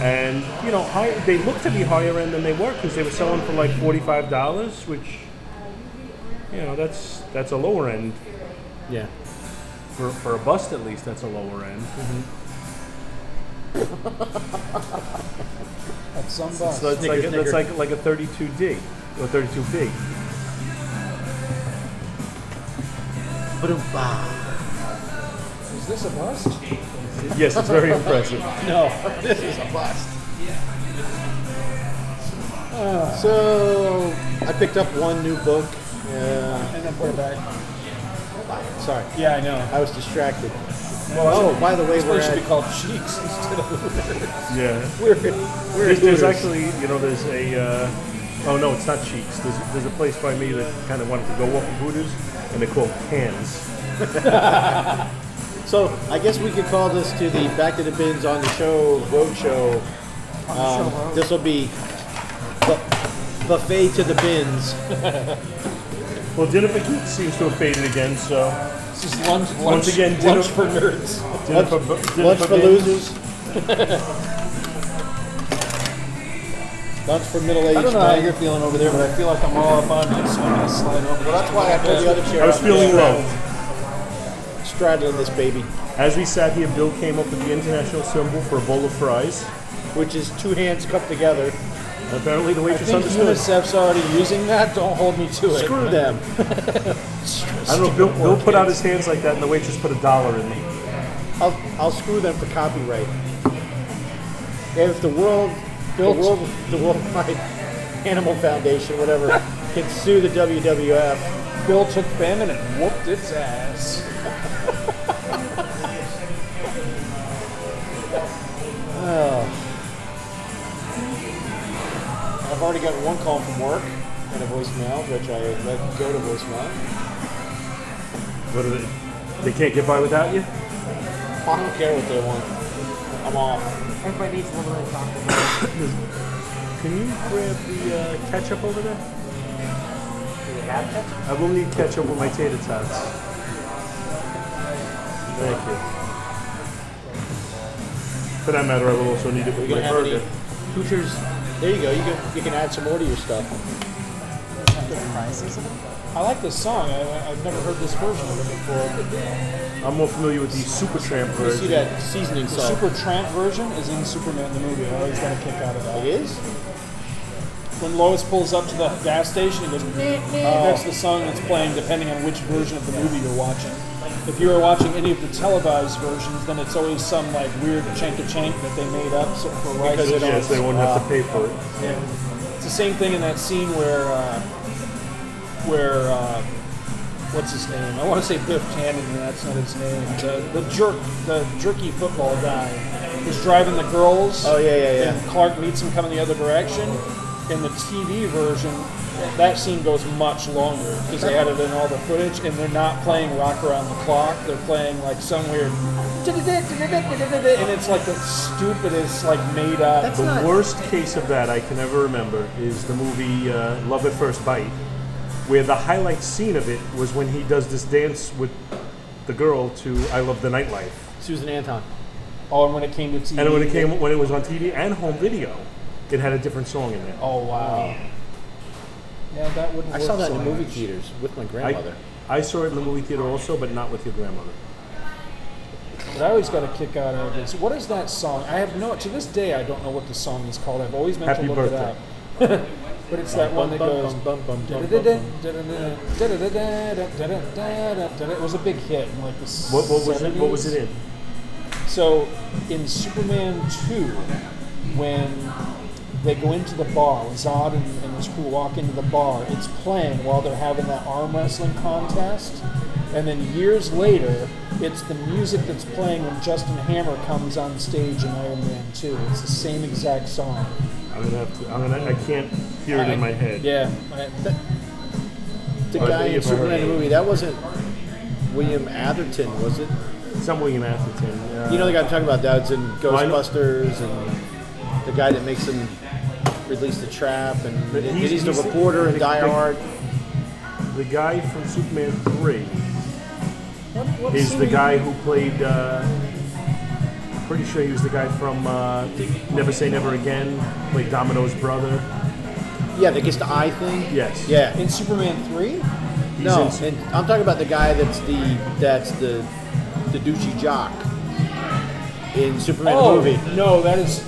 [SPEAKER 5] And you know, high, they looked to be higher end than they were because they were selling for like forty five dollars, which you know that's that's a lower end
[SPEAKER 1] Yeah.
[SPEAKER 5] for, for a bust at least. That's a lower end.
[SPEAKER 3] That's some bus.
[SPEAKER 1] So
[SPEAKER 5] It's like, that's like like a 32D or 32B.
[SPEAKER 1] Ba-dum-ba.
[SPEAKER 3] Is this a bust?
[SPEAKER 5] Yes, it's very impressive.
[SPEAKER 3] No.
[SPEAKER 10] This is a bust.
[SPEAKER 3] Ah.
[SPEAKER 1] So I picked up one new book. Yeah.
[SPEAKER 3] And then put it back.
[SPEAKER 1] Sorry,
[SPEAKER 3] Yeah, I know.
[SPEAKER 1] I was distracted. Oh, by the way,
[SPEAKER 3] This
[SPEAKER 1] we're
[SPEAKER 3] place should be
[SPEAKER 1] at,
[SPEAKER 3] called Cheeks instead of
[SPEAKER 5] Yeah.
[SPEAKER 1] we're, we're
[SPEAKER 5] There's,
[SPEAKER 1] at
[SPEAKER 5] there's
[SPEAKER 1] Hooters.
[SPEAKER 5] actually, you know, there's a. Uh, oh no, it's not Cheeks. There's, there's a place by me that kind of wanted to go off of Hooters, and they're called Cans.
[SPEAKER 1] So I guess we could call this to the Back to the Bins on the Show Road Show. Um, this will be bu- buffet to the bins.
[SPEAKER 5] Well, Dinner for Geeks seems to have faded again, so
[SPEAKER 3] This is lunch, lunch,
[SPEAKER 5] Once again, dinner-
[SPEAKER 3] lunch for nerds.
[SPEAKER 5] Dinner for, bu- dinner
[SPEAKER 1] Lunch for
[SPEAKER 5] Bins.
[SPEAKER 1] losers. Lunch for middle-aged.
[SPEAKER 3] I don't know how
[SPEAKER 1] men.
[SPEAKER 3] you're feeling over there, but I feel like I'm all up on you, so I'm gonna slide over.
[SPEAKER 1] Well, that's why I pulled the other chair.
[SPEAKER 5] I was
[SPEAKER 1] up.
[SPEAKER 5] feeling low.
[SPEAKER 1] Straddling this baby,
[SPEAKER 5] As we sat here, Bill came up with the international symbol for a bowl of fries.
[SPEAKER 1] which is two hands cupped together.
[SPEAKER 5] And apparently, the
[SPEAKER 3] I
[SPEAKER 5] waitress
[SPEAKER 3] think
[SPEAKER 5] understood.
[SPEAKER 3] UNICEF's already using that. Don't hold me to it.
[SPEAKER 1] Screw them.
[SPEAKER 5] I don't know. Bill, Bill put out his hands like that, and the waitress put a dollar in them.
[SPEAKER 1] I'll, I'll screw them for copyright. If the world, the
[SPEAKER 3] Built-
[SPEAKER 1] world, the worldwide animal foundation, whatever, can sue the WWF,
[SPEAKER 3] Bill took famine and whooped its ass.
[SPEAKER 1] I've already gotten one call from work and a voicemail, which I let go to voicemail.
[SPEAKER 5] What are they? They can't get by without you.
[SPEAKER 1] I don't care what they want. I'm off.
[SPEAKER 11] Everybody needs a little bit of chocolate.
[SPEAKER 5] Can you grab the uh, ketchup over there?
[SPEAKER 11] Do we have ketchup?
[SPEAKER 5] I will need ketchup with my tater tots. Thank you. For that matter, I will also need it
[SPEAKER 1] We're
[SPEAKER 5] with my
[SPEAKER 1] gonna have any
[SPEAKER 5] burger.
[SPEAKER 1] Hooters. There you go. You can you can add some more to your stuff.
[SPEAKER 3] I like this song. I, I- I've never heard this version of it before.
[SPEAKER 5] I'm more familiar with the Super Tramp
[SPEAKER 1] You see
[SPEAKER 5] version.
[SPEAKER 1] that seasoning
[SPEAKER 3] The
[SPEAKER 1] salt?
[SPEAKER 3] Super Tramp version is in Superman the movie. I always got a kick out of
[SPEAKER 1] It
[SPEAKER 3] that.
[SPEAKER 1] is.
[SPEAKER 3] When Lois pulls up to the gas station, it goes. "Meh, meh." That's the song that's playing, depending on which version of the movie you're watching. If you are watching any of the televised versions, then it's always some like weird chank a chank that they made up so for rights.
[SPEAKER 1] Because
[SPEAKER 3] they don't-
[SPEAKER 5] Yes, they won't have to pay for it.
[SPEAKER 3] Yeah. It's the same thing in that scene where, uh, where, uh, what's his name? I want to say Biff Tannen, and that's not his name. The, the jerk, the jerky football guy, is driving the girls.
[SPEAKER 1] Oh, yeah, yeah, yeah.
[SPEAKER 3] And Clark meets him coming the other direction. In the TV version, that scene goes much longer because they added in all the footage, and they're not playing Rock Around the Clock. They're playing like some weird. And it's like the stupidest, like made up.
[SPEAKER 11] That's
[SPEAKER 5] The
[SPEAKER 11] not-
[SPEAKER 5] worst case of that I can ever remember is the movie uh, Love at First Bite, where the highlight scene of it was when he does this dance with the girl to I Love the Nightlife.
[SPEAKER 1] Susan Anton.
[SPEAKER 3] Oh, and when it came to TV.
[SPEAKER 5] And when it came when it was on TV and home video, it had a different song in it.
[SPEAKER 3] Oh wow. Yeah, that wouldn't.
[SPEAKER 1] I
[SPEAKER 3] work
[SPEAKER 1] saw that
[SPEAKER 3] so
[SPEAKER 1] in the movie
[SPEAKER 3] much.
[SPEAKER 1] theaters with my
[SPEAKER 5] I,
[SPEAKER 1] grandmother.
[SPEAKER 5] I saw it in the movie theater also, but not with your grandmother.
[SPEAKER 3] But I always got a kick out of this. What is that song? I have no. To this day, I don't know what the song is called. I've always meant
[SPEAKER 5] Happy
[SPEAKER 3] to look
[SPEAKER 5] birthday.
[SPEAKER 3] it up. but it's that one that goes. It was a big hit in like the
[SPEAKER 5] What, what was it? What was
[SPEAKER 3] 70s.
[SPEAKER 5] it in?
[SPEAKER 3] So in Superman 2, when they go into the bar, when Zod and, and his crew walk into the bar, it's playing while they're having that arm wrestling contest. And then years later, it's the music that's playing when Justin Hammer comes on stage in Iron Man 2. It's the same exact song.
[SPEAKER 5] I'm gonna have to. I'm gonna. I can't hear it in my head.
[SPEAKER 3] Yeah. I- that-
[SPEAKER 1] The
[SPEAKER 5] Or
[SPEAKER 1] guy
[SPEAKER 5] the-
[SPEAKER 1] in
[SPEAKER 5] if I heard
[SPEAKER 1] Superman the
[SPEAKER 5] it.
[SPEAKER 1] movie, that wasn't William Atherton, was it?
[SPEAKER 5] It's not William Atherton. Uh,
[SPEAKER 1] You know the guy I'm talking about that was in
[SPEAKER 5] I know-
[SPEAKER 1] Ghostbusters and the guy that makes him release the trap and
[SPEAKER 5] But
[SPEAKER 1] he's,
[SPEAKER 5] he's-
[SPEAKER 1] the
[SPEAKER 5] he's the-
[SPEAKER 1] reporter in
[SPEAKER 5] the-
[SPEAKER 1] Die
[SPEAKER 5] the-
[SPEAKER 1] Hard.
[SPEAKER 5] the guy from Superman Three
[SPEAKER 3] what- what
[SPEAKER 5] is
[SPEAKER 3] scene
[SPEAKER 5] the
[SPEAKER 3] are you-
[SPEAKER 5] guy who played. Uh, I'm pretty sure he was the guy from uh, Never Say Never Again. Played Domino's brother.
[SPEAKER 1] Yeah, that gets the eye thing.
[SPEAKER 5] Yes.
[SPEAKER 1] Yeah.
[SPEAKER 3] In Superman 3?
[SPEAKER 5] He's
[SPEAKER 1] no,
[SPEAKER 5] in Su-
[SPEAKER 1] and I'm talking about the guy that's the that's the the douchey jock. in Superman
[SPEAKER 3] oh,
[SPEAKER 1] movie.
[SPEAKER 3] No, that is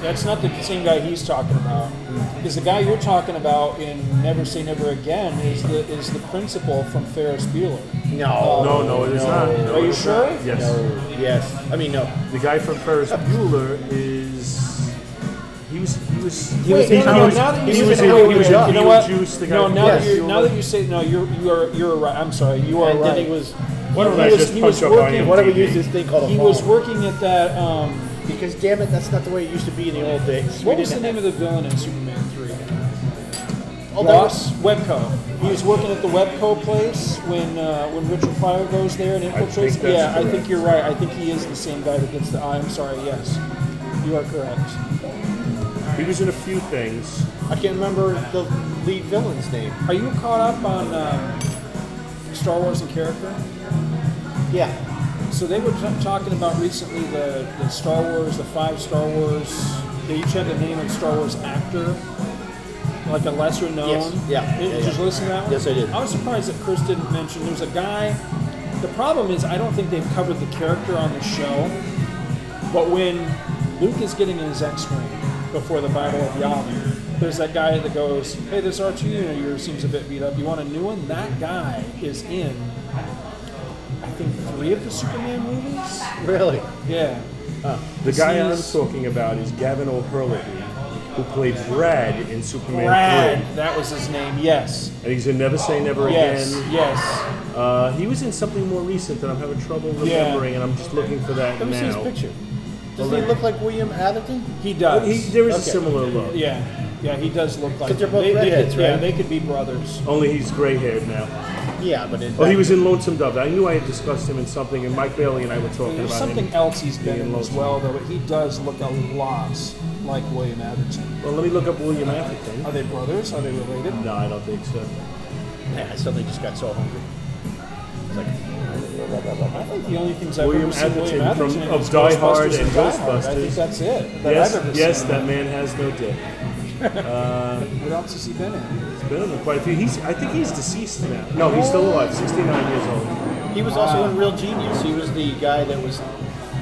[SPEAKER 3] that's not the same guy he's talking about.
[SPEAKER 5] Hmm.
[SPEAKER 3] Because the guy you're talking about in Never Say Never Again is the is the principal from Ferris Bueller.
[SPEAKER 1] No.
[SPEAKER 5] No, no, it is not. No,
[SPEAKER 3] Are you
[SPEAKER 5] it is not.
[SPEAKER 3] sure?
[SPEAKER 5] Yes.
[SPEAKER 1] Yes. I mean, no.
[SPEAKER 5] The guy from Ferris Bueller is. He was. He was. He
[SPEAKER 1] was in-
[SPEAKER 5] He
[SPEAKER 1] no,
[SPEAKER 5] was.
[SPEAKER 1] now that you
[SPEAKER 5] He
[SPEAKER 1] say
[SPEAKER 5] was.
[SPEAKER 1] that,
[SPEAKER 5] in-
[SPEAKER 1] wait,
[SPEAKER 5] He was.
[SPEAKER 1] wait,
[SPEAKER 5] in
[SPEAKER 1] you
[SPEAKER 3] know what?
[SPEAKER 5] Beetlejuice, the guy
[SPEAKER 3] No,
[SPEAKER 5] from
[SPEAKER 3] now that
[SPEAKER 5] Ferris
[SPEAKER 3] you now
[SPEAKER 5] Bueller.
[SPEAKER 3] that you say no, you're you are you're right. I'm sorry, you are
[SPEAKER 1] And
[SPEAKER 3] right.
[SPEAKER 1] then he was.
[SPEAKER 5] Why don't
[SPEAKER 1] he
[SPEAKER 5] I
[SPEAKER 1] was-
[SPEAKER 5] just
[SPEAKER 1] he
[SPEAKER 5] punch
[SPEAKER 1] was
[SPEAKER 5] up
[SPEAKER 1] working-
[SPEAKER 5] IMDb?
[SPEAKER 1] Why don't we use this thing called a
[SPEAKER 3] he was
[SPEAKER 1] phone?
[SPEAKER 3] working at that. Um,
[SPEAKER 1] Because damn it, that's not the way it used to be in the old days.
[SPEAKER 3] what
[SPEAKER 1] We
[SPEAKER 3] was the
[SPEAKER 1] didn't
[SPEAKER 3] name of the villain in Superman three?
[SPEAKER 1] Oh, that
[SPEAKER 3] Ross Webco. He was working at the Webco place when uh, when Richard Pryor goes there and infiltrates.
[SPEAKER 5] think that's
[SPEAKER 3] yeah, I
[SPEAKER 5] correct.
[SPEAKER 3] think you're right. I think he is the same guy that gets the eye. I'm sorry. Yes, you are correct.
[SPEAKER 5] He was in a few things.
[SPEAKER 1] have- I can't remember the lead villain's name.
[SPEAKER 3] Are you caught up on um, Star Wars and character?
[SPEAKER 1] Yeah.
[SPEAKER 3] So they were t- talking about recently the, the Star Wars, the five Star Wars. They each had the name of Star Wars actor, like a lesser known.
[SPEAKER 1] Yes, yeah,
[SPEAKER 3] Did,
[SPEAKER 1] yeah,
[SPEAKER 3] did you
[SPEAKER 1] yeah.
[SPEAKER 3] listen to that one?
[SPEAKER 1] Yes, I did.
[SPEAKER 3] I was surprised that Chris didn't mention. There's a guy. The problem is I don't think they've covered the character on the show. But when Luke is getting in his X-wing before the Battle of Yavin, there's that guy that goes, "Hey, this R2 unit of yours seems a bit beat up. You want a new one?" That guy is in. I think three of the Superman movies.
[SPEAKER 1] Really?
[SPEAKER 3] Yeah.
[SPEAKER 5] The guy I'm
[SPEAKER 3] He's-
[SPEAKER 5] talking about is Gavin O'Herlihy, who played Brad in Superman
[SPEAKER 3] Brad,
[SPEAKER 5] 3.
[SPEAKER 3] that was his name. Yes.
[SPEAKER 5] And he's in Never Say Never
[SPEAKER 3] Yes.
[SPEAKER 5] Again.
[SPEAKER 3] Yes.
[SPEAKER 5] Uh, he was in something more recent that I'm having trouble
[SPEAKER 3] Yeah.
[SPEAKER 5] remembering, and I'm just looking for that
[SPEAKER 1] Let me
[SPEAKER 5] now.
[SPEAKER 1] see his picture. Does he look like William Atherton?
[SPEAKER 3] He
[SPEAKER 5] Uh,
[SPEAKER 3] does.
[SPEAKER 5] he- there is
[SPEAKER 1] Okay.
[SPEAKER 5] a similar look.
[SPEAKER 3] yeah. Yeah, he does look like.
[SPEAKER 1] But they're both
[SPEAKER 3] they, they
[SPEAKER 1] redheads,
[SPEAKER 3] could, Yeah,
[SPEAKER 1] right?
[SPEAKER 3] they could be brothers.
[SPEAKER 5] Only he's gray-haired now.
[SPEAKER 1] Yeah, but it,
[SPEAKER 5] Oh, he was in Lonesome Dove. I knew I had discussed him in something, and Mike Bailey and I were talking
[SPEAKER 3] There's
[SPEAKER 5] about
[SPEAKER 3] something
[SPEAKER 5] him.
[SPEAKER 3] else he's been in
[SPEAKER 5] Ian
[SPEAKER 3] as
[SPEAKER 5] Lovejoy.
[SPEAKER 3] well, though. But he does look a lot like William Atherton.
[SPEAKER 5] Well, let me look up William Atherton.
[SPEAKER 3] Are they brothers? Are they related?
[SPEAKER 5] No, I don't think so.
[SPEAKER 1] Yeah, I suddenly just got so hungry.
[SPEAKER 3] I think the only things I've
[SPEAKER 5] William
[SPEAKER 3] ever seen William
[SPEAKER 5] Atherton
[SPEAKER 3] Atherton
[SPEAKER 5] from-
[SPEAKER 3] in
[SPEAKER 5] of
[SPEAKER 3] is
[SPEAKER 5] Die Hard
[SPEAKER 3] Ghostbusters
[SPEAKER 5] and
[SPEAKER 3] Die Hard. I
[SPEAKER 5] Ghostbusters.
[SPEAKER 3] think that's it. That
[SPEAKER 5] yes,
[SPEAKER 3] I've ever
[SPEAKER 5] yes,
[SPEAKER 3] seen.
[SPEAKER 5] that man has no dick.
[SPEAKER 3] What else has he been in?
[SPEAKER 5] He's been in quite a few. He's, I think he's deceased now. No, he's still alive. 69 years old.
[SPEAKER 1] He was also
[SPEAKER 5] Ah.
[SPEAKER 1] in Real Genius. He was the guy that was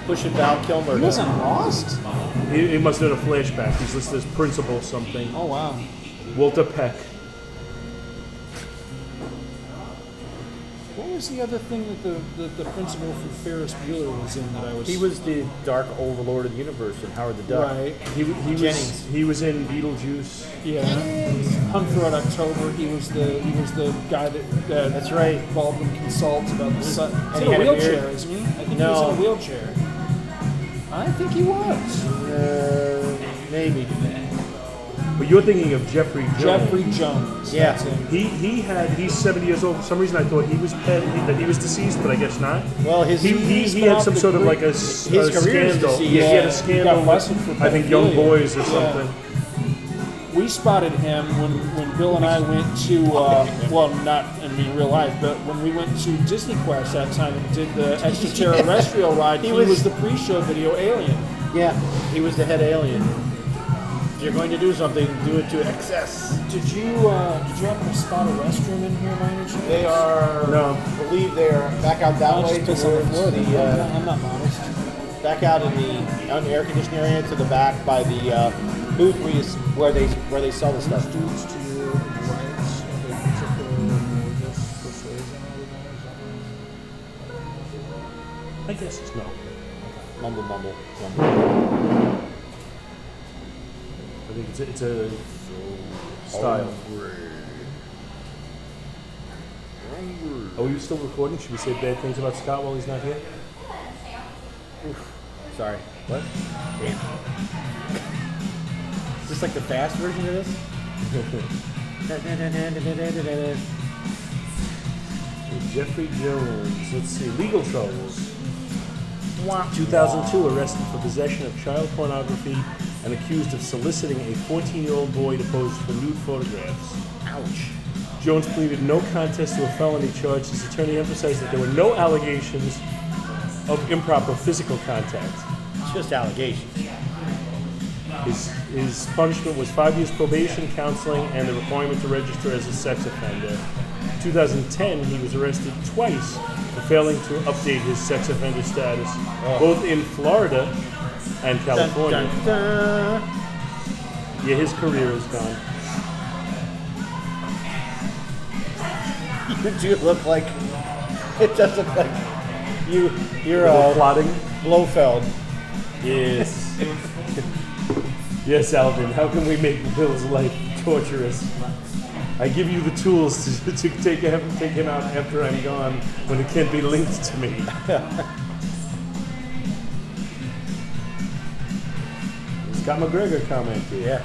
[SPEAKER 1] pushing Val Kilmer.
[SPEAKER 3] He
[SPEAKER 1] to-
[SPEAKER 3] wasn't Lost.
[SPEAKER 5] He, he must have done a flashback. He's listed as principal something.
[SPEAKER 3] Oh wow.
[SPEAKER 5] Walter Peck.
[SPEAKER 3] What was the other thing that the, the, the principal from Ferris Bueller was in that I was?
[SPEAKER 1] He was the Dark Overlord of the Universe in Howard the Duck.
[SPEAKER 3] right.
[SPEAKER 5] He, he was
[SPEAKER 1] Jennings.
[SPEAKER 5] he was in Beetlejuice.
[SPEAKER 3] Yeah. Hunt for Red October. He was the he was the guy that uh,
[SPEAKER 1] That's right.
[SPEAKER 3] Baldwin consults about the sun. He's
[SPEAKER 1] he
[SPEAKER 3] in a
[SPEAKER 1] had a
[SPEAKER 3] wheelchair,
[SPEAKER 1] beard.
[SPEAKER 3] isn't he? I think he
[SPEAKER 1] No.
[SPEAKER 3] was in a wheelchair. I think he was.
[SPEAKER 1] Uh, maybe.
[SPEAKER 5] But you're thinking of Jeffrey Jones.
[SPEAKER 3] Jeffrey Jones.
[SPEAKER 1] Yeah.
[SPEAKER 3] That's him.
[SPEAKER 5] He he had he's 70 years old. For some reason, I thought he was pet, he, that he was deceased, but I guess not.
[SPEAKER 1] Well, his-
[SPEAKER 5] he he,
[SPEAKER 1] he's
[SPEAKER 5] he
[SPEAKER 1] been
[SPEAKER 5] had
[SPEAKER 1] off
[SPEAKER 5] some
[SPEAKER 1] the
[SPEAKER 5] sort of
[SPEAKER 1] grid.
[SPEAKER 5] like a, s-
[SPEAKER 1] His
[SPEAKER 5] a
[SPEAKER 1] career is
[SPEAKER 5] scandal.
[SPEAKER 1] deceased.
[SPEAKER 5] Yeah, he had
[SPEAKER 3] Yeah,
[SPEAKER 5] a
[SPEAKER 3] he got
[SPEAKER 5] scandal. with,
[SPEAKER 3] busted for
[SPEAKER 5] I think Young
[SPEAKER 3] pedophilia.
[SPEAKER 5] Boys or
[SPEAKER 3] Yeah.
[SPEAKER 5] something.
[SPEAKER 3] We spotted him when, when Bill and I went to, uh, well, not in the real life, but when we went to Disney Quest that time and did the extraterrestrial ride, he,
[SPEAKER 1] He
[SPEAKER 3] was,
[SPEAKER 1] was-
[SPEAKER 3] the pre show video alien.
[SPEAKER 1] Yeah, he was the head alien. If you're going to do something, do it to excess.
[SPEAKER 3] Did you uh, did you happen to spot a restroom in here by any chance?
[SPEAKER 1] They are.
[SPEAKER 5] No.
[SPEAKER 1] I believe they are back out that
[SPEAKER 3] I'll
[SPEAKER 1] way
[SPEAKER 3] just
[SPEAKER 1] towards
[SPEAKER 3] piss on the floor. then.
[SPEAKER 1] the uh,
[SPEAKER 3] I'm not modest.
[SPEAKER 1] back out in the on the air conditioning area to the back by the uh, booth where, you, s- where they where they sell the stuff.
[SPEAKER 3] dudes to your rights of a particular religious persuasion or whatever, is that what it
[SPEAKER 5] I guess it's no.
[SPEAKER 1] Mumble, mumble, mumble.
[SPEAKER 5] I think it's a, it's a style. Are we still recording? Should we say bad things about Scott while he's not here?
[SPEAKER 1] Sorry. What? Is this like the fast version of this?
[SPEAKER 5] Jeffrey Jones. Let's see. Legal troubles. 2002, arrested for possession of child pornography and accused of soliciting a 14-year-old boy to pose for nude photographs.
[SPEAKER 1] Ouch.
[SPEAKER 5] Jones pleaded no contest to a felony charge. His attorney emphasized that there were no allegations of improper physical contact.
[SPEAKER 1] It's just allegations.
[SPEAKER 5] His, his punishment was five years probation, counseling, and the requirement to register as a sex offender. 2010, he was arrested twice for failing to update his sex offender status, both in Florida and California. Yeah, his career is gone.
[SPEAKER 12] You do look like it does look like
[SPEAKER 1] You, you're
[SPEAKER 5] Little
[SPEAKER 1] uh,
[SPEAKER 5] plotting.
[SPEAKER 1] Blofeld.
[SPEAKER 5] Yes. yes, Alvin. How can we make Will's life torturous? I give you the tools to, to take have him take him out after I'm gone, when it can't be linked to me. Scott McGregor commented.
[SPEAKER 1] Yeah.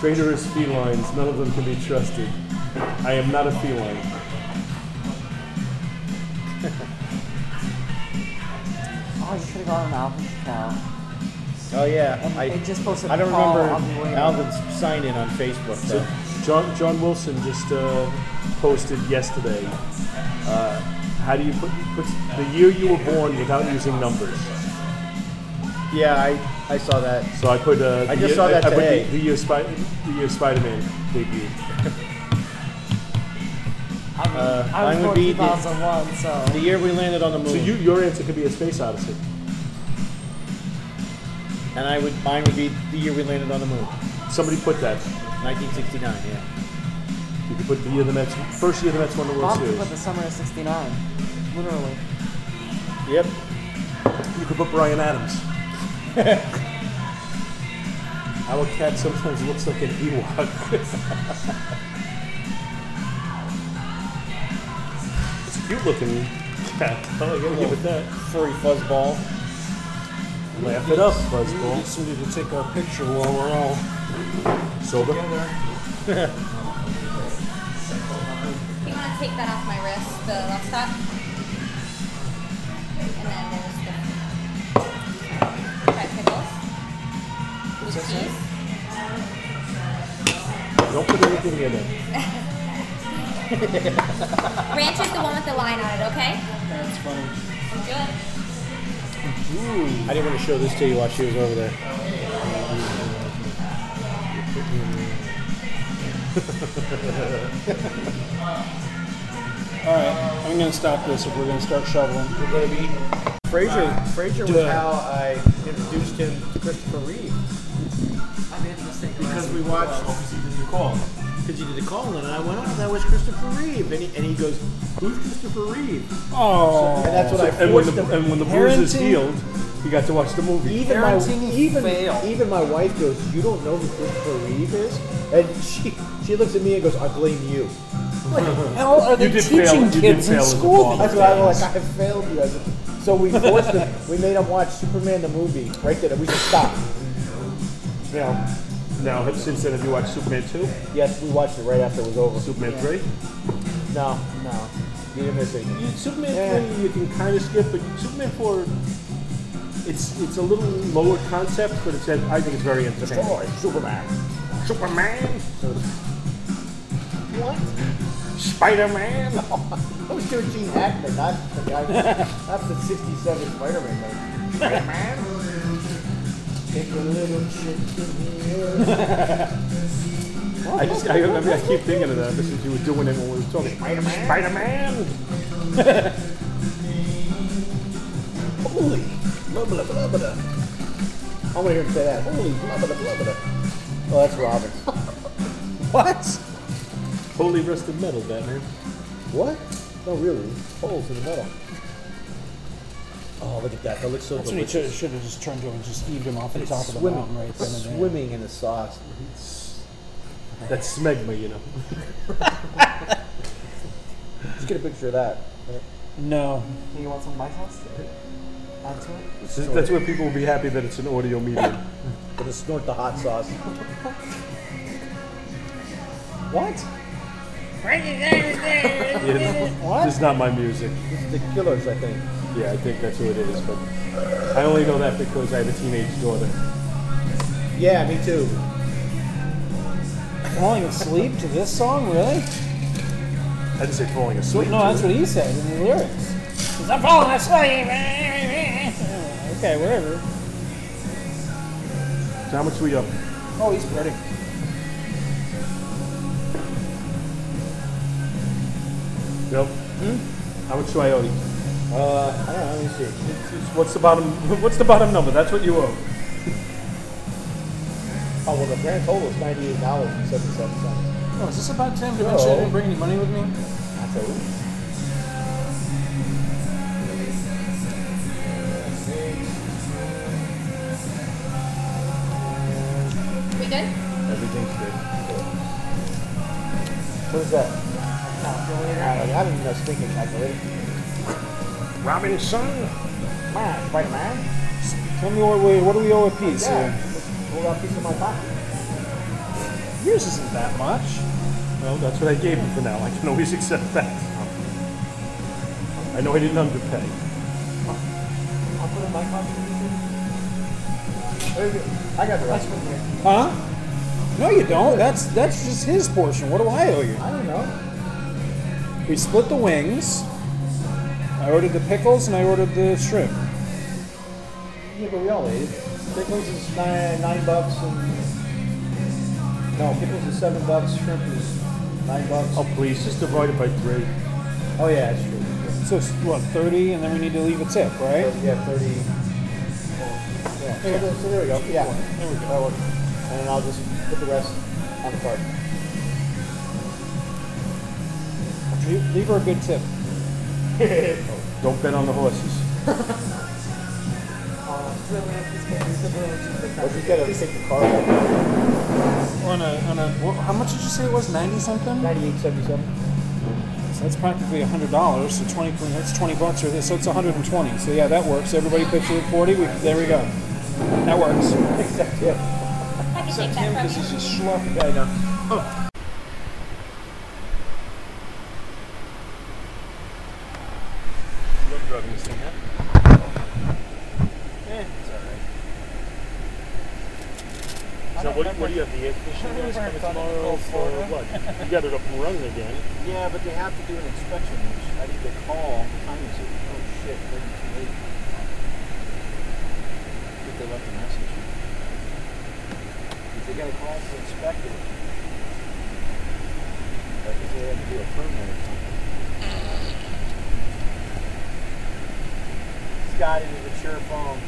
[SPEAKER 5] Traitorous felines, none of them can be trusted. I am not a feline.
[SPEAKER 13] Oh, you should have gone on Alvin's
[SPEAKER 5] Uh,
[SPEAKER 13] account.
[SPEAKER 1] Oh yeah.
[SPEAKER 13] And
[SPEAKER 1] I,
[SPEAKER 13] they just posted
[SPEAKER 1] I don't
[SPEAKER 13] a call
[SPEAKER 1] remember
[SPEAKER 13] on the way.
[SPEAKER 1] Alvin's sign in on Facebook.
[SPEAKER 5] So
[SPEAKER 1] Though.
[SPEAKER 5] John John Wilson just uh, posted yesterday. Uh, how do you put, put the year you were born without using numbers?
[SPEAKER 1] Yeah, I, I saw that.
[SPEAKER 5] So I put. Uh, the
[SPEAKER 1] I just
[SPEAKER 5] year-
[SPEAKER 1] saw that
[SPEAKER 5] I, put
[SPEAKER 1] today.
[SPEAKER 5] the, the year Spider the year Spider-Man debuted.
[SPEAKER 13] I mean,
[SPEAKER 1] Uh,
[SPEAKER 13] I was
[SPEAKER 1] mine would
[SPEAKER 13] born
[SPEAKER 1] be the-
[SPEAKER 13] 2001, so.
[SPEAKER 1] The year we landed on the moon.
[SPEAKER 5] So you, your answer could be a space odyssey.
[SPEAKER 1] and I would mine would be the year we landed on the moon.
[SPEAKER 5] Somebody put that.
[SPEAKER 1] 1969. Yeah.
[SPEAKER 5] You could put the year the Mets first year the Mets won the World
[SPEAKER 13] Mom could put
[SPEAKER 5] Series.
[SPEAKER 13] the summer of 69. Literally.
[SPEAKER 1] Yep.
[SPEAKER 5] You could put Brian Adams. Our cat sometimes looks like an Ewok. it's a cute looking cat. Oh, I gotta give it that.
[SPEAKER 1] Furry fuzzball.
[SPEAKER 5] Laugh it up,
[SPEAKER 3] We need
[SPEAKER 5] Buzzball.
[SPEAKER 3] somebody to take our picture while we're all
[SPEAKER 5] Sober.
[SPEAKER 3] together.
[SPEAKER 8] You want to take that off my wrist, the left sock? And then there's the fried pickles. With cheese.
[SPEAKER 5] Don't put anything in it.
[SPEAKER 8] Ranch is the one with the line on it, okay?
[SPEAKER 3] That's funny.
[SPEAKER 8] Good.
[SPEAKER 1] I didn't want to show this to you while she was over there.
[SPEAKER 3] All right, I'm gonna stop this if we're gonna start shoveling.
[SPEAKER 1] We're gonna be. Fraser. Fraser was
[SPEAKER 3] duh.
[SPEAKER 1] how I introduced him to Christopher Reeve
[SPEAKER 13] I made a mistake. Oh,
[SPEAKER 1] because we watched. Because you did the call. Because you did the call, and I went, "Oh, that was Christopher Reeve," and he, and he goes, "Who's Christopher Reeve?"
[SPEAKER 3] Oh,
[SPEAKER 1] And that's what I
[SPEAKER 5] And when
[SPEAKER 1] forced
[SPEAKER 5] the,
[SPEAKER 1] him.
[SPEAKER 5] and when the bruise is
[SPEAKER 3] Parenting-
[SPEAKER 5] healed, you got to watch the movie.
[SPEAKER 1] Even my,
[SPEAKER 13] Parenting
[SPEAKER 1] even,
[SPEAKER 13] fail.
[SPEAKER 1] even my wife goes, "You don't know who Christopher Reeve is," and she she looks at me and goes, "I blame you."
[SPEAKER 13] Hell, are they
[SPEAKER 5] did
[SPEAKER 13] teaching
[SPEAKER 5] fail- you did
[SPEAKER 13] kids
[SPEAKER 5] fail
[SPEAKER 13] in
[SPEAKER 5] as a
[SPEAKER 13] school?
[SPEAKER 5] father.
[SPEAKER 1] That's what I was like. I failed you as a. So we forced him. We made him watch Superman the movie right there. We said stop. You know,
[SPEAKER 5] Now, have- since then, have you watched Superman 2?
[SPEAKER 1] yes, we watched it right after it was over.
[SPEAKER 5] Superman 3?
[SPEAKER 1] No, no, you didn't miss anything.
[SPEAKER 5] You, Superman
[SPEAKER 1] Yeah.
[SPEAKER 5] 3 you can kind of skip, but Superman 4, it's it's a little lower concept, but it's I think it's very entertaining.
[SPEAKER 14] Boy, Superman. Superman. What? Spider-Man.
[SPEAKER 1] I was doing Gene Hackman, not the guy. that's the '67 Spider-Man. Movie.
[SPEAKER 14] Spider-Man.
[SPEAKER 1] Take a little shit in the air.
[SPEAKER 5] I just I remember I keep thinking of that ever since you were doing it when we were talking.
[SPEAKER 14] Spider-Man. Spider-Man.
[SPEAKER 1] Holy, blah blah blah blah. I want to hear him say that. Holy, blah blah blah blah. Oh, that's Robin.
[SPEAKER 5] What? Holy rusted metal, Batman.
[SPEAKER 1] What? No, really. Holes in the metal. Oh, look at that. That looks so
[SPEAKER 3] That's what he should,
[SPEAKER 1] delicious.
[SPEAKER 3] should have just turned over and just heaved him off the
[SPEAKER 1] It's
[SPEAKER 3] top of the
[SPEAKER 1] swimming,
[SPEAKER 3] mountain right then and there.
[SPEAKER 1] swimming in the sauce.
[SPEAKER 5] That's smegma, you know.
[SPEAKER 1] Let's get a picture of that.
[SPEAKER 3] No,
[SPEAKER 13] Do you want some White House? Add to it?
[SPEAKER 5] This is- That's where people will be happy that it's an audio medium.
[SPEAKER 1] Gonna snort the hot sauce.
[SPEAKER 3] what?
[SPEAKER 5] Yeah, This is not my music.
[SPEAKER 1] This is the killers, I think.
[SPEAKER 5] Yeah, I think that's who it is, but I only know that because I have a teenage daughter.
[SPEAKER 1] Yeah, me too.
[SPEAKER 3] Falling asleep to this song, really?
[SPEAKER 5] I didn't say falling asleep.
[SPEAKER 3] No, that's what he said in the lyrics. He's, I'm falling asleep. okay, whatever.
[SPEAKER 5] So how much we up?
[SPEAKER 3] Oh, he's pretty.
[SPEAKER 15] Bill? How much do I owe you?
[SPEAKER 1] Hmm? Uh, I don't know. Let me see.
[SPEAKER 15] It's- it's- what's the bottom? What's the bottom number? That's what you owe.
[SPEAKER 1] Oh well, the grand total is ninety-eight dollars and seventy-seven cents.
[SPEAKER 3] Oh, is this about Tim? Did I mention I didn't bring any money with me?
[SPEAKER 1] That's a
[SPEAKER 8] We good?
[SPEAKER 15] Everything's good.
[SPEAKER 1] What is that? I don't, I don't even know speaking calculator.
[SPEAKER 16] Robinson. Man, Spider-Man.
[SPEAKER 3] Tell me what we what do we owe a piece?
[SPEAKER 1] Yeah. Just pull out a piece of my pocket.
[SPEAKER 3] Yours isn't that much.
[SPEAKER 15] Well, that's what I gave you for now. I can always accept that. I know I didn't underpay.
[SPEAKER 13] I'll put in my contribution.
[SPEAKER 1] There you go. I got the rest.
[SPEAKER 3] Huh? No, you don't. That's that's just his portion. What do I owe you?
[SPEAKER 1] I don't know.
[SPEAKER 3] We split the wings. I ordered the pickles and I ordered the shrimp.
[SPEAKER 1] Yeah, but we all ate it. Pickles is nine, nine bucks and no, pickles is seven bucks. Shrimp is nine bucks.
[SPEAKER 15] Oh, please, just divide it by three.
[SPEAKER 1] Oh yeah, that's true.
[SPEAKER 3] So it's what thirty, and then we need to leave a tip, right?
[SPEAKER 1] Yeah, thirty. Yeah. So, there- so there we go. Yeah. There we go. That'll work. And then I'll just put the rest on the card.
[SPEAKER 3] Leave leave her a good tip.
[SPEAKER 15] Don't bet on the horses.
[SPEAKER 13] Uh, so then we have to get the village.
[SPEAKER 1] But you gotta take the card. out.
[SPEAKER 3] On a on a wha- how much did you say it was? Ninety something.
[SPEAKER 1] Ninety-eight seventy-seven.
[SPEAKER 3] So that's practically hundred dollars. So twenty that's twenty bucks or this. So it's one hundred and twenty. So yeah, that works. Everybody puts in forty. We, there we go. That works.
[SPEAKER 1] Except yeah.
[SPEAKER 8] I can take that from you.
[SPEAKER 3] is a
[SPEAKER 1] Yeah, I know.
[SPEAKER 5] Love drugging this thing, huh? Eh, it's alright. So what, what do you have, the air conditioning guys coming tomorrow for what? You got it up and running again.
[SPEAKER 7] Yeah, but they have to do an inspection, which I need to call. What time is it? Oh shit, maybe too late. I think they left a message. If they got a call for inspector, I think they had to do a permit or something. Scott, it is a sure phone.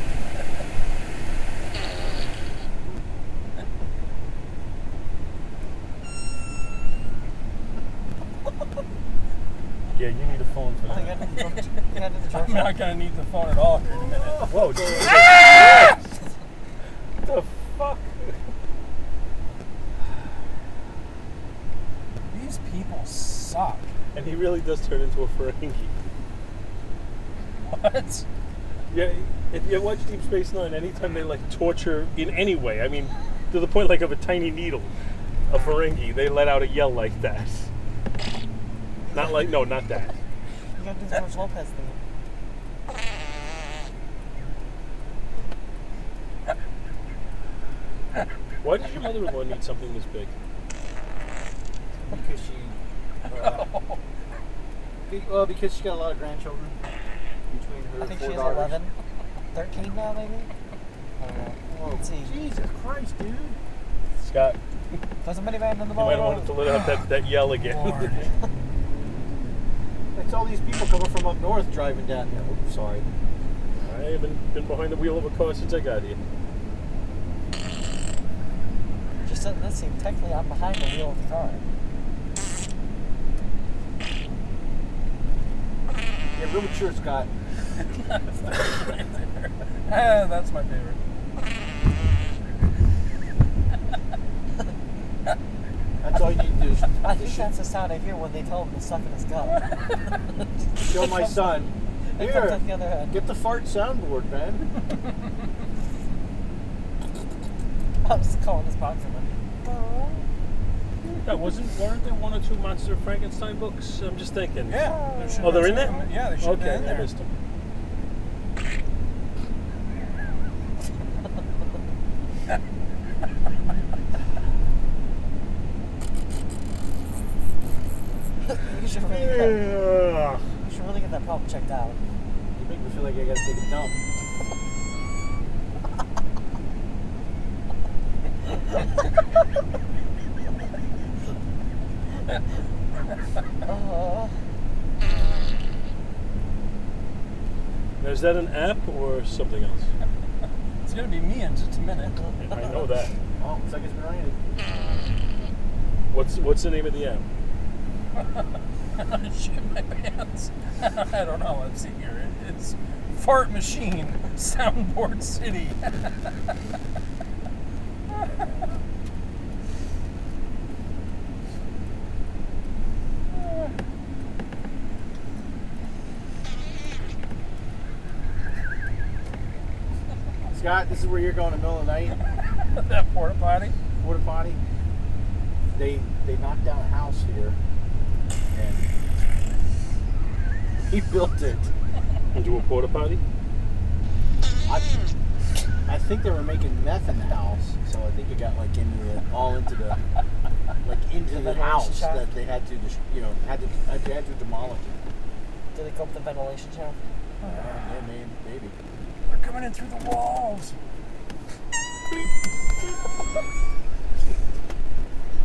[SPEAKER 5] Yeah, you need a phone for that.
[SPEAKER 17] I'm not gonna need the phone at all here in a minute.
[SPEAKER 5] Whoa, Jesus.
[SPEAKER 17] What the fuck? These people suck.
[SPEAKER 5] and he really does turn into a Ferengi.
[SPEAKER 17] What?
[SPEAKER 5] Yeah, if you watch Deep Space Nine, anytime they like torture in any way, I mean, to the point like of a tiny needle, a Ferengi, they let out a yell like that. Not like no, not that.
[SPEAKER 13] You gotta do the George Lopez thing.
[SPEAKER 5] Why did your mother-in-law need something this big?
[SPEAKER 7] Because she. Uh, be- well, because she's got a lot of grandchildren. Between her
[SPEAKER 13] I think
[SPEAKER 7] four
[SPEAKER 13] she has
[SPEAKER 7] daughters.
[SPEAKER 13] 11. 13 now, maybe? I don't know. Let's see.
[SPEAKER 7] Jesus Christ, dude.
[SPEAKER 5] Scott, you
[SPEAKER 13] Throw somebody back in the ball.
[SPEAKER 5] might have wanted to let out that, that yell again.
[SPEAKER 7] That's all these people coming from up north driving down here. Oops, sorry.
[SPEAKER 5] I haven't been behind the wheel of a car since I got here.
[SPEAKER 13] Just letting this see. Technically, I'm behind the wheel of the car.
[SPEAKER 7] Yeah, real mature, Scott.
[SPEAKER 17] Eh, that's my favorite.
[SPEAKER 7] That's all you need to do. is
[SPEAKER 13] I think that's the sound I hear when they tell him to suck in his gum.
[SPEAKER 7] Show my son.
[SPEAKER 13] It comes
[SPEAKER 7] Here,
[SPEAKER 13] off the other end.
[SPEAKER 7] get the fart soundboard, man.
[SPEAKER 13] I'm just calling this box and
[SPEAKER 5] That wasn't weren't there one or two Monster Frankenstein books? I'm just thinking.
[SPEAKER 17] Yeah. there should
[SPEAKER 5] Oh, they're in
[SPEAKER 17] have
[SPEAKER 5] there?
[SPEAKER 17] been- Yeah, they should have
[SPEAKER 5] Okay,
[SPEAKER 17] been in
[SPEAKER 5] I
[SPEAKER 17] there.
[SPEAKER 5] missed them.
[SPEAKER 13] You should, really get that, you should really get that problem checked out.
[SPEAKER 7] You make me feel like I gotta take a dump.
[SPEAKER 13] Uh,
[SPEAKER 5] is that an app or something else?
[SPEAKER 18] It's gonna be me in just a minute.
[SPEAKER 5] I know that.
[SPEAKER 7] Oh, it's like it's been raining.
[SPEAKER 5] What's what's the name of the app?
[SPEAKER 18] I'm gonna shit my pants. I don't know. Let's see here. It- It's Fart Machine, Soundboard City.
[SPEAKER 7] Scott, this is where you're going in the middle of the night.
[SPEAKER 18] that porta potty.
[SPEAKER 7] Porta potty.
[SPEAKER 1] They they knocked down a house here, and he built it.
[SPEAKER 5] Into a porta potty?
[SPEAKER 1] I, I think they were making meth in the house, so I think it got like into the all into the like into the house that they had to dis- you know had to they had to demolish it.
[SPEAKER 19] Did it go up the ventilation shaft?
[SPEAKER 1] Yeah, man, maybe.
[SPEAKER 18] They're coming in through the walls.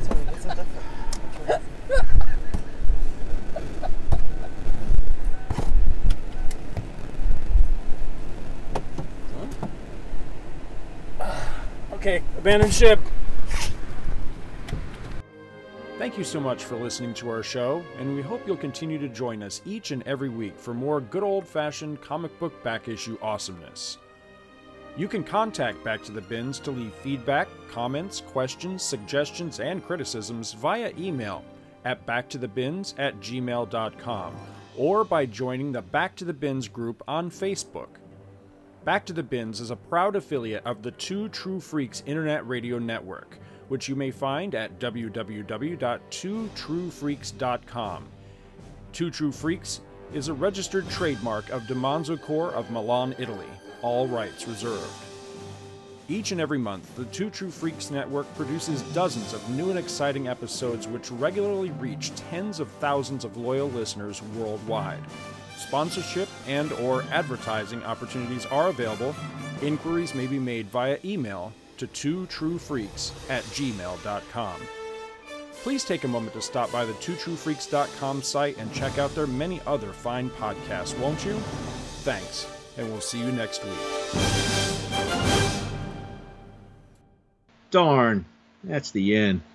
[SPEAKER 19] So we get something.
[SPEAKER 18] Okay, abandon ship.
[SPEAKER 3] Thank you so much for listening to our show, and we hope you'll continue to join us each and every week for more good old fashioned comic book back issue awesomeness. You can contact Back to the Bins to leave feedback, comments, questions, suggestions, and criticisms via email at backtothebins at gmail.com or by joining the Back to the Bins group on Facebook. Back to the Bins is a proud affiliate of the Two True Freaks Internet Radio Network, which you may find at www.twotruefreaks.com. Two True Freaks is a registered trademark of DiManzo Corps of Milan, Italy, all rights reserved. Each and every month, the Two True Freaks Network produces dozens of new and exciting episodes which regularly reach tens of thousands of loyal listeners worldwide. Sponsorship and or advertising opportunities are available. Inquiries may be made via email to twotruefreaks at gmail.com. Please take a moment to stop by the twotruefreaks.com site and check out their many other fine podcasts, won't you? Thanks, and we'll see you next week.
[SPEAKER 1] Darn, that's the end.